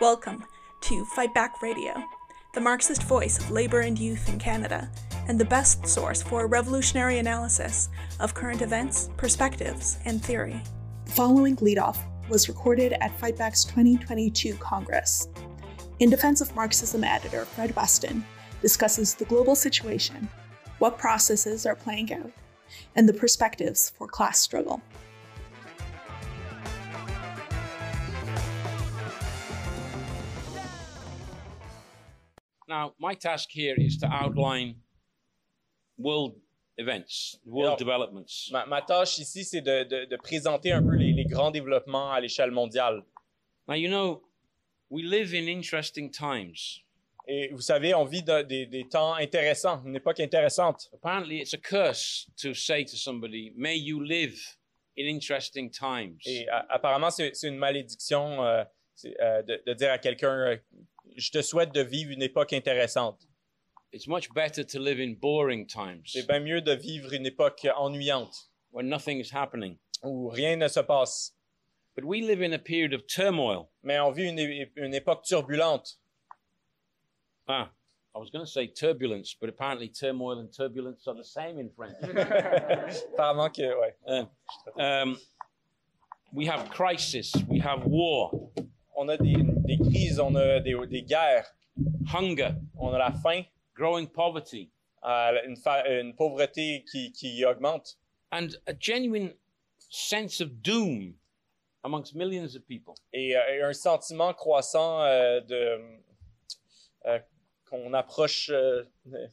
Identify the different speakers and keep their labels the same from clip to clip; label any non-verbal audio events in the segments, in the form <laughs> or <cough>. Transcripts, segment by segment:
Speaker 1: Welcome to Fight Back Radio, the Marxist voice of labor and youth in Canada, and the best source for a revolutionary analysis of current events, perspectives, and theory. The following leadoff was recorded at Fightback's 2022 Congress. In Defense of Marxism editor Fred Weston discusses the global situation, what processes are playing out, and the perspectives for class struggle.
Speaker 2: Now, my task here is to outline world events, world
Speaker 3: Alors,
Speaker 2: developments.
Speaker 3: Ma, ma tâche ici, c'est de, de- de présenter un peu les, les grands développements à l'échelle mondiale.
Speaker 2: Now, you know, we live in interesting times.
Speaker 3: Et vous savez, on vit dans des, des temps intéressants, une époque intéressante.
Speaker 2: Apparently, it's a curse to say to somebody, may you live in interesting times.
Speaker 3: Et a- apparemment, c'est c'est une malédiction euh, c'est, euh, de, de dire à quelqu'un, euh, je te souhaite de vivre une époque intéressante.
Speaker 2: It's much better to live in boring times
Speaker 3: C'est bien mieux de vivre une époque ennuyante,
Speaker 2: when nothing is happening.
Speaker 3: où rien ne se passe.
Speaker 2: But we live in a period of turmoil.
Speaker 3: Mais on vit une, é- une époque turbulente. <laughs>
Speaker 2: Ah, I was going to say turbulence, but apparently turmoil and turbulence are the same in French.
Speaker 3: apparemment que, ouais.
Speaker 2: Uh, um, we have crisis, we have war,
Speaker 3: On a des, des crises, on a des, des guerres,
Speaker 2: hunger,
Speaker 3: on a la faim.
Speaker 2: growing poverty,
Speaker 3: à une, fa- une pauvreté qui, qui augmente
Speaker 2: and a genuine sense of doom amongst millions of people.
Speaker 3: et, euh, et un sentiment croissant euh, de euh, qu'on approche euh, euh,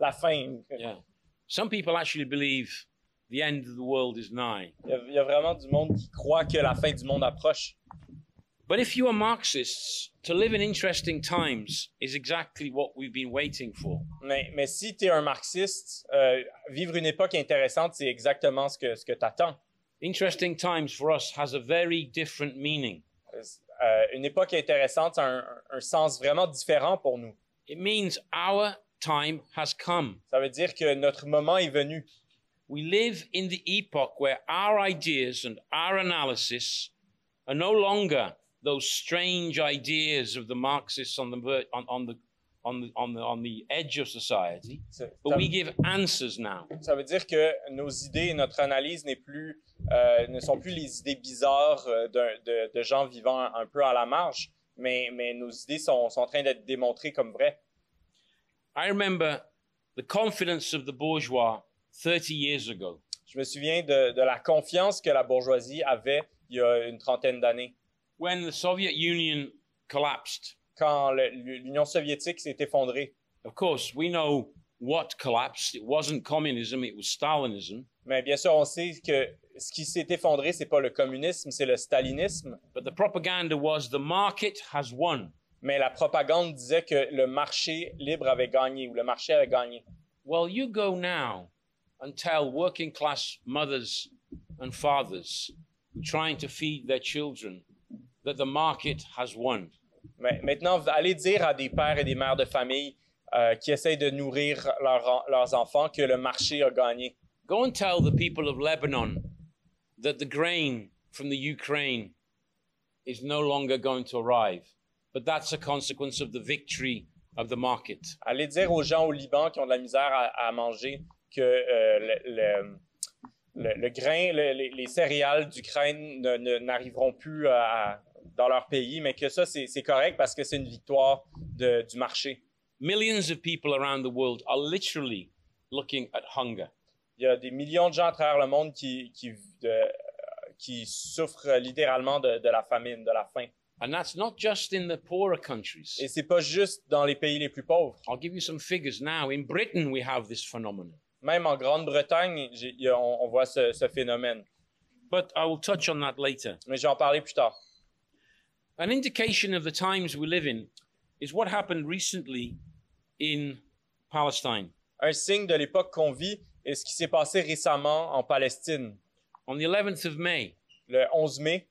Speaker 3: la fin.
Speaker 2: Yeah. Some people actually believe the end of the world is nigh.
Speaker 3: Il y, a, il y a vraiment du monde qui croit que la fin du monde approche.
Speaker 2: But if you are Marxists, to live in interesting times is exactly what we've been waiting for.
Speaker 3: Mais, mais si tu es un marxiste, euh, vivre une époque intéressante, c'est exactement ce que, ce que tu attends.
Speaker 2: Interesting times for us has a very different meaning.
Speaker 3: Euh, une époque intéressante a un, un sens vraiment différent pour nous.
Speaker 2: It means our time has come.
Speaker 3: Ça veut dire que notre moment est venu.
Speaker 2: We live in the epoch where our ideas and our analysis are no longer those strange ideas of the Marxists on the ver- on, on the on the on the on the edge of society,
Speaker 3: Ça-
Speaker 2: but we give answers now.
Speaker 3: Ça veut dire que nos idées et notre analyse n'est plus, euh, ne sont plus les idées bizarres euh, d'un- de, de gens vivant un, un peu à la marge, mais, mais nos idées sont, sont en train d'être démontrées comme vraies.
Speaker 2: I remember the confidence of the bourgeois 30 years ago.
Speaker 3: Je me souviens de, de la confiance que la bourgeoisie avait il y a une trentaine d'années,
Speaker 2: When the Soviet Union collapsed,
Speaker 3: quand le- l'Union soviétique s'est effondrée.
Speaker 2: of course, we know what collapsed. It wasn't communism, it was Stalinism.
Speaker 3: Mais bien sûr, on sait que ce qui s'est effondré, c'est pas le communisme, c'est le stalinisme.
Speaker 2: But the propaganda was the market has won.
Speaker 3: Mais la propagande disait que le marché libre avait gagné ou le marché avait gagné.
Speaker 2: Well, you go now and tell working class mothers and fathers who are trying to feed their children that the market has won.
Speaker 3: Mais maintenant, v- allez dire à des pères et des mères de famille euh, qui essayent de nourrir leur en- leurs enfants que le marché a gagné.
Speaker 2: Go and tell the people of Lebanon that the grain from the Ukraine is no longer going to arrive, but that's a consequence of the victory of the market.
Speaker 3: Allez dire aux gens au Liban qui ont de la misère à, à manger que euh, le, le- le- le grain, le- les, les céréales d'Ukraine ne- ne- n'arriveront plus à- à- dans leur pays, mais que ça, c'est c'est correct parce que c'est une victoire de- du marché.
Speaker 2: Millions of people around the world are literally looking at hunger.
Speaker 3: Il y a des millions de gens à travers le monde qui, qui, de- qui souffrent littéralement de- de la famine, de la faim.
Speaker 2: And that's not just in the poorer countries.
Speaker 3: Et c'est pas juste dans les pays les plus pauvres.
Speaker 2: I'll give you some figures now. In Britain, we have this phenomenon,
Speaker 3: Même en Grande-Bretagne, j'ai- il y a- on, on voit ce, ce phénomène.
Speaker 2: but I will touch on that later.
Speaker 3: Mais j'en parlerai plus tard.
Speaker 2: An indication of the times we live in is what happened recently in Palestine.
Speaker 3: Un signe de l'époque qu'on vit est ce qui s'est passé récemment en Palestine.
Speaker 2: On the 11th of May,
Speaker 3: Le 11 mai,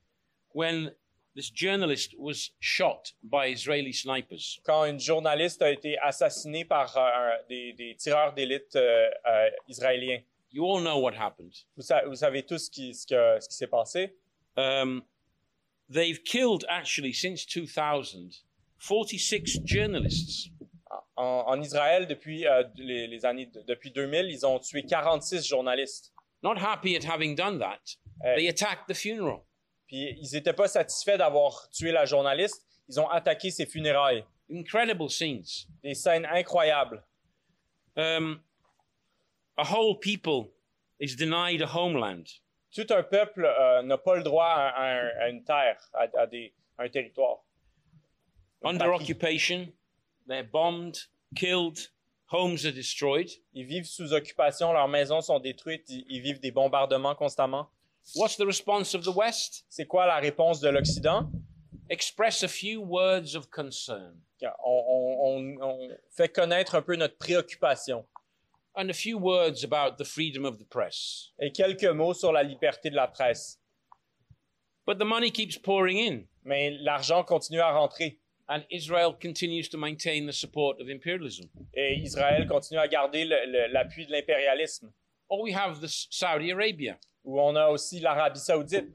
Speaker 2: when this journalist was shot by Israeli snipers,
Speaker 3: quand une journaliste a été assassinée par euh, un- des, des tireurs d'élite euh, euh, israéliens.
Speaker 2: you all know what happened.
Speaker 3: Vous, sa- vous savez tous ce qui, ce que- ce qui s'est passé.
Speaker 2: Um, they've killed actually since 2000 46 journalists.
Speaker 3: En, en Israël, depuis euh, les, les années depuis 2000, ils ont tué 46 journalistes.
Speaker 2: Not happy at having done that,
Speaker 3: Euh,
Speaker 2: they attacked the funeral.
Speaker 3: Puis ils n'étaient pas satisfaits d'avoir tué la journaliste. Ils ont attaqué ses funérailles.
Speaker 2: Incredible scenes.
Speaker 3: Des scènes incroyables.
Speaker 2: Um, a whole people is denied a homeland.
Speaker 3: Tout un peuple euh, n'a pas le droit à, à un- à une terre, à, à des, à un territoire. Une
Speaker 2: Under
Speaker 3: patrie.
Speaker 2: occupation, they're bombed, killed, homes are destroyed.
Speaker 3: Ils vivent sous occupation, leurs maisons sont détruites, ils, ils vivent des bombardements constamment.
Speaker 2: What's the response of the West?
Speaker 3: C'est quoi la réponse de l'Occident?
Speaker 2: Express a few words of concern
Speaker 3: On, on- on- on fait connaître un peu notre préoccupation
Speaker 2: and a few words about the freedom of the press.
Speaker 3: et quelques mots sur la liberté de la presse.
Speaker 2: But the money keeps pouring in,
Speaker 3: Mais l'argent continue à rentrer
Speaker 2: and Israel continues to maintain the support of imperialism.
Speaker 3: et Israël continue à garder le- le- l'appui de l'impérialisme.
Speaker 2: Or we have the S- Saudi Arabia.
Speaker 3: Où on a aussi l'Arabie saoudite.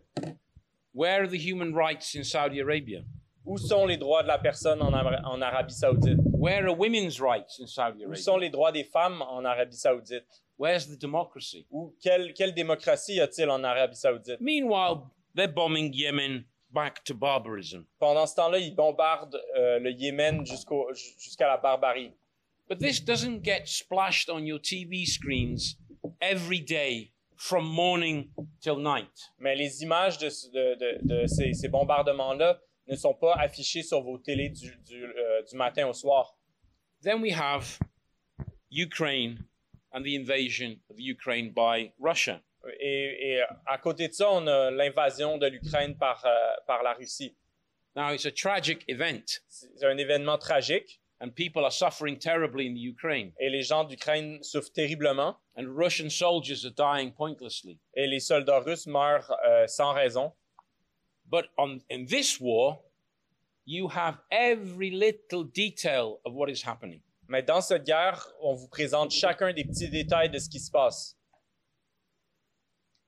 Speaker 2: Where are the human rights in Saudi Arabia?
Speaker 3: Où sont les droits de la personne en, Amra- en Arabie saoudite?
Speaker 2: Where are women's rights in Saudi
Speaker 3: Où sont
Speaker 2: Arabia?
Speaker 3: les droits des femmes en Arabie saoudite?
Speaker 2: Where's the democracy?
Speaker 3: Où, quelle, quelle démocratie y a-t-il en Arabie saoudite?
Speaker 2: Meanwhile, they're bombing Yemen back to barbarism.
Speaker 3: Pendant ce temps-là, ils bombardent euh, le Yémen jusqu'au- ju- jusqu'à la barbarie.
Speaker 2: But this doesn't get splashed on your TV screens every day from morning till night.
Speaker 3: Mais les images de, ce- de- de- de ces, ces bombardements-là ne sont pas affichées sur vos télés du, du, euh, du matin au soir.
Speaker 2: Then we have Ukraine and the invasion of Ukraine by Russia.
Speaker 3: Et, et à côté de ça, on a l'invasion de l'Ukraine par, euh, par la Russie.
Speaker 2: Now, it's a tragic event,
Speaker 3: C'est un événement tragique
Speaker 2: and people are suffering terribly in the Ukraine,
Speaker 3: et les gens d'Ukraine souffrent terriblement
Speaker 2: and Russian soldiers are dying pointlessly.
Speaker 3: et les soldats russes meurent euh, sans raison.
Speaker 2: But on, in this war, you have every little detail of what is happening.
Speaker 3: Mais dans cette guerre, on vous présente chacun des petits détails de ce qui se passe.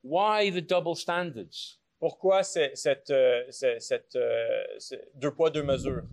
Speaker 2: Why the double standards?
Speaker 3: Pourquoi c'est- cette, euh, c'est- cette, euh, c'est deux poids, deux mesures?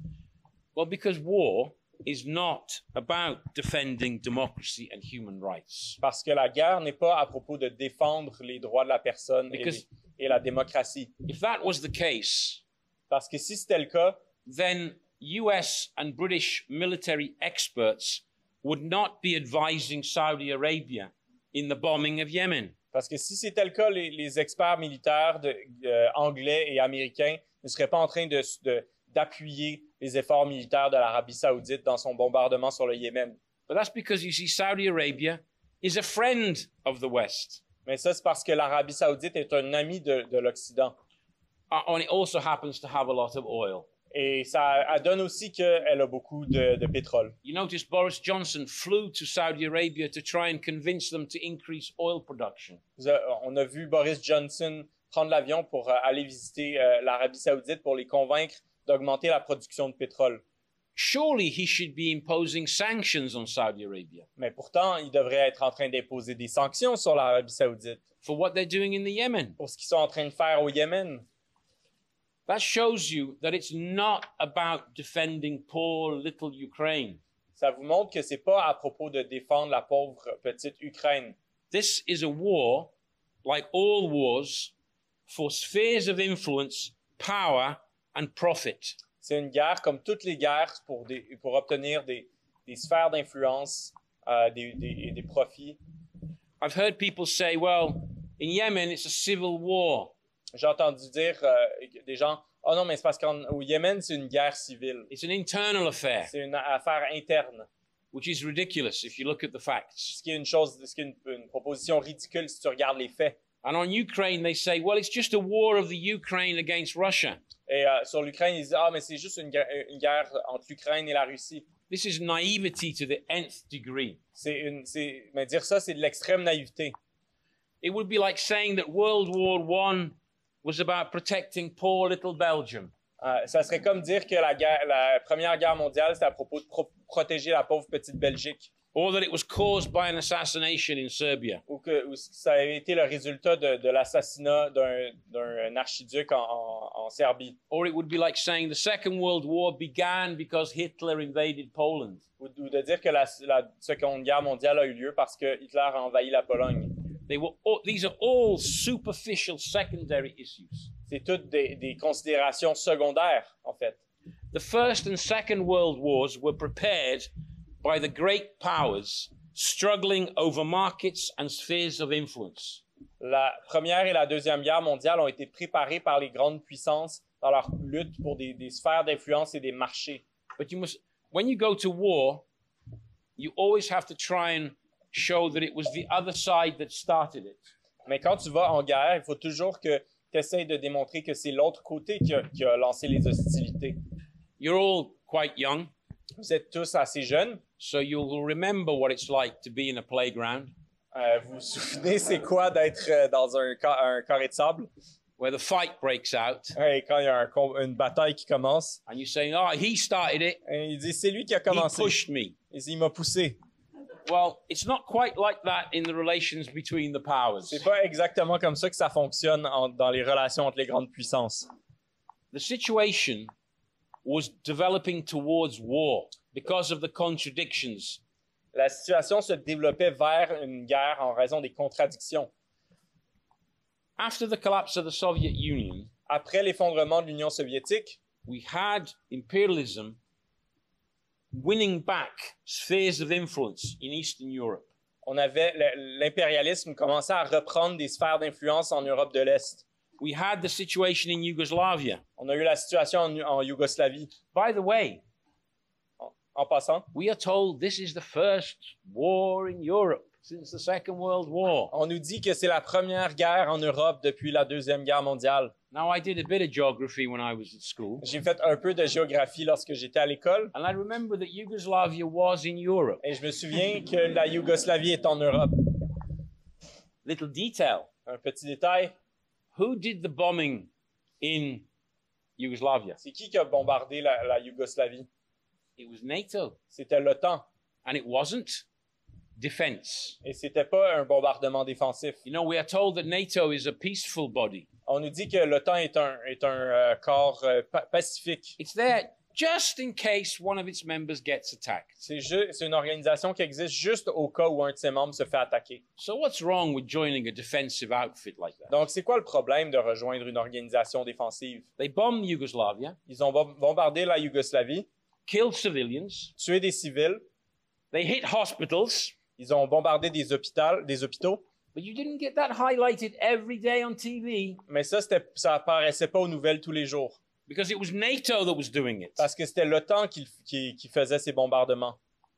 Speaker 2: Well, because war is not about defending democracy and human rights.
Speaker 3: Parce que la guerre n'est pas à propos de défendre les droits de la personne et,
Speaker 2: Because-
Speaker 3: les- et la démocratie.
Speaker 2: If that was the case,
Speaker 3: Parce que si c'était le cas,
Speaker 2: then US and British military experts would not be advising Saudi Arabia in the bombing of Yemen.
Speaker 3: parce que si c'était le cas, les, les experts militaires de- euh, anglais et américains ne seraient pas en train de- de- d'appuyer les efforts militaires de l'Arabie saoudite dans son bombardement sur le Yémen.
Speaker 2: But that's because you see, Saudi Arabia is a friend of the West.
Speaker 3: Mais ça, c'est parce que l'Arabie saoudite est un ami de- de l'Occident.
Speaker 2: Uh, and it also happens to have a lot of oil.
Speaker 3: Et ça elle donne aussi qu'elle a beaucoup de, de pétrole.
Speaker 2: You notice Boris Johnson flew to Saudi Arabia to try and convince them to increase oil production.
Speaker 3: Vous a- On a vu Boris Johnson prendre l'avion pour euh, aller visiter euh, l'Arabie saoudite pour les convaincre d'augmenter la production de pétrole.
Speaker 2: Surely he should be imposing sanctions on Saudi Arabia
Speaker 3: Mais pourtant, il devrait être en train d'imposer des sanctions sur l'Arabie saoudite
Speaker 2: for what they're doing in the Yemen.
Speaker 3: pour ce qu'ils sont en train de faire au Yémen.
Speaker 2: That shows you that it's not about defending poor little Ukraine.
Speaker 3: Ça vous montre que c'est pas à propos de défendre la pauvre petite Ukraine.
Speaker 2: This is a war, like all wars, for spheres of influence, power, and profit.
Speaker 3: C'est une guerre comme toutes les guerres pour, des- pour obtenir des, des sphères d'influence euh, des- des- et des profits
Speaker 2: I've heard people say, well, in Yemen, it's a civil war.
Speaker 3: J'ai entendu dire euh, des gens Oh non, mais c'est parce qu'au Yémen, c'est une guerre civile.
Speaker 2: It's an internal affair,
Speaker 3: C'est une affaire interne.
Speaker 2: which is ridiculous if you look at the facts.
Speaker 3: Ce qui est une chose, ce qui est une, une proposition ridicule si tu regardes les faits.
Speaker 2: And on Ukraine, they say, well, it's just a war of the Ukraine against Russia.
Speaker 3: Et euh, sur l'Ukraine, ils disent Ah, mais c'est juste une, guerre- une guerre entre l'Ukraine et la Russie.
Speaker 2: This is naivety to the nth degree.
Speaker 3: C'est une, c'est- mais dire ça, c'est de l'extrême naïveté.
Speaker 2: It would be like saying that World War One was about protecting poor little Belgium.
Speaker 3: Euh, ça serait comme dire que la, guerre- la Première Guerre mondiale, c'est à propos de pro- protéger la pauvre petite Belgique.
Speaker 2: Or that it was caused by an assassination in Serbia.
Speaker 3: Ou que ou ça avait été le résultat de, de l'assassinat d'un- d'un archiduc en, en- en Serbie.
Speaker 2: Or it would be like saying the Second World War began because Hitler invaded Poland.
Speaker 3: Ou, ou de dire que la, la Seconde Guerre mondiale a eu lieu parce que Hitler a envahi la Pologne.
Speaker 2: They were all, these are all superficial secondary issues.
Speaker 3: C'est toutes des, des considérations secondaires, en fait.
Speaker 2: The First and Second World Wars were prepared by the great powers struggling over markets and spheres of influence.
Speaker 3: La Première et la Deuxième Guerre mondiale ont été préparées par les grandes puissances dans leur lutte pour des, des sphères d'influence et des marchés.
Speaker 2: But you must, when you go to war, you always have to try and show that it was the other side that started it.
Speaker 3: Mais quand tu vas en guerre, il faut toujours que tu essaies de démontrer que c'est l'autre côté qui a, qui a lancé les hostilités.
Speaker 2: You're all quite young,
Speaker 3: Vous êtes tous assez jeunes.
Speaker 2: so you'll remember what it's like to be in a playground
Speaker 3: Euh, vous vous souvenez, c'est quoi d'être euh, dans un, ca- un carré de sable?
Speaker 2: where the fight breaks out
Speaker 3: Ouais, quand il y a un com- une bataille qui commence,
Speaker 2: and you're saying, "Oh, he started it.
Speaker 3: et il dit c'est lui qui a
Speaker 2: He
Speaker 3: commencé.
Speaker 2: pushed me."
Speaker 3: Il dit, il m'a poussé.
Speaker 2: Well, it's not quite like that in the relations between the powers.
Speaker 3: C'est pas exactement comme ça que ça fonctionne en- dans les relations entre les grandes puissances.
Speaker 2: the situation was developing towards war because of the contradictions.
Speaker 3: La situation se développait vers une guerre en raison des contradictions.
Speaker 2: After the collapse of the Soviet Union,
Speaker 3: Après l'effondrement de l'Union soviétique,
Speaker 2: we had imperialism winning back spheres of influence in Eastern Europe.
Speaker 3: on avait le- l'impérialisme commençait à reprendre des sphères d'influence en Europe de l'Est.
Speaker 2: We had the situation in Yugoslavia.
Speaker 3: On a eu la situation en, en Yougoslavie.
Speaker 2: By the way,
Speaker 3: En passant,
Speaker 2: we are told this is the first war in Europe since the Second World War.
Speaker 3: on nous dit que c'est la première guerre en Europe depuis la Deuxième Guerre mondiale.
Speaker 2: Now, I did a bit of geography when I was at school,
Speaker 3: J'ai fait un peu de géographie lorsque j'étais à l'école
Speaker 2: and I remember that Yugoslavia was in Europe.
Speaker 3: et je me souviens que la Yougoslavie est en Europe.
Speaker 2: Little detail.
Speaker 3: Un petit détail,
Speaker 2: Who did the bombing in Yugoslavia?
Speaker 3: c'est qui qui a bombardé la, la Yougoslavie?
Speaker 2: It was NATO,
Speaker 3: C'était l'OTAN
Speaker 2: and it wasn't defense.
Speaker 3: et c'était pas un bombardement défensif.
Speaker 2: You know, we are told that NATO is a peaceful body.
Speaker 3: On nous dit que l'OTAN est un, est un euh, corps euh, pa- pacifique.
Speaker 2: It's there just in case one of its members gets attacked.
Speaker 3: C'est ju- c'est une organisation qui existe juste au cas où un de ses membres se fait attaquer.
Speaker 2: So, what's wrong with joining a defensive outfit like that?
Speaker 3: Donc, c'est quoi le problème de rejoindre une organisation défensive?
Speaker 2: They bombed Yugoslavia,
Speaker 3: Ils ont bom- bombardé la Yougoslavie,
Speaker 2: killed civilians,
Speaker 3: tué des civils,
Speaker 2: they hit hospitals,
Speaker 3: ils ont bombardé des, hôpitaux, des hôpitaux,
Speaker 2: but you didn't get that highlighted every day on TV
Speaker 3: mais ça, c'était- ça apparaissait pas aux nouvelles tous les jours
Speaker 2: because it was NATO that was doing it.
Speaker 3: parce que c'était l'OTAN qui, le- qui- qui faisait ces bombardements.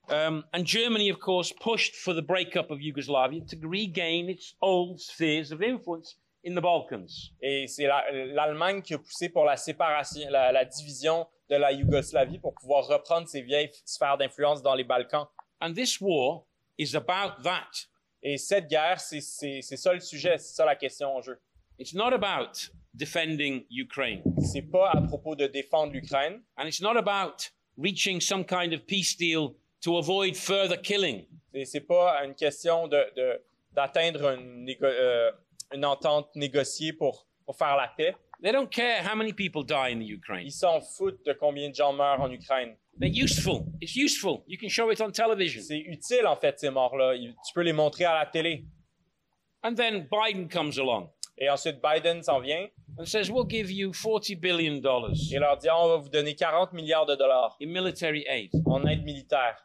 Speaker 2: Um, and Germany, of course, pushed for the breakup of Yugoslavia to regain its old spheres of influence in the Balkans.
Speaker 3: Et c'est la- l'Allemagne qui a poussé pour la séparation, la, la division de la Yougoslavie pour pouvoir reprendre ses vieilles sphères d'influence dans les Balkans.
Speaker 2: And this war is about that.
Speaker 3: Et cette guerre, c'est c'est- c'est ça le sujet, c'est ça la question en jeu.
Speaker 2: It's not about defending Ukraine,
Speaker 3: C'est pas à propos de défendre l'Ukraine,
Speaker 2: and it's not about reaching some kind of peace deal to avoid further killing.
Speaker 3: c'est c'est pas une question de- de- d'atteindre une, négo- euh, une entente négociée pour, pour faire la paix.
Speaker 2: They don't care how many people die in the
Speaker 3: Ils
Speaker 2: Ukraine.
Speaker 3: s'en foutent de combien de gens meurent en Ukraine.
Speaker 2: They're useful. It's useful. You can show it on television.
Speaker 3: C'est utile en fait ces morts-là. Ils- Tu peux les montrer à la télé.
Speaker 2: And then Biden comes along
Speaker 3: Et ensuite Biden s'en vient
Speaker 2: and says, We'll give you $40 billion
Speaker 3: et leur dit Ah, on va vous donner 40 milliards de dollars
Speaker 2: in military aid.
Speaker 3: en aide militaire.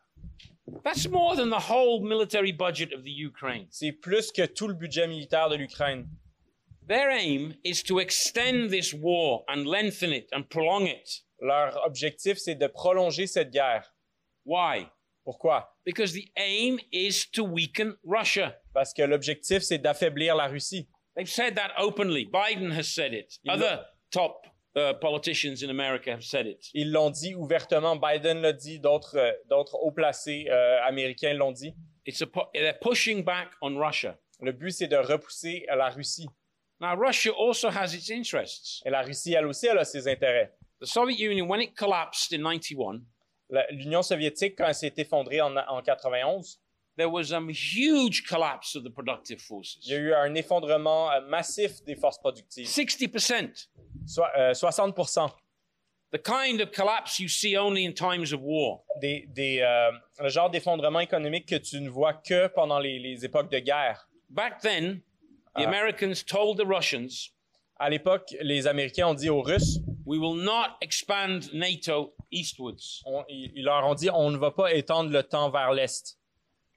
Speaker 2: That's more than the whole military budget of the Ukraine.
Speaker 3: C'est plus que tout le budget militaire de l'Ukraine.
Speaker 2: Their aim is to extend this war and lengthen it and prolong it.
Speaker 3: Leur objectif, c'est de prolonger cette guerre.
Speaker 2: Why?
Speaker 3: Pourquoi?
Speaker 2: Because the aim is to weaken Russia.
Speaker 3: Parce que l'objectif, c'est d'affaiblir la Russie.
Speaker 2: They've said that openly. Biden has said it.
Speaker 3: You
Speaker 2: Other
Speaker 3: know-
Speaker 2: top uh, politicians in America have said it.
Speaker 3: Ils l'ont dit ouvertement, Biden l'a dit, d'autres euh, d'autres hauts placés euh, américains l'ont dit.
Speaker 2: It's a pu- they're pushing back on Russia.
Speaker 3: Le but, c'est de repousser la Russie.
Speaker 2: Now, Russia also has its interests.
Speaker 3: Et la Russie, elle aussi, elle a ses intérêts.
Speaker 2: The Soviet Union, when it collapsed in 91,
Speaker 3: La- L'Union soviétique, quand elle s'est effondrée en, en 91,
Speaker 2: there was a huge collapse of the productive forces.
Speaker 3: Il y a eu un effondrement euh, massif des forces productives,
Speaker 2: 60%.
Speaker 3: soit euh, 60
Speaker 2: The kind of collapse you see only in times of war.
Speaker 3: des, des, euh, le genre d'effondrement économique que tu ne vois que pendant les, les époques de guerre.
Speaker 2: Back then, the
Speaker 3: Ah.
Speaker 2: Americans told the Russians,
Speaker 3: À l'époque, les Américains ont dit aux Russes,
Speaker 2: we will not expand NATO eastwards.
Speaker 3: on- ils ils leur ont dit, on ne va pas étendre le temps vers l'Est.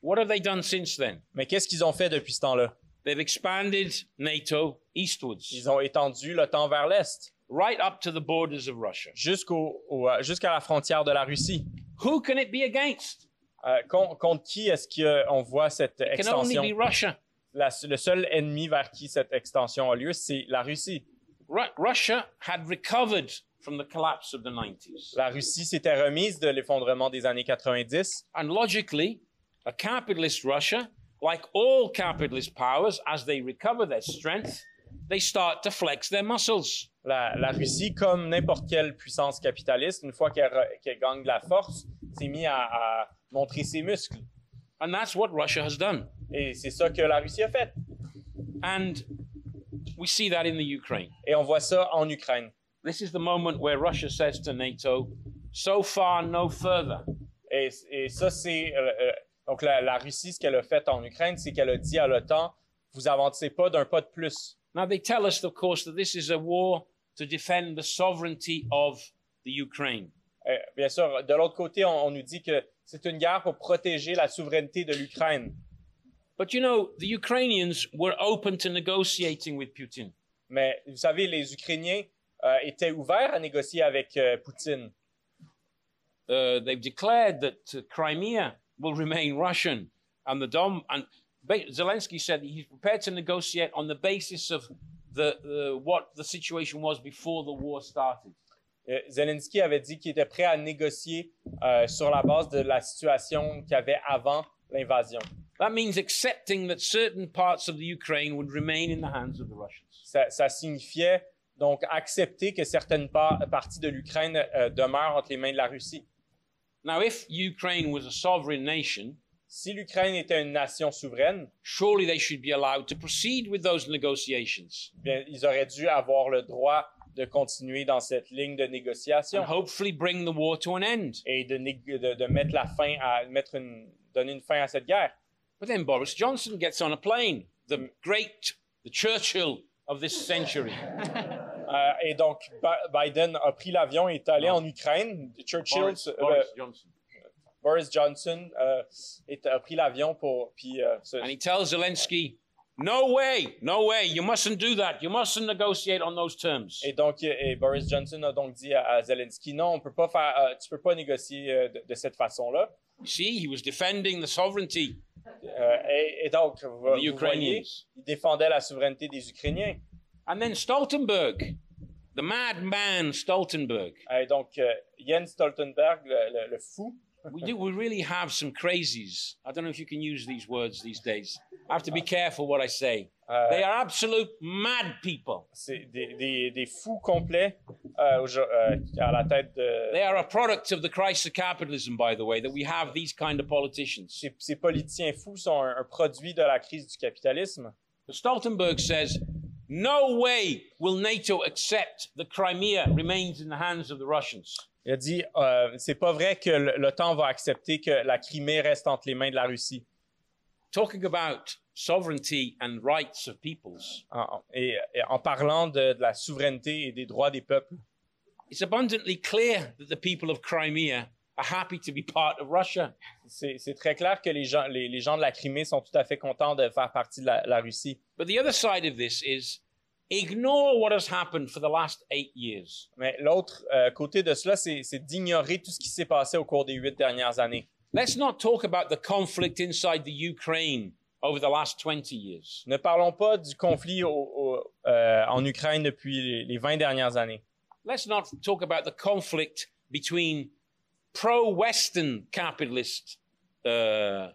Speaker 2: What have they done since then?
Speaker 3: Mais qu'est-ce qu'ils ont fait depuis ce temps-là?
Speaker 2: They've expanded NATO eastwards,
Speaker 3: Ils ont étendu le temps vers l'Est,
Speaker 2: right up to the borders of Russia.
Speaker 3: jusqu'au- au, euh, jusqu'à la frontière de la Russie.
Speaker 2: Who can it be against?
Speaker 3: Euh, con- contre qui est-ce qu'on voit cette
Speaker 2: It can only
Speaker 3: extension?
Speaker 2: be Russia.
Speaker 3: La- le seul ennemi vers qui cette extension a lieu, c'est la Russie.
Speaker 2: Ru- Russia had recovered from the collapse of the 90s.
Speaker 3: La Russie s'était remise de l'effondrement des années 90
Speaker 2: And logically, a capitalist Russia, like all capitalist powers, as they recover their strength, they start to flex their muscles.
Speaker 3: La, la Russie, comme n'importe quelle puissance capitaliste, une fois qu'elle re- qu'elle gagne de la force, s'est mise à, à montrer ses muscles.
Speaker 2: And that's what Russia has done.
Speaker 3: Et c'est ça que la Russie a fait.
Speaker 2: And we see that in the Ukraine.
Speaker 3: Et on voit ça en Ukraine.
Speaker 2: This is the moment where Russia says to NATO, so far, no further.
Speaker 3: Et, et ça, c'est... euh, euh, donc, la, la Russie, ce qu'elle a fait en Ukraine, c'est qu'elle a dit à l'OTAN, vous avancez pas d'un pas de plus.
Speaker 2: Now, they tell us, of course, that this is a war to defend the sovereignty of the Ukraine.
Speaker 3: Euh, bien sûr, de l'autre côté, on, on nous dit que c'est une guerre pour protéger la souveraineté de l'Ukraine.
Speaker 2: But you know, the Ukrainians were open to negotiating with Putin.
Speaker 3: Mais vous savez, les Ukrainiens euh, étaient ouverts à négocier avec euh, Poutine.
Speaker 2: Uh, they've declared that uh, Crimea will remain Russian, and the Dom and ba- Zelensky said that he's prepared to negotiate on the basis of the uh, what the situation was before the war started.
Speaker 3: Euh, Zelensky avait dit qu'il était prêt à négocier euh, sur la base de la situation qu'il y avait avant l'invasion.
Speaker 2: That means accepting that certain parts of the Ukraine would remain in the hands of the Russians.
Speaker 3: Ça, ça signifiait donc accepter que certaines par- parties de l'Ukraine euh, demeurent entre les mains de la Russie.
Speaker 2: Now, if Ukraine was a sovereign nation,
Speaker 3: Si l'Ukraine était une nation souveraine,
Speaker 2: surely they should be allowed to proceed with those negotiations
Speaker 3: bien, ils auraient dû avoir le droit de continuer dans cette ligne de négociation
Speaker 2: and hopefully bring the war to an end.
Speaker 3: et de, nég- de- de mettre la fin à mettre une, donner une fin à cette guerre.
Speaker 2: But then Boris Johnson gets on a plane, the great, the Churchill of this century.
Speaker 3: Euh, et donc, Ba- Biden a pris l'avion et est allé en Ukraine. Churchill,
Speaker 2: Boris,
Speaker 3: euh,
Speaker 2: Boris Johnson.
Speaker 3: Boris Johnson euh, est- a pris l'avion pour. Puis, euh, ce-
Speaker 2: And he tells Zelensky, no way, no way, you mustn't do that. You mustn't negotiate on those terms.
Speaker 3: et donc, euh, et Boris Johnson a donc dit à, à Zelensky non, on peut pas faire, euh, tu peux pas négocier euh, de, de cette façon-là.
Speaker 2: You see, he was defending the sovereignty
Speaker 3: Euh, et, et donc, vous,
Speaker 2: of the
Speaker 3: vous voyez,
Speaker 2: Ukrainians.
Speaker 3: il défendait la souveraineté des Ukrainiens.
Speaker 2: And then Stoltenberg, the madman Stoltenberg.
Speaker 3: Euh, et donc, euh, Jens Stoltenberg, le, le- le fou,
Speaker 2: We do, we really have some crazies. I don't know if you can use these words these days. I have to be careful what I say.
Speaker 3: euh,
Speaker 2: They are absolute mad people.
Speaker 3: c'est des, des- des fous complets euh, au- euh, à la tête de.
Speaker 2: They are a product of the crisis of capitalism, by the way, that we have these kind of politicians.
Speaker 3: ces, ces politiciens fous sont un, un produit de la crise du capitalisme.
Speaker 2: But Stoltenberg says, no way will NATO accept that Crimea remains in the hands of the Russians.
Speaker 3: Il a dit euh, c'est pas vrai que le- l'OTAN va accepter que la Crimée reste entre les mains de la Russie.
Speaker 2: Talking about sovereignty and rights of peoples,
Speaker 3: En- en- et, et en parlant de, de la souveraineté et des droits des peuples,
Speaker 2: it's abundantly clear that the people of Crimea are happy to be part of Russia.
Speaker 3: c'est c'est très clair que les gens, les, les gens de la Crimée sont tout à fait contents de faire partie de la, la Russie.
Speaker 2: But the other side of this is ignore what has happened for the last eight years.
Speaker 3: Mais l'autre euh, côté de cela, c'est c'est d'ignorer tout ce qui s'est passé au cours des huit dernières années.
Speaker 2: Let's not talk about the conflict inside the Ukraine over the last 20 years.
Speaker 3: Ne parlons pas du conflit au- au- euh, en Ukraine depuis les, les 20 dernières années.
Speaker 2: let's not talk about the conflict between pro-Western capitalist uh,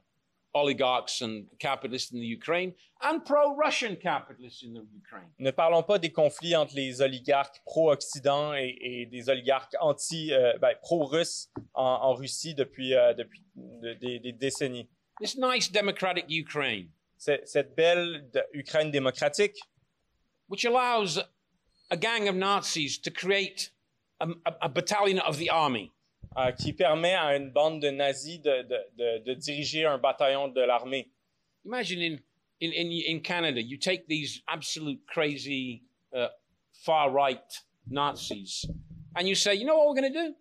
Speaker 2: oligarchs and capitalists in the Ukraine and pro-Russian capitalists in the Ukraine.
Speaker 3: Ne parlons pas des conflits entre les oligarques pro-Occident et, et des oligarques anti, euh, ben, pro-russes en, en Russie depuis, euh, depuis de- des, des décennies.
Speaker 2: This nice democratic Ukraine,
Speaker 3: C'est- cette belle de- Ukraine démocratique
Speaker 2: which allows a gang of Nazis to create a, a- a battalion of the army.
Speaker 3: euh, qui permet à une bande de nazis de, de- de- de diriger un bataillon de l'armée.
Speaker 2: Imagine in, in, in, in Canada, you take these absolute crazy uh, far right Nazis and you say, you know what we're going to do?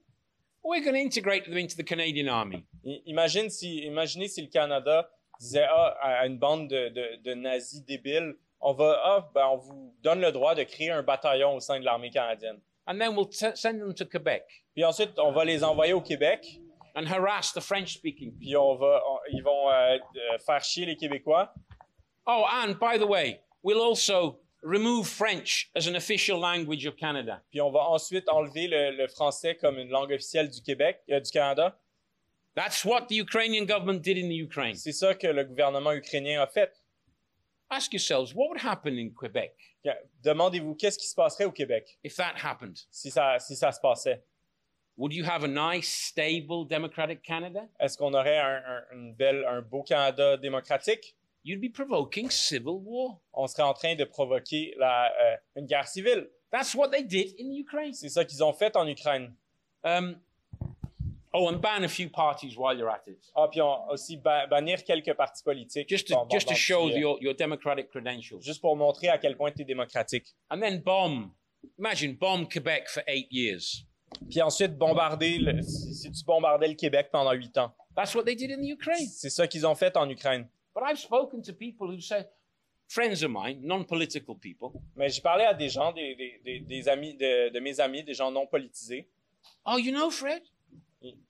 Speaker 2: We're going to integrate them into the Canadian army.
Speaker 3: I- Imagine si, imaginez si le Canada disait ah, à à une bande de, de- de nazis débiles, on va, ah, ben, on vous donne le droit de créer un bataillon au sein de l'armée canadienne.
Speaker 2: And then we'll t- send them to Quebec
Speaker 3: Puis ensuite, on va les envoyer au Québec,
Speaker 2: and harass the French speaking people.
Speaker 3: puis on va, on- ils vont euh, euh, faire chier les Québécois.
Speaker 2: Oh, and by the way, we'll also remove French as an official language of Canada.
Speaker 3: Puis on va ensuite enlever le, le français comme une langue officielle du Québec, euh, du Canada.
Speaker 2: That's what the Ukrainian government did in the Ukraine.
Speaker 3: C'est ça que le gouvernement ukrainien a fait.
Speaker 2: Ask yourselves, what would happen in Quebec
Speaker 3: Demandez-vous qu'est-ce qui se passerait au Québec
Speaker 2: if that happened?
Speaker 3: si ça, si ça se passait.
Speaker 2: Would you have a nice, stable, democratic Canada?
Speaker 3: Est-ce qu'on aurait un, un- une belle, un beau Canada démocratique?
Speaker 2: You'd be provoking civil war.
Speaker 3: On serait en train de provoquer la, euh, une guerre civile.
Speaker 2: That's what they did in the Ukraine.
Speaker 3: C'est ça qu'ils ont fait en Ukraine.
Speaker 2: Um, oh, and ban a few parties while you're at it,
Speaker 3: Ah, puis on aussi ba- bannir quelques partis politiques.
Speaker 2: just to,
Speaker 3: Bon, bon,
Speaker 2: just to
Speaker 3: bon,
Speaker 2: show
Speaker 3: puis, euh,
Speaker 2: your, your democratic credentials.
Speaker 3: juste pour montrer à quel point tu es démocratique.
Speaker 2: and then bomb. Imagine bomb Quebec for eight years.
Speaker 3: Puis ensuite, bombarder, le- si, si tu bombardais le Québec pendant huit ans.
Speaker 2: That's what they did in the Ukraine.
Speaker 3: C'est ça qu'ils ont fait en Ukraine.
Speaker 2: But I've spoken to people who say, friends of mine, non-political people.
Speaker 3: Mais j'ai parlé à des gens, des, des- des- des amis, de, de mes amis, des gens non politisés.
Speaker 2: Oh, you know, Fred,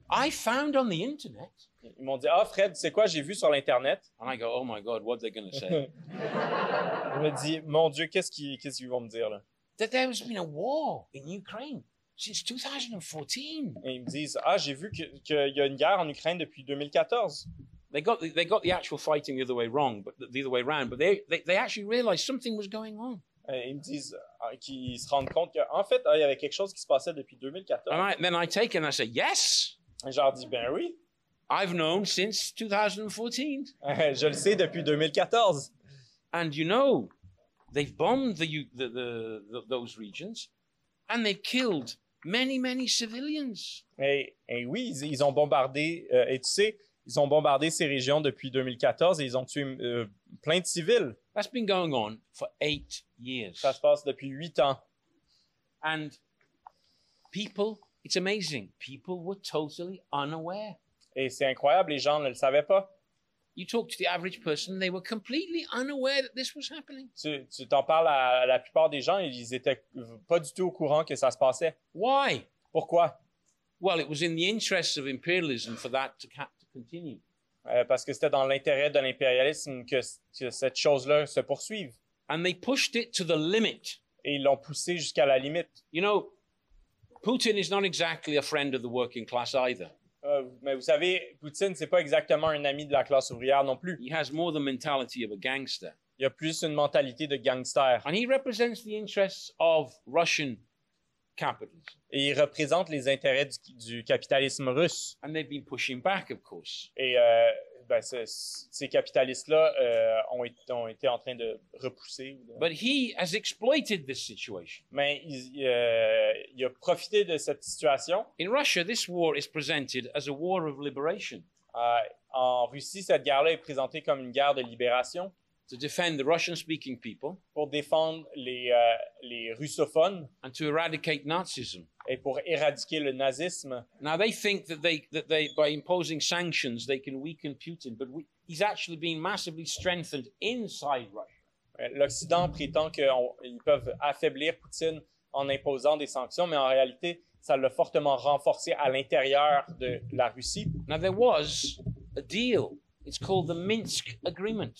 Speaker 2: I found on the internet,
Speaker 3: Ils m'ont dit Ah, Fred, c'est quoi, j'ai vu sur l'Internet.
Speaker 2: and I go, oh my God, what they're going to say
Speaker 3: Je me dis Mon Dieu, qu'est-ce qu'ils qu'est-ce qu'ils vont me dire là
Speaker 2: that there has been a war in Ukraine since 2014.
Speaker 3: Et ils me disent Ah, j'ai vu que- qu'il y a une guerre en Ukraine depuis 2014.
Speaker 2: They got the, they got the actual fighting the other way wrong, but the other way round. But they, they they actually realized something was going on.
Speaker 3: Et ils me disent ah, qu'ils se rendent compte qu'en fait, ah, il y avait quelque chose qui se passait depuis
Speaker 2: And
Speaker 3: 2014.
Speaker 2: I, then I take it and I say, yes,
Speaker 3: Et je leur dis Ben oui, <laughs>
Speaker 2: I've known since 2014.
Speaker 3: je le sais depuis 2014.
Speaker 2: And you know, they've bombed the, U- the, the, the those regions, and they've killed many, many civilians.
Speaker 3: Et, et oui, ils, ils ont bombardé, euh, et tu sais, ils ont bombardé ces régions depuis 2014 et ils ont tué euh, plein de civils.
Speaker 2: That's been going on for eight years.
Speaker 3: Ça se passe depuis huit ans.
Speaker 2: And people, it's amazing. People were totally unaware.
Speaker 3: Et c'est incroyable, les gens ne le savaient pas.
Speaker 2: You talk to the average person, they were completely unaware that this was happening.
Speaker 3: Tu tu t'en parles à la plupart des gens, ils étaient pas du tout au courant que ça se passait.
Speaker 2: Why?
Speaker 3: Pourquoi?
Speaker 2: Well, it was in the interests of imperialism for that to, ca- to continue.
Speaker 3: Euh, parce que c'était dans l'intérêt de l'impérialisme que, c- que cette chose-là se poursuive.
Speaker 2: And they pushed it to the limit.
Speaker 3: Et ils l'ont poussé jusqu'à la limite.
Speaker 2: You know, Putin is not exactly a friend of the working class either.
Speaker 3: Euh, mais vous savez, Poutine, c'est pas exactement un ami de la classe ouvrière non plus.
Speaker 2: He has more the mentality of a gangster.
Speaker 3: Il a plus une mentalité de gangster.
Speaker 2: And he represents the interests of Russian capitalism.
Speaker 3: Et il représente les intérêts du, du capitalisme russe.
Speaker 2: And they've been pushing back, of course.
Speaker 3: Et euh, ben, ce- ces capitalistes-là euh, ont, été- ont été en train de repousser. ou de-
Speaker 2: But he has exploited this situation.
Speaker 3: Mais il, euh, il a profité de cette situation.
Speaker 2: In Russia, this war is presented as a war of liberation
Speaker 3: Euh, en Russie, cette guerre-là est présentée comme une guerre de libération
Speaker 2: to defend the Russian speaking people
Speaker 3: pour défendre les, euh, les russophones
Speaker 2: and to eradicate Nazism.
Speaker 3: et pour éradiquer le nazisme.
Speaker 2: Now they think that they that they by imposing sanctions they can weaken Putin, but we, he's actually been massively strengthened inside Russia.
Speaker 3: Euh, L'Occident prétend qu'ils peuvent affaiblir Poutine en imposant des sanctions, mais en réalité, ça l'a fortement renforcé à l'intérieur de la Russie.
Speaker 2: Now there was a deal. It's called the Minsk Agreement,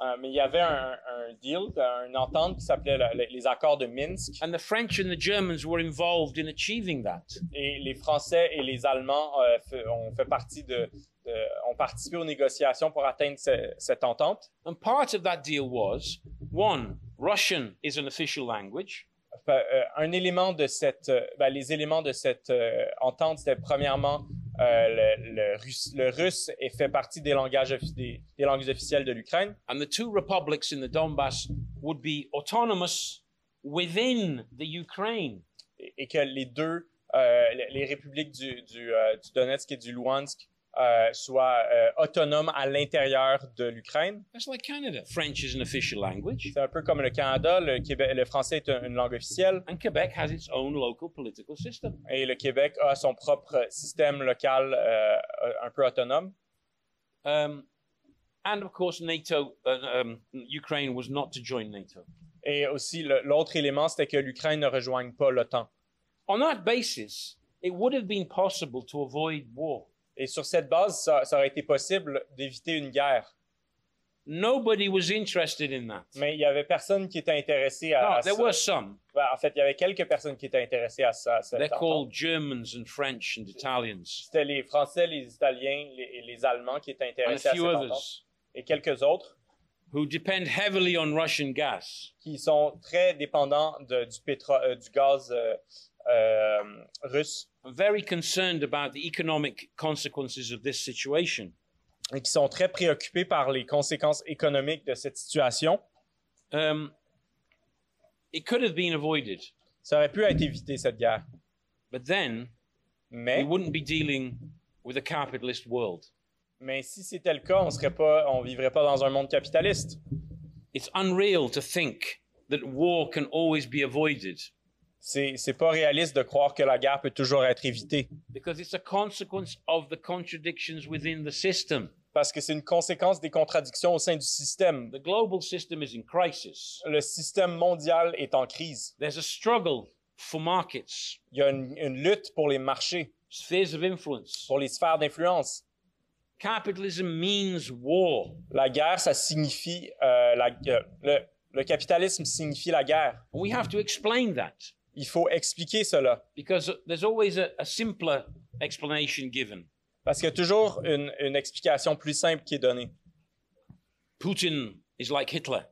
Speaker 3: Euh, mais il y avait un, un deal, une entente qui s'appelait la- les les accords de Minsk.
Speaker 2: and the French and the Germans were involved in achieving that.
Speaker 3: et les Français et les Allemands euh, fe- ont fait partie de, de- ont participé aux négociations pour atteindre ce- cette entente.
Speaker 2: And part of that deal was one, Russian is an official language,
Speaker 3: Fa- euh, Un élément de cette, euh, ben, les éléments de cette euh, entente, c'était premièrement euh, le, le russe, le russe est fait partie des, langages offi- des- des langues officielles de l'Ukraine.
Speaker 2: And the two republics in the Donbass would be autonomous within the Ukraine.
Speaker 3: et et que les deux, euh, les- les républiques du, du, euh, du Donetsk et du Luhansk euh, soient euh, autonomes à l'intérieur de l'Ukraine.
Speaker 2: That's like Canada. French is an official language,
Speaker 3: C'est un peu comme le Canada, le, Québec, le français est un- une langue officielle
Speaker 2: and Quebec has its own local political system.
Speaker 3: et le Québec a son propre système local euh, un peu autonome.
Speaker 2: Um, and of course, NATO, uh, um, Ukraine was not to join NATO.
Speaker 3: Et aussi, le- l'autre élément, c'était que l'Ukraine ne rejoigne pas l'OTAN.
Speaker 2: On that basis, it would have been possible to avoid war.
Speaker 3: Et sur cette base, ça, ça aurait été possible d'éviter une guerre.
Speaker 2: Nobody was interested in that.
Speaker 3: Mais il y avait personne qui était intéressé à,
Speaker 2: No,
Speaker 3: à
Speaker 2: there
Speaker 3: ça.
Speaker 2: were some.
Speaker 3: Ben, en fait, il y avait quelques personnes qui étaient intéressées à ça. à cette
Speaker 2: They're
Speaker 3: entente.
Speaker 2: called Germans and French and Italians,
Speaker 3: C'était les Français, les Italiens les- et les Allemands qui étaient
Speaker 2: and a
Speaker 3: intéressés à cette
Speaker 2: few
Speaker 3: entente.
Speaker 2: others
Speaker 3: Et quelques autres
Speaker 2: who depend heavily on Russian gas.
Speaker 3: qui sont très dépendants de- du, pétro- euh, du gaz euh, euh, russe
Speaker 2: are very concerned about the economic consequences of this situation.
Speaker 3: et qui sont très préoccupés par les conséquences économiques de cette situation.
Speaker 2: Um, it could have been avoided,
Speaker 3: Ça aurait pu être évité, cette guerre.
Speaker 2: but then we
Speaker 3: Mais,
Speaker 2: wouldn't be dealing with a capitalist world.
Speaker 3: mais si c'était le cas, on serait pas, on vivrait pas dans un monde capitaliste.
Speaker 2: It's unreal to think that war can always be avoided
Speaker 3: C'est c'est pas réaliste de croire que la guerre peut toujours être évitée
Speaker 2: because it's a consequence of the contradictions within the system.
Speaker 3: parce que c'est une conséquence des contradictions au sein du système.
Speaker 2: The global system is in crisis.
Speaker 3: Le système mondial est en crise.
Speaker 2: There's a struggle for markets,
Speaker 3: Il y a une, une lutte pour les marchés,
Speaker 2: spheres of influence.
Speaker 3: pour les sphères d'influence.
Speaker 2: Capitalism means war.
Speaker 3: La guerre, ça signifie euh, la, euh, le, le capitalisme signifie la guerre.
Speaker 2: We have to explain that.
Speaker 3: Il faut expliquer cela
Speaker 2: because there's always a, a simpler explanation given.
Speaker 3: parce qu'il y a toujours une, une explication plus simple qui est donnée.
Speaker 2: Putin is like Hitler.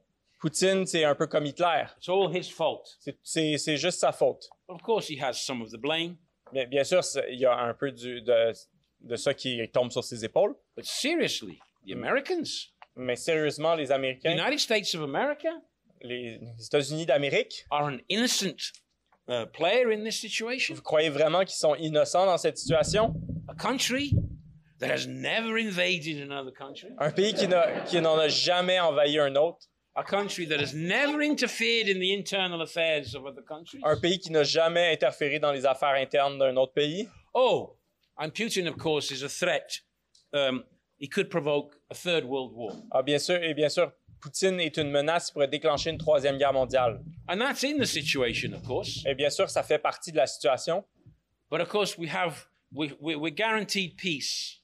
Speaker 3: Poutine, c'est un peu comme Hitler.
Speaker 2: It's all his fault.
Speaker 3: C'est- C'est c'est juste sa faute.
Speaker 2: Well, of course, he has some of the blame,
Speaker 3: Bien, bien sûr, c'est- il y a un peu du- de, de ça qui tombe sur ses épaules.
Speaker 2: but seriously, the Americans,
Speaker 3: Mais sérieusement, les
Speaker 2: the
Speaker 3: Américains,
Speaker 2: United States of America,
Speaker 3: les les États-Unis d'Amérique,
Speaker 2: are an innocent uh, player in this situation.
Speaker 3: vous croyez vraiment qu'ils sont innocents dans cette situation?
Speaker 2: A country that has never invaded another country,
Speaker 3: Un pays qui n'a- qui n'en a jamais envahi un autre.
Speaker 2: a country that has never interfered in the internal affairs of other countries.
Speaker 3: un pays qui n'a jamais interféré dans les affaires internes d'un autre pays.
Speaker 2: Oh, and Putin, of course, is a threat. Um, he could provoke a third world war.
Speaker 3: Ah, bien sûr, et bien sûr, Poutine est une menace qui pourrait déclencher une troisième guerre mondiale.
Speaker 2: And that's in the situation, of course.
Speaker 3: Et bien sûr, ça fait partie de la situation.
Speaker 2: But of course, we have we, we, we're guaranteed peace.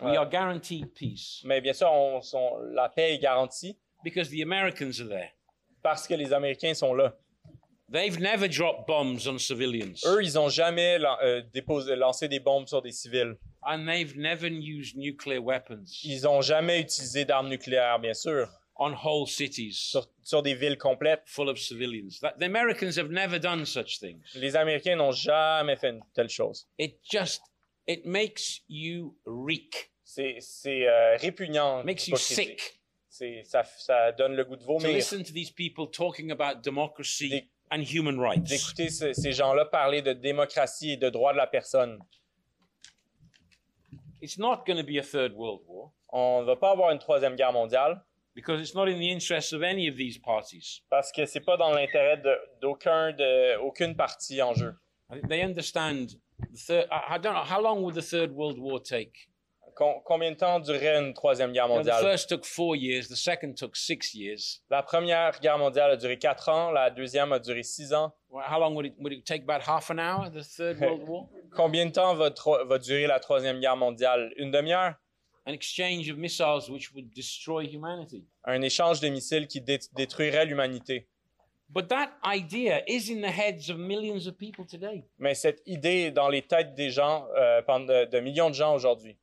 Speaker 2: We
Speaker 3: Uh,
Speaker 2: are guaranteed peace
Speaker 3: Mais bien sûr, on- on- la paix est garantie
Speaker 2: because the Americans are there.
Speaker 3: parce que les Américains sont là.
Speaker 2: They've never dropped bombs on civilians,
Speaker 3: Eux, ils n'ont jamais lan- euh, déposé- lancé des bombes sur des civils.
Speaker 2: and they've never used nuclear weapons
Speaker 3: Ils n'ont jamais utilisé d'armes nucléaires, bien sûr,
Speaker 2: on whole cities
Speaker 3: sur, sur des villes complètes.
Speaker 2: full of civilians. That, the Americans have never done such things.
Speaker 3: Les Américains n'ont jamais fait une telle chose.
Speaker 2: It just it makes you reek,
Speaker 3: C'est c'est, euh, répugnant.
Speaker 2: It makes you
Speaker 3: l'hypocrisie.
Speaker 2: sick
Speaker 3: C'est- Ça, ça donne le goût de
Speaker 2: to
Speaker 3: vomir.
Speaker 2: listen to these people talking about democracy
Speaker 3: They-
Speaker 2: and human rights.
Speaker 3: d'écouter ce- ces gens-là parler de démocratie et de droits de la personne.
Speaker 2: It's not going to be a third world war.
Speaker 3: On ne va pas avoir une troisième guerre mondiale
Speaker 2: because it's not in the interests of any of these parties.
Speaker 3: parce que c'est pas dans l'intérêt de- d'aucun de aucune partie en jeu.
Speaker 2: I think They understand the third. I, I don't know how long would the Third World War take.
Speaker 3: Com- combien de temps durerait une troisième guerre
Speaker 2: You know, the
Speaker 3: mondiale
Speaker 2: first took four years. The second took six years.
Speaker 3: La première guerre mondiale a duré quatre ans, la deuxième a duré six ans.
Speaker 2: Well, How long would it would it take? About half an hour. The Third World War.
Speaker 3: Combien de temps va, tro- va durer la troisième guerre mondiale Une demi-heure
Speaker 2: An exchange of missiles which would destroy humanity.
Speaker 3: Un échange de missiles qui dé- détruirait l'humanité.
Speaker 2: But that idea is in the heads of millions of people today.
Speaker 3: Mais cette idée euh, est dans les têtes des gens, euh, pendant- de millions de gens aujourd'hui.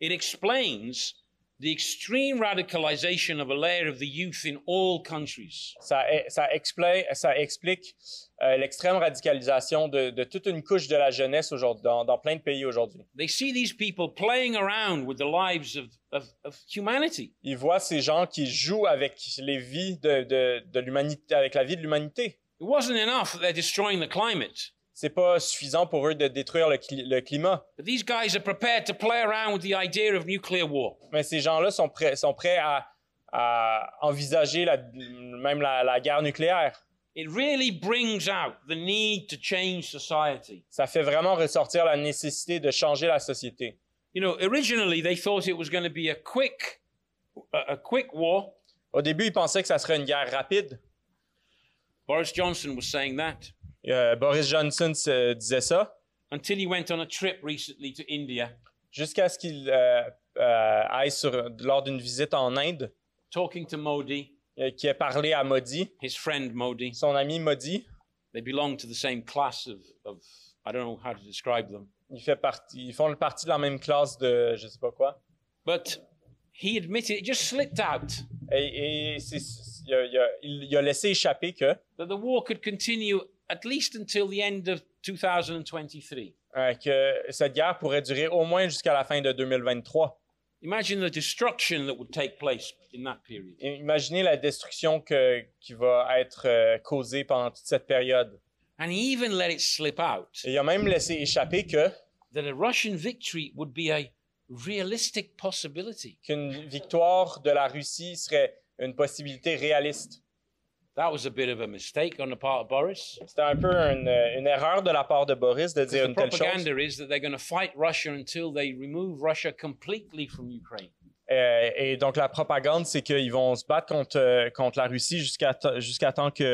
Speaker 2: It explains the extreme radicalization of a layer of the youth in all countries.
Speaker 3: Ça, e- ça explique, ça explique euh, l'extrême radicalisation de, de toute une couche de la jeunesse aujourd'hui, dans, dans plein de pays aujourd'hui.
Speaker 2: They see these people playing around with the lives of, of, of humanity.
Speaker 3: Ils voient ces gens qui jouent avec les vies de, de- de l'humanité, avec la vie de l'humanité.
Speaker 2: It wasn't enough that they're destroying the climate,
Speaker 3: C'est pas suffisant pour eux de détruire le, cli- le climat,
Speaker 2: but these guys are prepared to play around with the idea of nuclear war.
Speaker 3: mais ces gens-là sont prêts, sont prêts à, à envisager la- même la- la guerre nucléaire.
Speaker 2: It really brings out the need to change society.
Speaker 3: Ça fait vraiment ressortir la nécessité de changer la société.
Speaker 2: You know, originally they thought it was going to be a quick, a, a quick war.
Speaker 3: Au début, ils pensaient que ça serait une guerre rapide.
Speaker 2: Boris Johnson was saying that
Speaker 3: Euh, Boris Johnson se- disait ça
Speaker 2: until he went on a trip recently to India,
Speaker 3: jusqu'à ce qu'il euh, euh, aille sur- lors d'une visite en Inde,
Speaker 2: talking to Modi,
Speaker 3: euh, qui a parlé à Modi,
Speaker 2: his friend Modi.
Speaker 3: son ami Modi.
Speaker 2: They belong to the same class of, of I don't know how to describe them,
Speaker 3: Il fait partie, ils font le partie de la même classe de je sais pas quoi.
Speaker 2: but he admitted it just slipped out
Speaker 3: Et, et c'est- c'est- il, a, il a- il a laissé échapper que
Speaker 2: that the war could continue at least until the end of 2023.
Speaker 3: euh, que cette guerre pourrait durer au moins jusqu'à la fin de 2023.
Speaker 2: Imagine the destruction that would take place in that period.
Speaker 3: Et Imaginez la destruction que- qui va être euh, causée pendant toute cette période.
Speaker 2: And he even let it slip out
Speaker 3: Et il a même laissé échapper que
Speaker 2: that a Russian victory would be a realistic possibility.
Speaker 3: qu'une victoire de la Russie serait une possibilité réaliste.
Speaker 2: That was a bit of a mistake on the part of Boris.
Speaker 3: C'était un peu une, euh, une erreur de la part de Boris de dire
Speaker 2: The
Speaker 3: une telle chose.
Speaker 2: propaganda is that they're going to fight Russia until they remove Russia completely from Ukraine.
Speaker 3: Euh, et donc la propagande, c'est qu'ils vont se battre contre, euh, contre la Russie jusqu'à t- jusqu'à temps qu'ils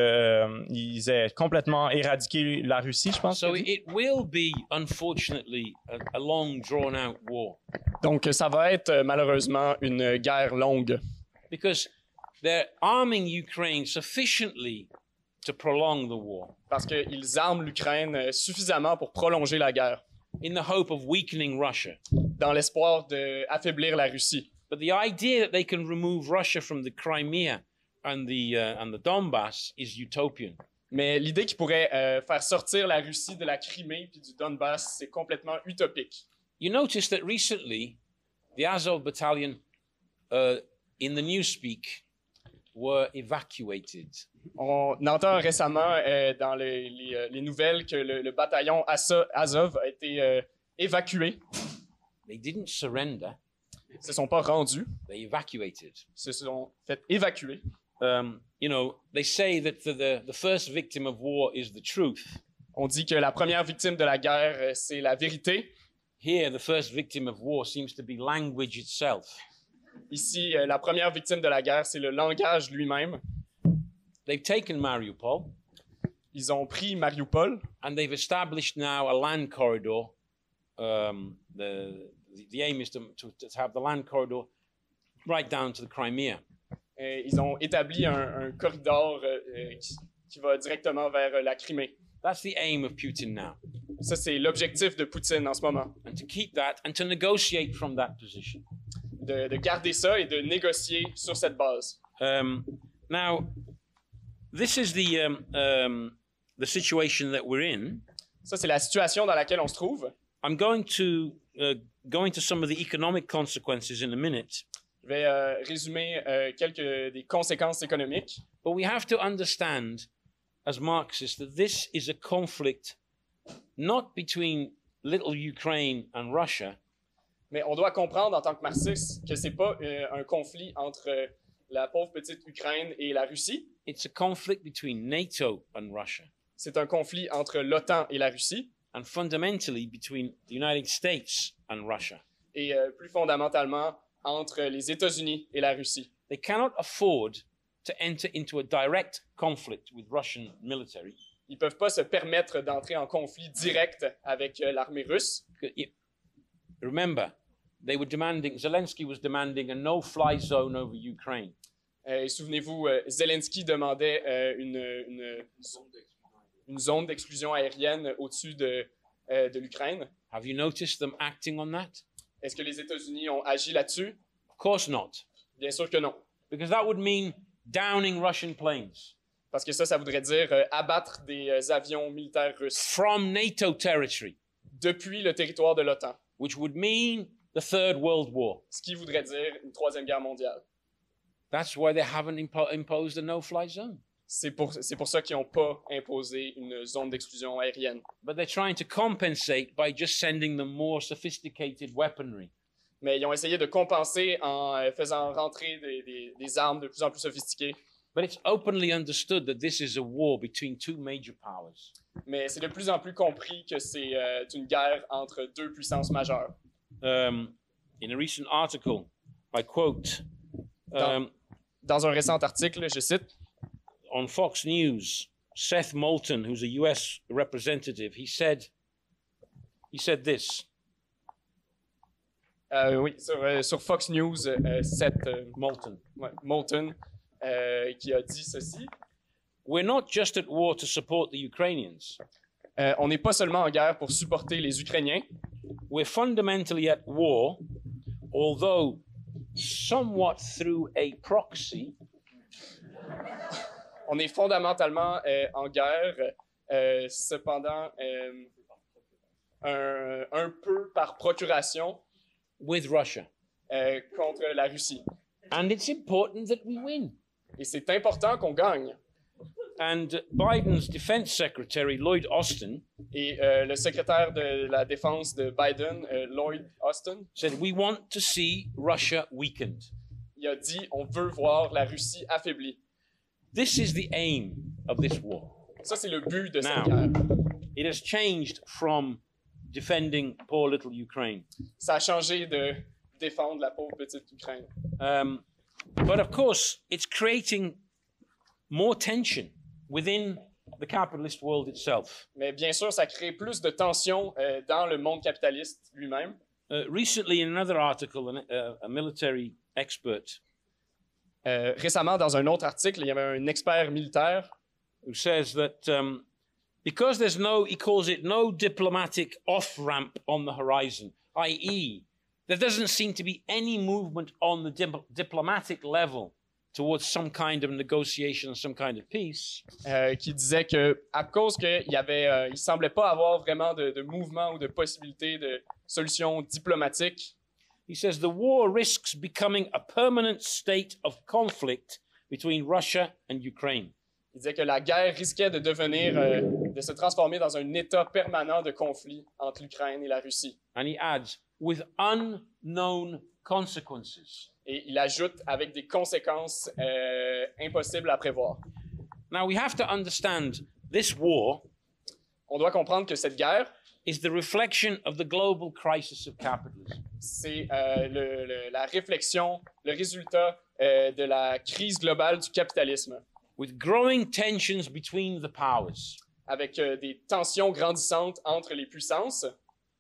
Speaker 3: aient complètement éradiqué la Russie, je pense.
Speaker 2: So it, it will be, unfortunately, a, a long, drawn out war
Speaker 4: Donc, ça va être euh, malheureusement une guerre longue
Speaker 2: because they're arming Ukraine sufficiently to prolong the war
Speaker 4: parce qu'ils arment l'Ukraine euh, suffisamment pour prolonger la guerre
Speaker 2: in the hope of weakening Russia.
Speaker 4: dans l'espoir d'affaiblir la Russie.
Speaker 2: But the idea that they can remove Russia from the Crimea and the uh, and the Donbass is utopian.
Speaker 4: Mais l'idée qu'ils pourraient euh, faire sortir la Russie de la Crimée puis du Donbass, c'est complètement utopique.
Speaker 2: You notice that recently, the Azov battalion, uh, in the newspeak, were evacuated.
Speaker 4: On entend récemment euh, dans les, les, euh, les nouvelles que le, le bataillon Asa- Azov a été euh, évacué.
Speaker 2: They didn't surrender;
Speaker 4: Ils se sont pas rendus,
Speaker 2: they evacuated.
Speaker 4: ils se sont fait évacuer.
Speaker 2: Um, you know, they say that the, the the first victim of war is the truth.
Speaker 4: On dit que la première victime de la guerre, euh, c'est la vérité.
Speaker 2: Here, the first victim of war seems to be language itself.
Speaker 4: Ici, euh, la première victime de la guerre, c'est le langage lui-même.
Speaker 2: They've taken Mariupol
Speaker 4: Ils ont pris Mariupol
Speaker 2: and they've established now a land corridor. Um, the, the the aim is to, to to have the land corridor right down to the Crimea.
Speaker 4: Euh, ils ont établi un, un corridor euh, euh, qui, qui va directement vers euh, la Crimée.
Speaker 2: That's the aim of Putin now,
Speaker 4: Ça, c'est l'objectif de Poutine en ce moment,
Speaker 2: and to keep that and to negotiate from that position.
Speaker 4: de, de garder ça et de négocier sur cette base.
Speaker 2: Um, now, this is the um, um, the situation that we're in.
Speaker 4: Ça, c'est la situation dans laquelle on se trouve.
Speaker 2: I'm going to uh, go into some of the economic consequences in a minute,
Speaker 4: Je vais euh, résumer euh, quelques des conséquences économiques.
Speaker 2: but we have to understand, as Marxists, that this is a conflict not between little Ukraine and Russia,
Speaker 4: Mais on doit comprendre en tant que marxiste que c'est pas euh, un conflit entre euh, la pauvre petite Ukraine et la Russie.
Speaker 2: it's a conflict between NATO and Russia,
Speaker 4: C'est un conflit entre l'OTAN et la Russie,
Speaker 2: and fundamentally between the United States and Russia.
Speaker 4: et euh, plus fondamentalement entre les États-Unis et la Russie.
Speaker 2: They cannot afford to enter into a direct conflict with Russian military.
Speaker 4: ils peuvent pas se permettre d'entrer en conflit direct avec euh, l'armée russe.
Speaker 2: Remember, they were demanding, Zelensky was demanding a no fly zone over Ukraine.
Speaker 4: Euh, et souvenez-vous, euh, Zelensky demandait euh, une, une- une zone d'exclusion aérienne au-dessus de, euh, de l'Ukraine.
Speaker 2: Have you noticed them acting on that?
Speaker 4: Est-ce que les États-Unis ont agi là-dessus?
Speaker 2: course not,
Speaker 4: Bien sûr que non.
Speaker 2: because that would mean downing Russian planes
Speaker 4: Parce que ça, ça voudrait dire euh, abattre des euh, avions militaires russes
Speaker 2: from NATO territory,
Speaker 4: depuis le territoire de l'OTAN,
Speaker 2: which would mean the Third World War.
Speaker 4: ce qui voudrait dire une troisième guerre mondiale.
Speaker 2: That's why they haven't impo- imposed a no-fly zone.
Speaker 4: C'est pour, c'est pour ça qu'ils n'ont pas imposé une zone d'exclusion aérienne.
Speaker 2: But they're trying to compensate by just sending them more sophisticated weaponry.
Speaker 4: Mais ils ont essayé de compenser en euh, faisant rentrer des, des- des armes de plus en plus sophistiquées.
Speaker 2: But it's openly understood that this is a war between two major powers.
Speaker 4: Mais c'est de plus en plus compris que c'est euh, une guerre entre deux puissances majeures.
Speaker 2: Um, in a recent article, I quote um,
Speaker 4: Dans un récent article, je cite,
Speaker 2: on Fox News, Seth Moulton, who's a U.S. representative, he said, he said this.
Speaker 4: euh, oui, sur, euh, sur Fox News, euh, cette, euh,
Speaker 2: Moulton,
Speaker 4: ouais, Moulton, euh, qui a dit ceci.
Speaker 2: we're not just at war to support the Ukrainians.
Speaker 4: Euh, on n'est pas seulement en guerre pour supporter les Ukrainiens,
Speaker 2: We're fundamentally at war, although somewhat through a proxy
Speaker 4: on est fondamentalement euh, en guerre, euh, cependant, euh, un, un peu par procuration
Speaker 2: with Russia.
Speaker 4: euh, contre la Russie.
Speaker 2: And it's important that we win.
Speaker 4: Et c'est important qu'on gagne.
Speaker 2: And Biden's defense secretary, Lloyd Austin,
Speaker 4: Et euh, le secrétaire de la défense de Biden, euh, Lloyd Austin,
Speaker 2: said, We want to see Russia weakened.
Speaker 4: il a dit on veut voir la Russie affaiblie.
Speaker 2: This is the aim of this war.
Speaker 4: Ça, c'est le but de
Speaker 2: Now.
Speaker 4: cette guerre.
Speaker 2: It has changed from defending poor little Ukraine.
Speaker 4: Ça a changé de défendre la pauvre petite Ukraine.
Speaker 2: Um, but of course, it's creating more tension within the capitalist world itself.
Speaker 4: Mais bien sûr, ça crée plus de tensions euh, dans le monde capitaliste lui-même.
Speaker 2: Uh, recently, in another article, an, uh, a military expert
Speaker 4: Euh, récemment, dans un autre article, il y avait un expert militaire
Speaker 2: who says that um, because there's no, he calls it no diplomatic off ramp on the horizon, i.e., there doesn't seem to be any movement on the dip- diplomatic level towards some kind of negotiation, some kind of peace.
Speaker 4: euh, qui disait que à cause qu'il y avait, euh, il semblait pas avoir vraiment de, de mouvement ou de possibilité de solution diplomatique,
Speaker 2: He says the war risks becoming a permanent state of conflict between Russia and Ukraine.
Speaker 4: il disait que la guerre risquait de devenir, euh, de se transformer dans un état permanent de conflit entre l'Ukraine et la Russie.
Speaker 2: And he adds, with unknown consequences.
Speaker 4: Et il ajoute avec des conséquences euh, impossibles à prévoir.
Speaker 2: Now, we have to understand this war
Speaker 4: On doit comprendre que cette guerre,
Speaker 2: is the reflection of the global crisis of capitalism.
Speaker 4: c'est euh, le- le- la réflexion, le résultat euh, de la crise globale du capitalisme,
Speaker 2: with growing tensions between the powers.
Speaker 4: avec euh, des tensions grandissantes entre les puissances,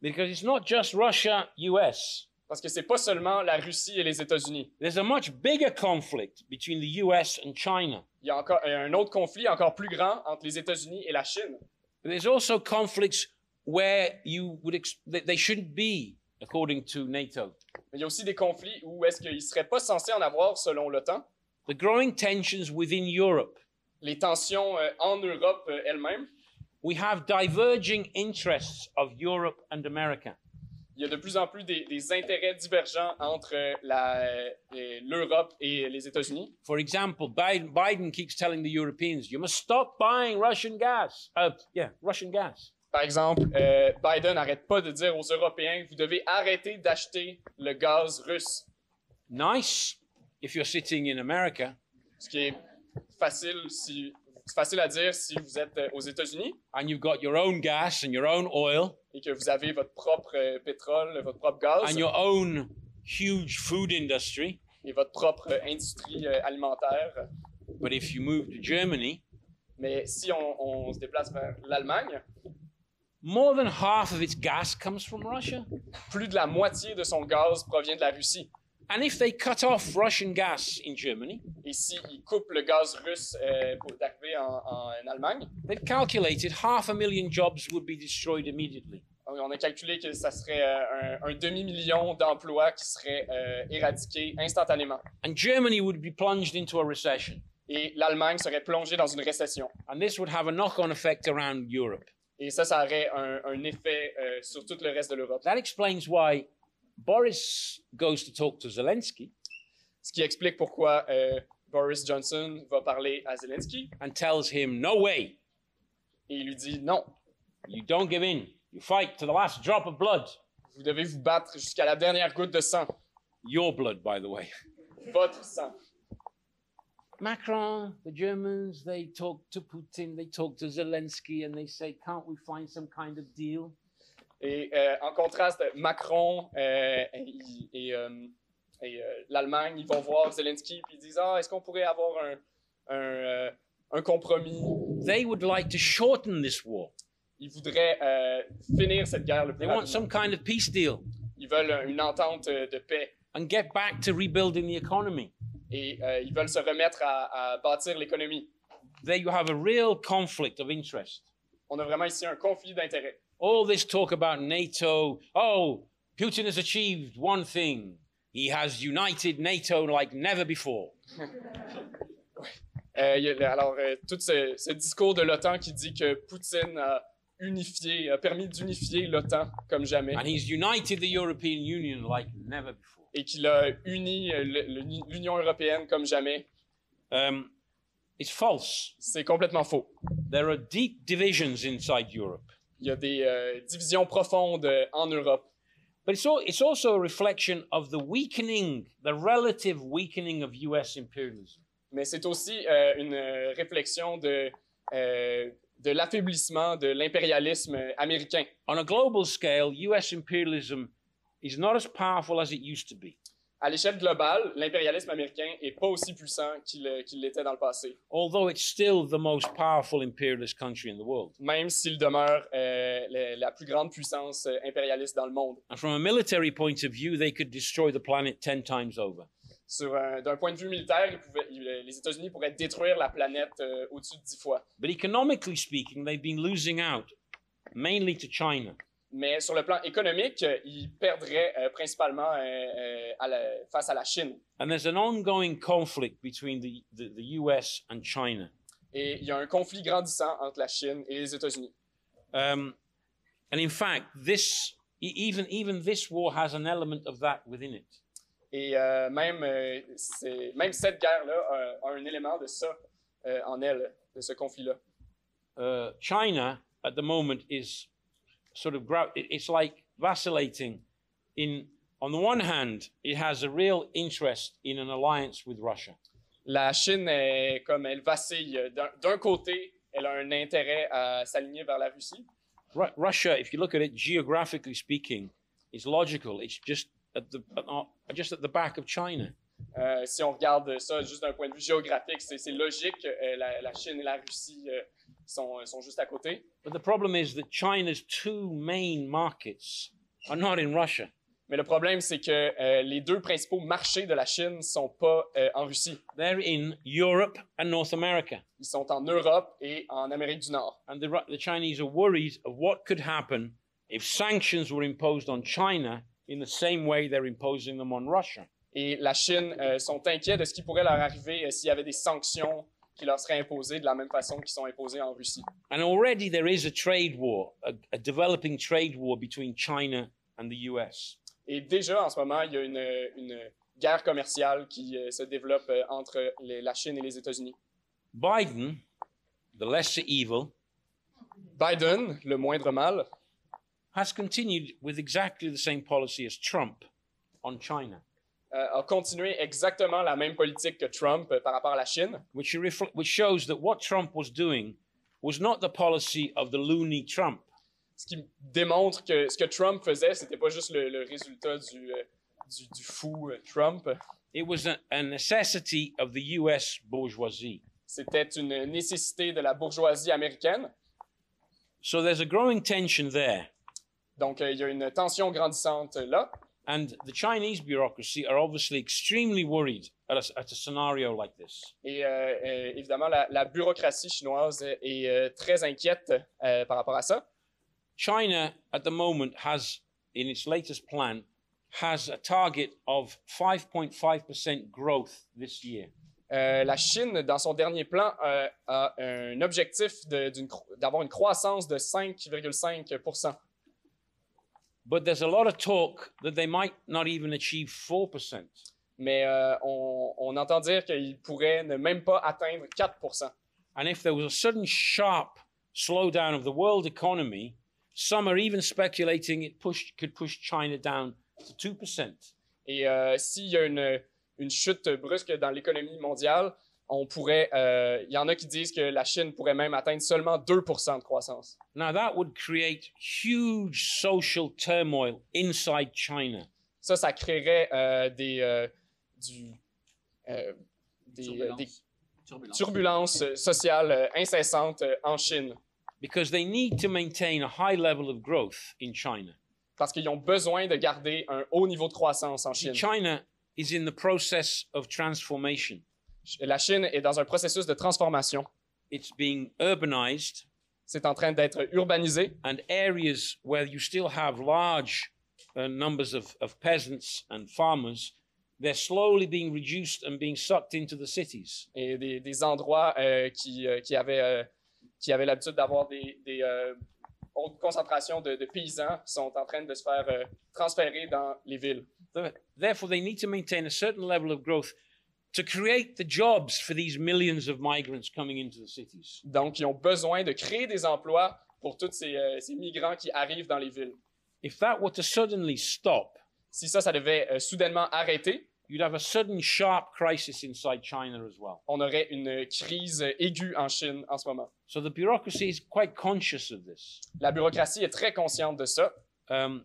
Speaker 2: Because it's not just Russia, US.
Speaker 4: parce que c'est pas seulement la Russie et les États-Unis.
Speaker 2: There's a much bigger conflict between the US and China.
Speaker 4: Il y a encore euh, un autre conflit encore plus grand entre les États-Unis et la Chine.
Speaker 2: But there's also conflicts where you would ex- that they shouldn't be, according to NATO.
Speaker 4: Mais il y a aussi des conflits où est-ce qu'ils seraient pas censés en avoir selon l'OTAN.
Speaker 2: The growing tensions within Europe.
Speaker 4: Les tensions euh, en Europe euh, elle-même,
Speaker 2: We have diverging interests of Europe and America.
Speaker 4: il y a de plus en plus des, des intérêts divergents entre euh, la- euh, et l'Europe et les États-Unis.
Speaker 2: For example, Biden, Biden keeps telling the Europeans, "You must stop buying Russian gas." Uh, yeah, Russian gas.
Speaker 4: Par exemple, euh, Biden n'arrête pas de dire aux Européens, vous devez arrêter d'acheter le gaz russe,
Speaker 2: Nice if you're sitting in America.
Speaker 4: ce qui est facile, si, c'est facile à dire si vous êtes euh, aux États-Unis
Speaker 2: and you've got your own gas and your own oil
Speaker 4: et que vous avez votre propre euh, pétrole, votre propre gaz
Speaker 2: and your own huge food industry.
Speaker 4: et votre propre euh, industrie euh, alimentaire.
Speaker 2: But if you move to Germany,
Speaker 4: Mais si on, on se déplace vers l'Allemagne,
Speaker 2: more than half of its gas comes from Russia.
Speaker 4: plus de la moitié de son gaz provient de la Russie.
Speaker 2: And if they cut off Russian gas in Germany,
Speaker 4: Et s'ils coupent le gaz russe euh, pour- d'arriver en, en Allemagne,
Speaker 2: they've calculated half a million jobs would be destroyed immediately.
Speaker 4: on a calculé que ça serait euh, un, un demi-million d'emplois qui seraient euh, éradiqués instantanément.
Speaker 2: And Germany would be plunged into a recession.
Speaker 4: Et l'Allemagne serait plongée dans une récession.
Speaker 2: And this would have a knock on effect around Europe.
Speaker 4: Et ça, ça aurait un, un effet euh, sur tout le reste de l'Europe.
Speaker 2: That explains why Boris goes to talk to Zelensky
Speaker 4: Ce qui explique pourquoi euh, Boris Johnson va parler à Zelensky
Speaker 2: and tells him, No way,
Speaker 4: et il lui dit non,
Speaker 2: you don't give in. You fight to the last drop of blood.
Speaker 4: vous devez vous battre jusqu'à la dernière goutte de sang,
Speaker 2: Your blood, by the way.
Speaker 4: votre sang.
Speaker 2: Macron, the Germans, they talk to Putin, they talk to Zelensky, and they say, Can't we find some kind of deal?
Speaker 4: Et euh, en contraste, Macron euh, et, et, euh, et, euh, l'Allemagne, ils vont voir Zelensky puis ils disent ah est-ce qu'on pourrait avoir un un, euh, un compromis
Speaker 2: They would like to shorten this war.
Speaker 4: Ils voudraient euh, finir cette guerre le plus
Speaker 2: They want some
Speaker 4: rapidement.
Speaker 2: kind of peace deal
Speaker 4: Ils veulent une entente euh, de paix
Speaker 2: and get back to rebuilding the economy.
Speaker 4: et euh, ils veulent se remettre à, à bâtir l'économie.
Speaker 2: There you have a real conflict of interest.
Speaker 4: On a vraiment ici un conflit d'intérêts.
Speaker 2: All this talk about NATO, oh, Putin has achieved one thing. He has united NATO like never before.
Speaker 4: Euh, il y a- alors euh, tout ce, ce discours de l'OTAN qui dit que Poutine a unifié, a permis d'unifier l'OTAN comme jamais.
Speaker 2: And he's united the European Union like never before.
Speaker 4: et qu'il a uni euh, le- le- l'Union européenne comme jamais,
Speaker 2: Um, it's false.
Speaker 4: c'est complètement faux.
Speaker 2: There are deep divisions inside Europe.
Speaker 4: Il y a des euh, divisions profondes euh, en Europe,
Speaker 2: But it's, all, it's also a reflection of the weakening, the relative weakening of US imperialism.
Speaker 4: mais c'est aussi euh, une euh, réflexion de, euh, de l'affaiblissement de l'impérialisme euh, américain.
Speaker 2: On a global scale, US imperialism is not as powerful as it used to be.
Speaker 4: À l'échelle globale, l'impérialisme américain n'est pas aussi puissant qu'il euh, qu'il l'était dans le passé,
Speaker 2: although it's still the most powerful imperialist country in the world.
Speaker 4: même s'il demeure euh, la, la plus grande puissance euh, impérialiste dans le monde.
Speaker 2: And from a military point of view, they could destroy the planet 10 times over.
Speaker 4: Sur un- D'un point de vue militaire, il pouvait- il- euh, les États-Unis pourraient détruire la planète euh, au-dessus de dix fois.
Speaker 2: But economically speaking, they've been losing out, mainly to China.
Speaker 4: Mais sur le plan économique, euh, ils perdraient euh, principalement euh, euh, à la- face à la Chine.
Speaker 2: And there's an ongoing conflict between the, the, the US and China.
Speaker 4: Et il y a un conflit grandissant entre la Chine et les États-Unis.
Speaker 2: Um, and in fact, this, e- even, even this war has an element of that within it.
Speaker 4: Et euh, même, euh, c'est- même cette guerre-là euh, a- a, un élément de ça euh, en elle, de ce conflit-là.
Speaker 2: Uh, China at the moment is sort of gra- it- it's like vacillating. In on the one hand, it has a real interest in an alliance with Russia,
Speaker 4: La Chine, est, comme elle vacille, d'un d'un côté, elle a un intérêt à s'aligner vers la Russie.
Speaker 2: Ru- Russia, if you look at it geographically speaking, is logical. It's just at the at the- just at the back of China.
Speaker 4: Euh, si on regarde ça juste d'un point de vue géographique, c'est c'est logique. euh, la, la Chine et la Russie euh, sont, sont juste à côté.
Speaker 2: But the problem is that China's two main markets are not in Russia.
Speaker 4: Mais le problème, c'est que euh, les deux principaux marchés de la Chine ne sont pas euh, en Russie.
Speaker 2: They're in Europe and North America.
Speaker 4: Ils sont en Europe et en Amérique du Nord.
Speaker 2: and the, Ru- the Chinese are worried of what could happen if sanctions were imposed on China in the same way they're imposing them on Russia.
Speaker 4: Et la Chine euh, sont inquiets de ce qui pourrait leur arriver euh, s'il y avait des sanctions qui leur seraient imposées de la même façon qu'ils sont imposées en Russie.
Speaker 2: And already there is a trade war, a, a developing trade war between China and the US.
Speaker 4: Et déjà, en ce moment, il y a une, une guerre commerciale qui euh, se développe euh, entre les- la Chine et les États-Unis.
Speaker 2: Biden, the lesser evil,
Speaker 4: Biden, le moindre mal,
Speaker 2: has continued with exactly the same policy as Trump on China,
Speaker 4: euh, a continué exactement la même politique que Trump euh, par rapport à la Chine.
Speaker 2: which, refl- which shows that what Trump was doing was not the policy of the loony Trump.
Speaker 4: ce qui démontre que ce que Trump faisait, c'était pas juste le, le résultat du, euh, du, du fou euh, Trump,
Speaker 2: It was a, a necessity of the US bourgeoisie.
Speaker 4: c'était une nécessité de la bourgeoisie américaine.
Speaker 2: So there's a growing tension there.
Speaker 4: Donc, euh, il y a une tension grandissante euh, là.
Speaker 2: And the Chinese bureaucracy are obviously extremely worried at a, at a scenario like this.
Speaker 4: Et euh, euh, évidemment, la, la bureaucratie chinoise est euh, très inquiète euh, par rapport à ça.
Speaker 2: China at the moment has, in its latest plan, has a target of 5.5% growth this year.
Speaker 4: Euh, la Chine, dans son dernier plan, euh, a un objectif de- d'une cro- d'avoir une croissance de 5,5
Speaker 2: But there's a lot of talk that they might not even achieve 4%.
Speaker 4: Mais euh, on, on entend dire qu'ils pourraient ne même pas atteindre 4
Speaker 2: And if there was a sudden sharp slowdown of the world economy, some are even speculating it pushed, could push China down to 2%.
Speaker 4: Et euh, s'il y a une, une chute brusque dans l'économie mondiale, on pourrait, euh, il y en a qui disent que la Chine pourrait même atteindre seulement 2 de croissance.
Speaker 2: Now, that would create huge social turmoil inside China.
Speaker 4: Ça, ça créerait euh, des, euh, du- euh, des, euh, des turbulences euh, sociales euh, incessantes euh, en Chine
Speaker 2: because they need to maintain a high level of growth in China.
Speaker 4: parce qu'ils ont besoin de garder un haut niveau de croissance en
Speaker 2: See,
Speaker 4: Chine.
Speaker 2: China is in the process of transformation.
Speaker 4: La Chine est dans un processus de transformation.
Speaker 2: It's being urbanized,
Speaker 4: C'est en train d'être urbanisé
Speaker 2: and areas where you still have large uh, numbers of, of peasants and farmers, they're slowly being reduced and being sucked into the cities.
Speaker 4: et des, des endroits euh, qui, euh, qui avaient, euh, qui avaient l'habitude d'avoir des, des euh, hautes concentrations de, de paysans sont en train de se faire euh, transférer dans les villes.
Speaker 2: Th- Therefore, they need to maintain a certain level of growth to create the jobs for these millions of migrants coming into the cities.
Speaker 4: Donc, ils ont besoin de créer des emplois pour tous ces, euh, ces migrants qui arrivent dans les villes.
Speaker 2: If that were to suddenly stop,
Speaker 4: Si ça, ça devait euh, soudainement arrêter,
Speaker 2: you'd have a sudden sharp crisis inside China as well.
Speaker 4: on aurait une crise aiguë en Chine en ce moment.
Speaker 2: So the bureaucracy is quite conscious of this.
Speaker 4: La bureaucratie est très consciente de ça.
Speaker 2: Um,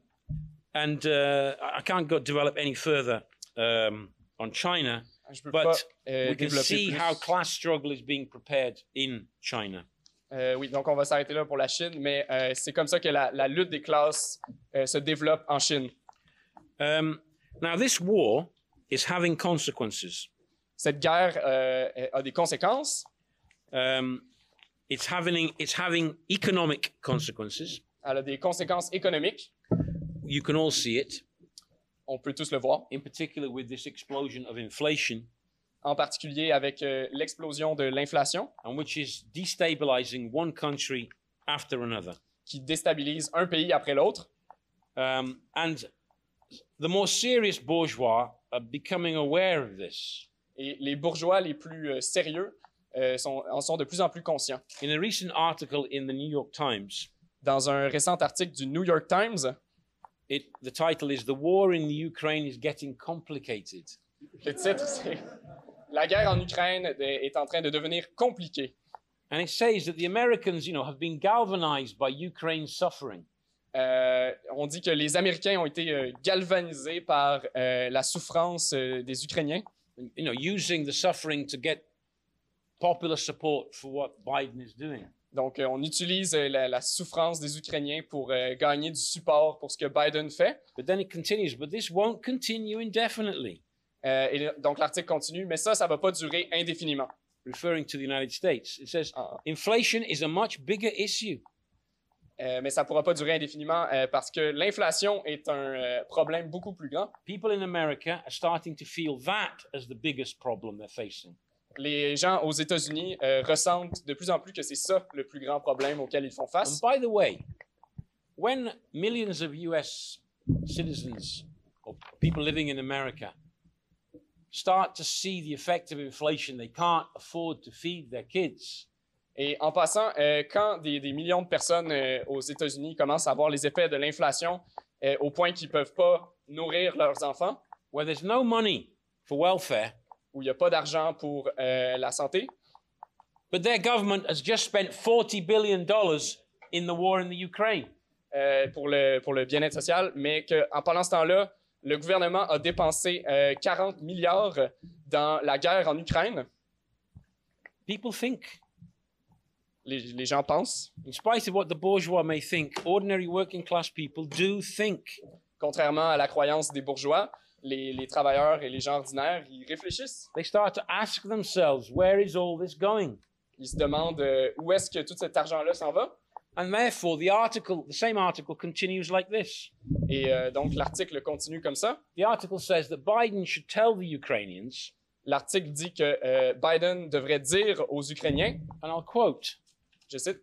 Speaker 2: and uh, I I can't go develop any further um, on China.
Speaker 4: Je peux
Speaker 2: But
Speaker 4: pas euh,
Speaker 2: We can
Speaker 4: développer
Speaker 2: see
Speaker 4: plus.
Speaker 2: how class struggle is being prepared in China.
Speaker 4: Euh, oui, donc on va s'arrêter là pour la Chine, mais euh, c'est comme ça que la, la lutte des classes euh, se développe en Chine.
Speaker 2: Um, now, this war is having consequences.
Speaker 4: Cette guerre euh, a des conséquences.
Speaker 2: Um, it's having it's having economic consequences.
Speaker 4: Elle a des conséquences économiques.
Speaker 2: You can all see it,
Speaker 4: On peut tous le voir,
Speaker 2: in particular with this explosion of inflation,
Speaker 4: en particulier avec euh, l'explosion de l'inflation
Speaker 2: and which is destabilizing one country after another.
Speaker 4: qui déstabilise un pays après l'autre.
Speaker 2: Um, and the more serious bourgeois are becoming aware of this.
Speaker 4: Et les bourgeois les plus euh, sérieux euh, sont- en sont de plus en plus conscients.
Speaker 2: In a recent article in the New York Times,
Speaker 4: Dans un récent article du New York Times,
Speaker 2: it, the title is The War in Ukraine is Getting Complicated.
Speaker 4: le titre c'est La guerre en Ukraine est en train de devenir compliquée.
Speaker 2: And it says that the Americans, you know, have been galvanized by Ukraine's suffering.
Speaker 4: Euh, on dit que les Américains ont été euh, galvanisés par euh, la souffrance euh, des Ukrainiens
Speaker 2: And, You know, using the suffering to get popular support for what Biden is doing.
Speaker 4: donc, euh, on utilise euh, la, la souffrance des Ukrainiens pour euh, gagner du support pour ce que Biden fait.
Speaker 2: But then it continues, but this won't continue indefinitely,
Speaker 4: Euh, et le- donc, l'article continue, mais ça, ça va pas durer indéfiniment.
Speaker 2: referring to the United States. It says,
Speaker 4: Ah.
Speaker 2: inflation is a much bigger issue.
Speaker 4: Euh, mais ça pourra pas durer indéfiniment euh, parce que l'inflation est un euh, problème beaucoup plus grand.
Speaker 2: People in America are starting to feel that as the biggest problem they're facing.
Speaker 4: Les gens aux États-Unis euh, ressentent de plus en plus que c'est ça le plus grand problème auquel ils font
Speaker 2: And
Speaker 4: face.
Speaker 2: by the way, when millions of US citizens or people living in America start to see the effect of inflation, they can't afford to feed their kids.
Speaker 4: Et en passant, euh, quand des, des millions de personnes euh, aux États-Unis commencent à voir les effets de l'inflation euh, au point qu'ils ne peuvent pas nourrir leurs enfants,
Speaker 2: Where there's no money for welfare,
Speaker 4: où il n'y a pas d'argent pour euh, la santé,
Speaker 2: but their government has just spent $40 billion in the war in the Ukraine.
Speaker 4: euh, pour le, pour le bien-être social, mais qu'en pendant ce temps-là, le gouvernement a dépensé euh, 40 milliards dans la guerre en Ukraine.
Speaker 2: People think,
Speaker 4: Les, les gens pensent,
Speaker 2: in spite of what the bourgeois may think, ordinary working class people do think.
Speaker 4: contrairement à la croyance des bourgeois, les, les travailleurs et les gens ordinaires, ils réfléchissent.
Speaker 2: they start to ask themselves, where is all this going?
Speaker 4: Ils se demandent euh, où est-ce que tout cet argent-là s'en va.
Speaker 2: And therefore, the article, the same article continues like this.
Speaker 4: Et euh, donc, l'article continue comme ça.
Speaker 2: The article says that Biden should tell the Ukrainians,
Speaker 4: L'article dit que euh, Biden devrait dire aux Ukrainiens,
Speaker 2: and I'll quote,
Speaker 4: je cite,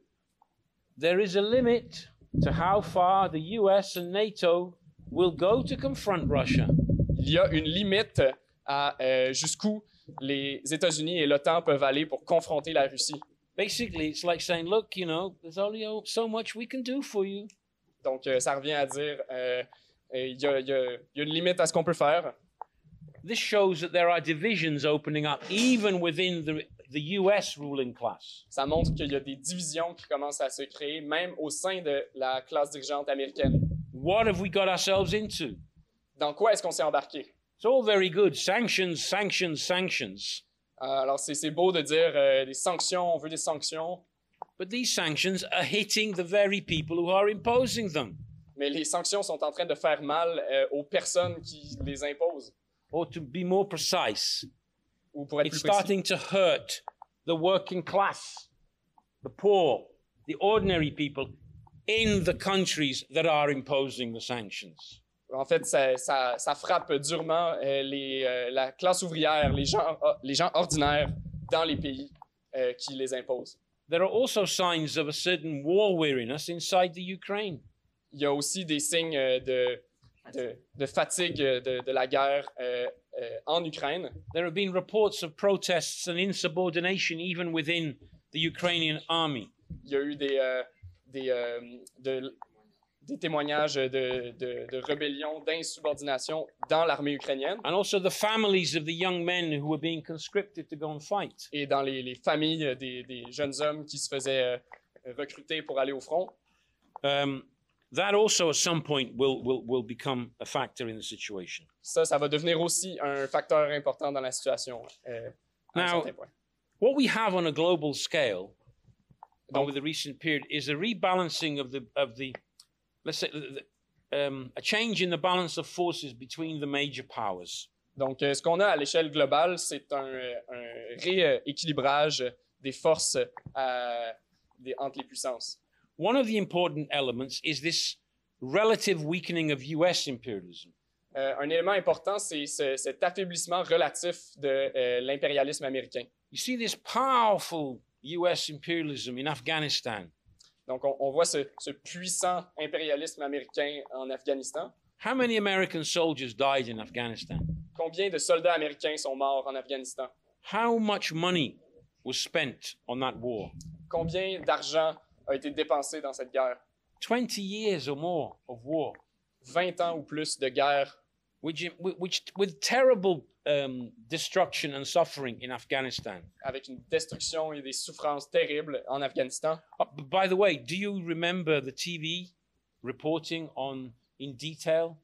Speaker 2: there is a limit to how far the US and NATO will go to confront Russia.
Speaker 4: il y a une limite à euh, jusqu'où les États-Unis et l'OTAN peuvent aller pour confronter la Russie.
Speaker 2: Basically, it's like saying, look, you know, there's only oh, so much we can do for you.
Speaker 4: Donc, euh, ça revient à dire, euh, euh, il y, a, il y a- il y a une limite à ce qu'on peut faire.
Speaker 2: This shows that there are divisions opening up even within the, the US ruling class.
Speaker 4: Ça montre qu'il y a des divisions qui commencent à se créer, même au sein de la classe dirigeante américaine.
Speaker 2: What have we got ourselves into?
Speaker 4: Dans quoi est-ce qu'on s'est embarqué?
Speaker 2: It's all very good. Sanctions, sanctions, sanctions.
Speaker 4: Euh, alors, c'est c'est beau de dire euh, des sanctions, on veut des sanctions,
Speaker 2: But these sanctions are hitting the very people who are imposing them.
Speaker 4: mais les sanctions sont en train de faire mal euh, aux personnes qui les imposent.
Speaker 2: Or to be more precise,
Speaker 4: Ou pour être
Speaker 2: it's
Speaker 4: plus précis,
Speaker 2: starting to hurt the working class, the poor, the ordinary people in the countries that are imposing the sanctions.
Speaker 4: en fait, ça, ça- ça frappe durement euh, les, euh, la classe ouvrière, les gens, ah, les gens ordinaires dans les pays euh, qui les imposent.
Speaker 2: There are also signs of a certain war weariness inside the Ukraine.
Speaker 4: Il y a aussi des signes euh, de, de- de fatigue euh, de, de la guerre euh, euh, en Ukraine.
Speaker 2: There have been reports of protests and insubordination even within the Ukrainian army.
Speaker 4: il y a eu des, euh, des, euh, de- des témoignages de, de- de rébellion, d'insubordination dans l'armée ukrainienne
Speaker 2: And also the families of the young men who were being conscripted to go and fight.
Speaker 4: et dans les, les familles euh, des, des jeunes hommes qui se faisaient euh, recruter pour aller au front.
Speaker 2: Um, that also at some point will, will, will become a factor in the situation.
Speaker 4: Ça, ça va devenir aussi un facteur important dans la situation euh, à un
Speaker 2: Now-
Speaker 4: certain point.
Speaker 2: What we have on a global scale over the recent period is a rebalancing of the, of the let's say, the- the- um, a change in the balance of forces between the major powers.
Speaker 4: Donc, euh, ce qu'on a à l'échelle globale, c'est un, euh, un rééquilibrage des forces euh, des, entre les puissances.
Speaker 2: One of the important elements is this relative weakening of US imperialism.
Speaker 4: Euh, un élément important, c'est ce- cet affaiblissement relatif de euh, l'impérialisme américain.
Speaker 2: You see this powerful US imperialism in Afghanistan.
Speaker 4: Donc, on, on voit ce, ce puissant impérialisme américain en Afghanistan.
Speaker 2: How many American soldiers died in Afghanistan?
Speaker 4: Combien de soldats américains sont morts en Afghanistan?
Speaker 2: how much money was spent on that war?
Speaker 4: Combien d'argent a été dépensé dans cette guerre?
Speaker 2: 20 years or more of war,
Speaker 4: 20 ans ou plus de guerre,
Speaker 2: which, which with terrible um, destruction and suffering in Afghanistan.
Speaker 4: avec une destruction et des souffrances terribles en Afghanistan.
Speaker 2: Oh, b- by the way, do you remember the TV reporting on in detail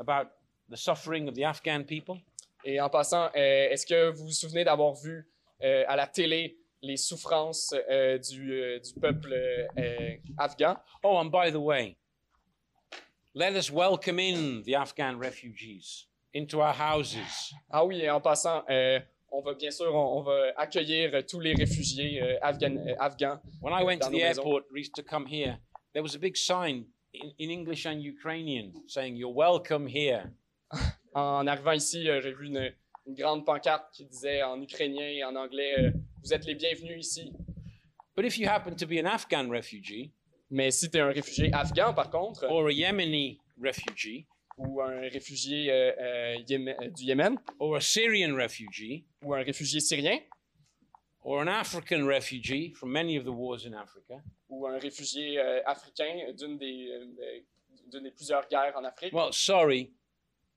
Speaker 2: about the suffering of the Afghan people?
Speaker 4: Et en passant, euh, est-ce que vous vous souvenez d'avoir vu euh, à la télé les souffrances euh, du, euh, du peuple euh, euh, afghan?
Speaker 2: Oh, and by the way, let us welcome in the Afghan refugees into our houses.
Speaker 4: Ah oui, et en passant, euh, on va bien sûr, on, on va accueillir euh, tous les réfugiés euh, afghan- euh, afghans.
Speaker 2: When I went to
Speaker 4: Down the
Speaker 2: the
Speaker 4: ways up.
Speaker 2: airport re- to come here, there was a big sign in, in English and Ukrainian saying, You're welcome here.
Speaker 4: En arrivant ici, euh, j'ai vu une, une grande pancarte qui disait en ukrainien et en anglais euh, Vous êtes les bienvenus ici.
Speaker 2: But if you happen to be an Afghan refugee
Speaker 4: Mais si tu es un réfugié afghan, par contre,
Speaker 2: or a Yemeni refugee
Speaker 4: ou un réfugié euh, euh, Yémen- euh, du Yémen,
Speaker 2: or a Syrian refugee
Speaker 4: ou un réfugié syrien,
Speaker 2: or an African refugee from many of the wars in Africa,
Speaker 4: ou un réfugié euh, africain d'une des, euh, euh, d'une des plusieurs guerres en Afrique,
Speaker 2: well, sorry,